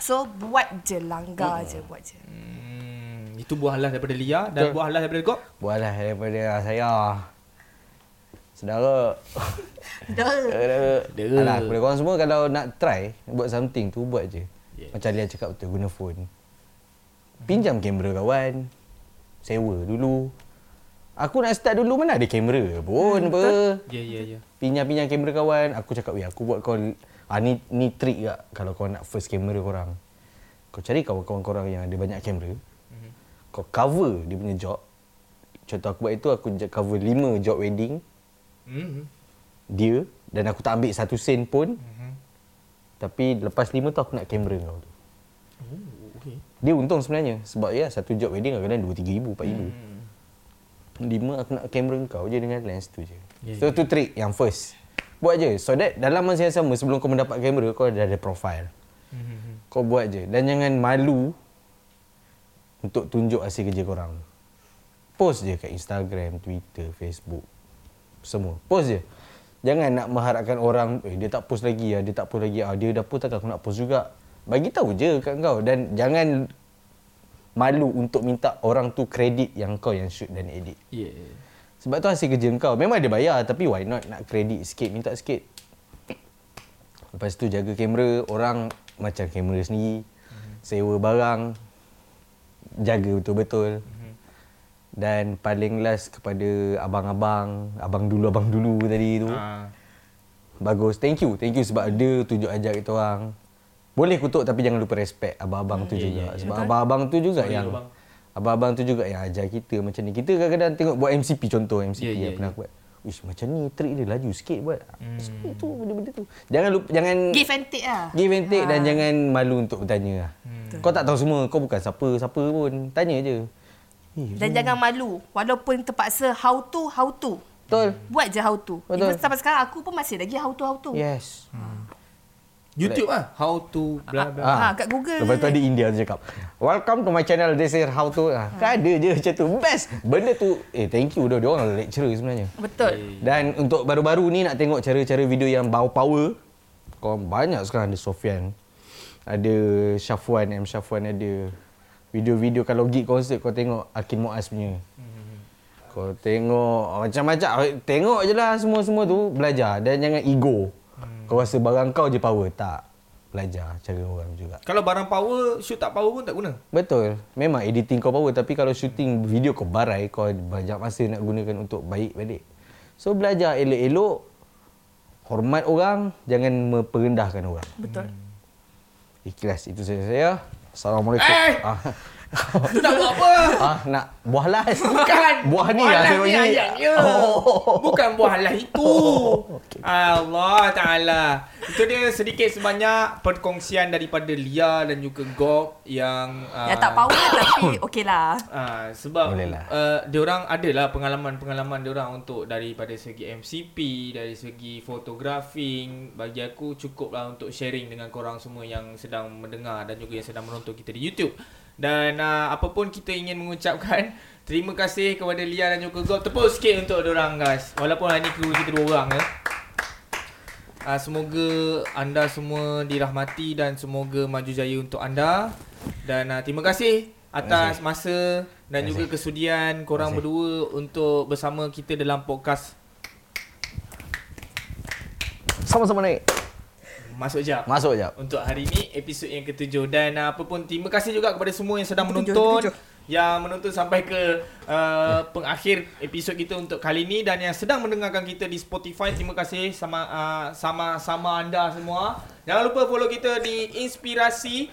Speaker 4: So, buat je. Langgar je. Buat je.
Speaker 1: Hmm, itu buah las daripada Lia dan
Speaker 3: Betul.
Speaker 1: buah las daripada Gob.
Speaker 3: Buatlah daripada saya. Saudara. [laughs]
Speaker 4: Dah.
Speaker 3: Saudara. Alah, kepada korang semua kalau nak try buat something tu buat je.
Speaker 1: Yes.
Speaker 3: Macam Lia cakap tu guna phone. Pinjam kamera kawan. Sewa dulu. Aku nak start dulu mana ada kamera pun apa.
Speaker 1: Ya ya ya.
Speaker 3: Pinjam-pinjam kamera kawan. Aku cakap, weh aku buat kau... Ah, ni, ni trick tak kalau kau nak first kamera korang. Kau cari kawan-kawan korang yang ada banyak kamera. Kau cover dia punya job. Contoh aku buat itu aku je- cover 5 job wedding
Speaker 1: Hmm.
Speaker 3: dia dan aku tak ambil satu sen pun.
Speaker 1: Mhm. hmm.
Speaker 3: Tapi lepas 5 tu aku nak kamera kau tu.
Speaker 1: okey.
Speaker 3: Dia untung sebenarnya sebab ya satu job wedding kadang-kadang 2 3 ribu 4 ribu.
Speaker 1: Hmm.
Speaker 3: Lima aku nak kamera kau je dengan lens tu je.
Speaker 1: Ya,
Speaker 3: so tu trick yang first. Buat je. So that dalam masa yang sama sebelum kau mendapat kamera kau dah ada profile.
Speaker 1: Mm-hmm.
Speaker 3: Kau buat je dan jangan malu untuk tunjuk hasil kerja korang. Post je kat Instagram, Twitter, Facebook. Semua. Post je. Jangan nak mengharapkan orang eh dia tak post lagi ah, dia tak post lagi ah, dia dah post takkan aku nak post juga. Bagi tahu je kat kau dan jangan malu untuk minta orang tu kredit yang kau yang shoot dan edit.
Speaker 1: Yeah.
Speaker 3: Sebab tu hasil kerja kau Memang dia bayar Tapi why not Nak kredit sikit Minta sikit Lepas tu jaga kamera Orang Macam kamera sendiri Sewa barang Jaga betul-betul Dan paling last Kepada abang-abang Abang dulu Abang dulu tadi tu
Speaker 1: Ah.
Speaker 3: Bagus Thank you Thank you sebab dia Tunjuk ajar kita orang Boleh kutuk Tapi jangan lupa respect Abang-abang tu
Speaker 1: ya,
Speaker 3: juga
Speaker 1: ya, ya.
Speaker 3: Sebab abang-abang tu juga
Speaker 1: Sorry,
Speaker 3: yang
Speaker 1: abang.
Speaker 3: Abang-abang tu juga yang ajar kita Macam ni Kita kadang-kadang tengok Buat MCP contoh
Speaker 1: Ya, ya,
Speaker 3: MCP yeah, yang
Speaker 1: ya.
Speaker 3: pernah aku buat Uish macam ni Trick dia laju sikit buat hmm. Itu benda-benda tu Jangan lupa Jangan
Speaker 4: Give and take lah.
Speaker 3: Give and take dan jangan malu untuk bertanya lah.
Speaker 1: Hmm.
Speaker 3: Kau tak tahu semua, kau bukan siapa-siapa pun. Tanya je. Eh,
Speaker 4: Dan jangan malu. Walaupun terpaksa how to, how to.
Speaker 3: betul.
Speaker 4: Buat je how to.
Speaker 3: Betul.
Speaker 4: Even sampai sekarang aku pun masih lagi how to, how to.
Speaker 3: Yes.
Speaker 1: YouTube ah. How to bla bla.
Speaker 4: Ah, kat Google
Speaker 3: Lepas tu
Speaker 4: je.
Speaker 3: ada India tu cakap Welcome to my channel This is how to ha. Kan ada je macam tu Best Benda tu Eh thank you dah Dia orang lecturer sebenarnya
Speaker 4: Betul.
Speaker 3: Dan untuk baru-baru ni Nak tengok cara-cara video yang Bau power Kau banyak sekarang Ada Sofian Ada Syafwan M Syafwan ada Video-video Kalau gig konsert Kau tengok Akin Muaz punya Kau tengok Macam-macam Tengok je lah Semua-semua tu Belajar Dan jangan ego Kau rasa barang kau je power Tak Belajar Cara orang juga
Speaker 1: Kalau barang power, shoot tak power pun tak guna.
Speaker 3: Betul. Memang editing kau power tapi kalau shooting video kau barai kau banyak masa nak gunakan untuk baik balik. So belajar elok-elok hormat orang, jangan memperendahkan orang.
Speaker 4: Betul.
Speaker 3: Ikhlas itu saja saya. Assalamualaikum.
Speaker 1: Eh!
Speaker 3: Ah, [laughs]
Speaker 1: Tu nak buat apa?
Speaker 3: ah nak buah las.
Speaker 1: Bukan
Speaker 3: Buah ni lah saya
Speaker 1: Kan?
Speaker 3: Oh,
Speaker 1: ni
Speaker 3: bagi.
Speaker 1: ayatnya. Bukan buah lah itu. Allah Ta'ala. Itu dia sedikit sebanyak perkongsian daripada Lia dan juga Gok yang...
Speaker 4: Yang tak power tapi okey lah.
Speaker 1: Ah, sebab
Speaker 3: Boleh lah.
Speaker 1: uh, diorang adalah pengalaman-pengalaman diorang untuk daripada segi MCP, dari segi fotografing bagi aku cukup lah untuk sharing dengan korang semua yang sedang mendengar dan juga yang sedang menonton kita di YouTube. Dan uh, apa pun kita ingin mengucapkan [laughs] terima kasih kepada Lia dan juga Gob. Tepuk sikit untuk diorang guys. Walaupun hari ni kru kita dua orang ya. Uh, semoga anda semua dirahmati dan semoga maju jaya untuk anda. Dan uh, terima kasih atas masa dan juga kesudian korang berdua untuk bersama kita dalam podcast
Speaker 3: Sama-sama naik.
Speaker 1: Masuk Jap.
Speaker 3: Masuk jap.
Speaker 1: Untuk hari ini episod yang ketujuh dan uh, apa pun terima kasih juga kepada semua yang sedang
Speaker 4: Ketujuh,
Speaker 1: menonton
Speaker 4: ketujuh.
Speaker 1: yang menonton sampai ke uh, pengakhir episod kita untuk kali ini dan yang sedang mendengarkan kita di Spotify terima kasih sama uh, sama-sama anda semua. Jangan lupa follow kita di Inspirasi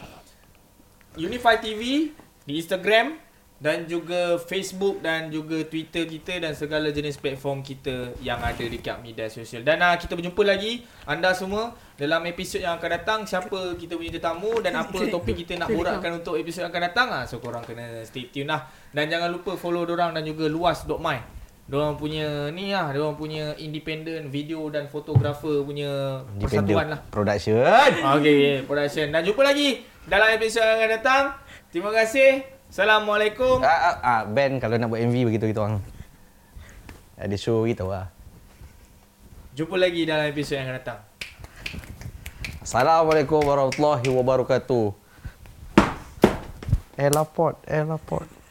Speaker 1: Unify TV di Instagram dan juga Facebook dan juga Twitter kita dan segala jenis platform kita yang ada dekat media sosial. Dan uh, kita berjumpa lagi anda semua dalam episod yang akan datang. Siapa kita punya tetamu dan apa topik kita nak borakkan untuk episod yang akan datang. Uh, so korang kena stay tune lah. Dan jangan lupa follow dorang dan juga luas.my. Diorang punya ni lah, diorang punya independent video dan fotografer punya persatuan lah.
Speaker 3: Production.
Speaker 1: Okay, production. Dan jumpa lagi dalam episod yang akan datang. Terima kasih. Assalamualaikum.
Speaker 3: Ah, ah, ah, band kalau nak buat MV begitu kita orang. Ada show kita lah.
Speaker 1: Jumpa lagi dalam episod yang akan datang.
Speaker 3: Assalamualaikum warahmatullahi wabarakatuh. Airport, airport.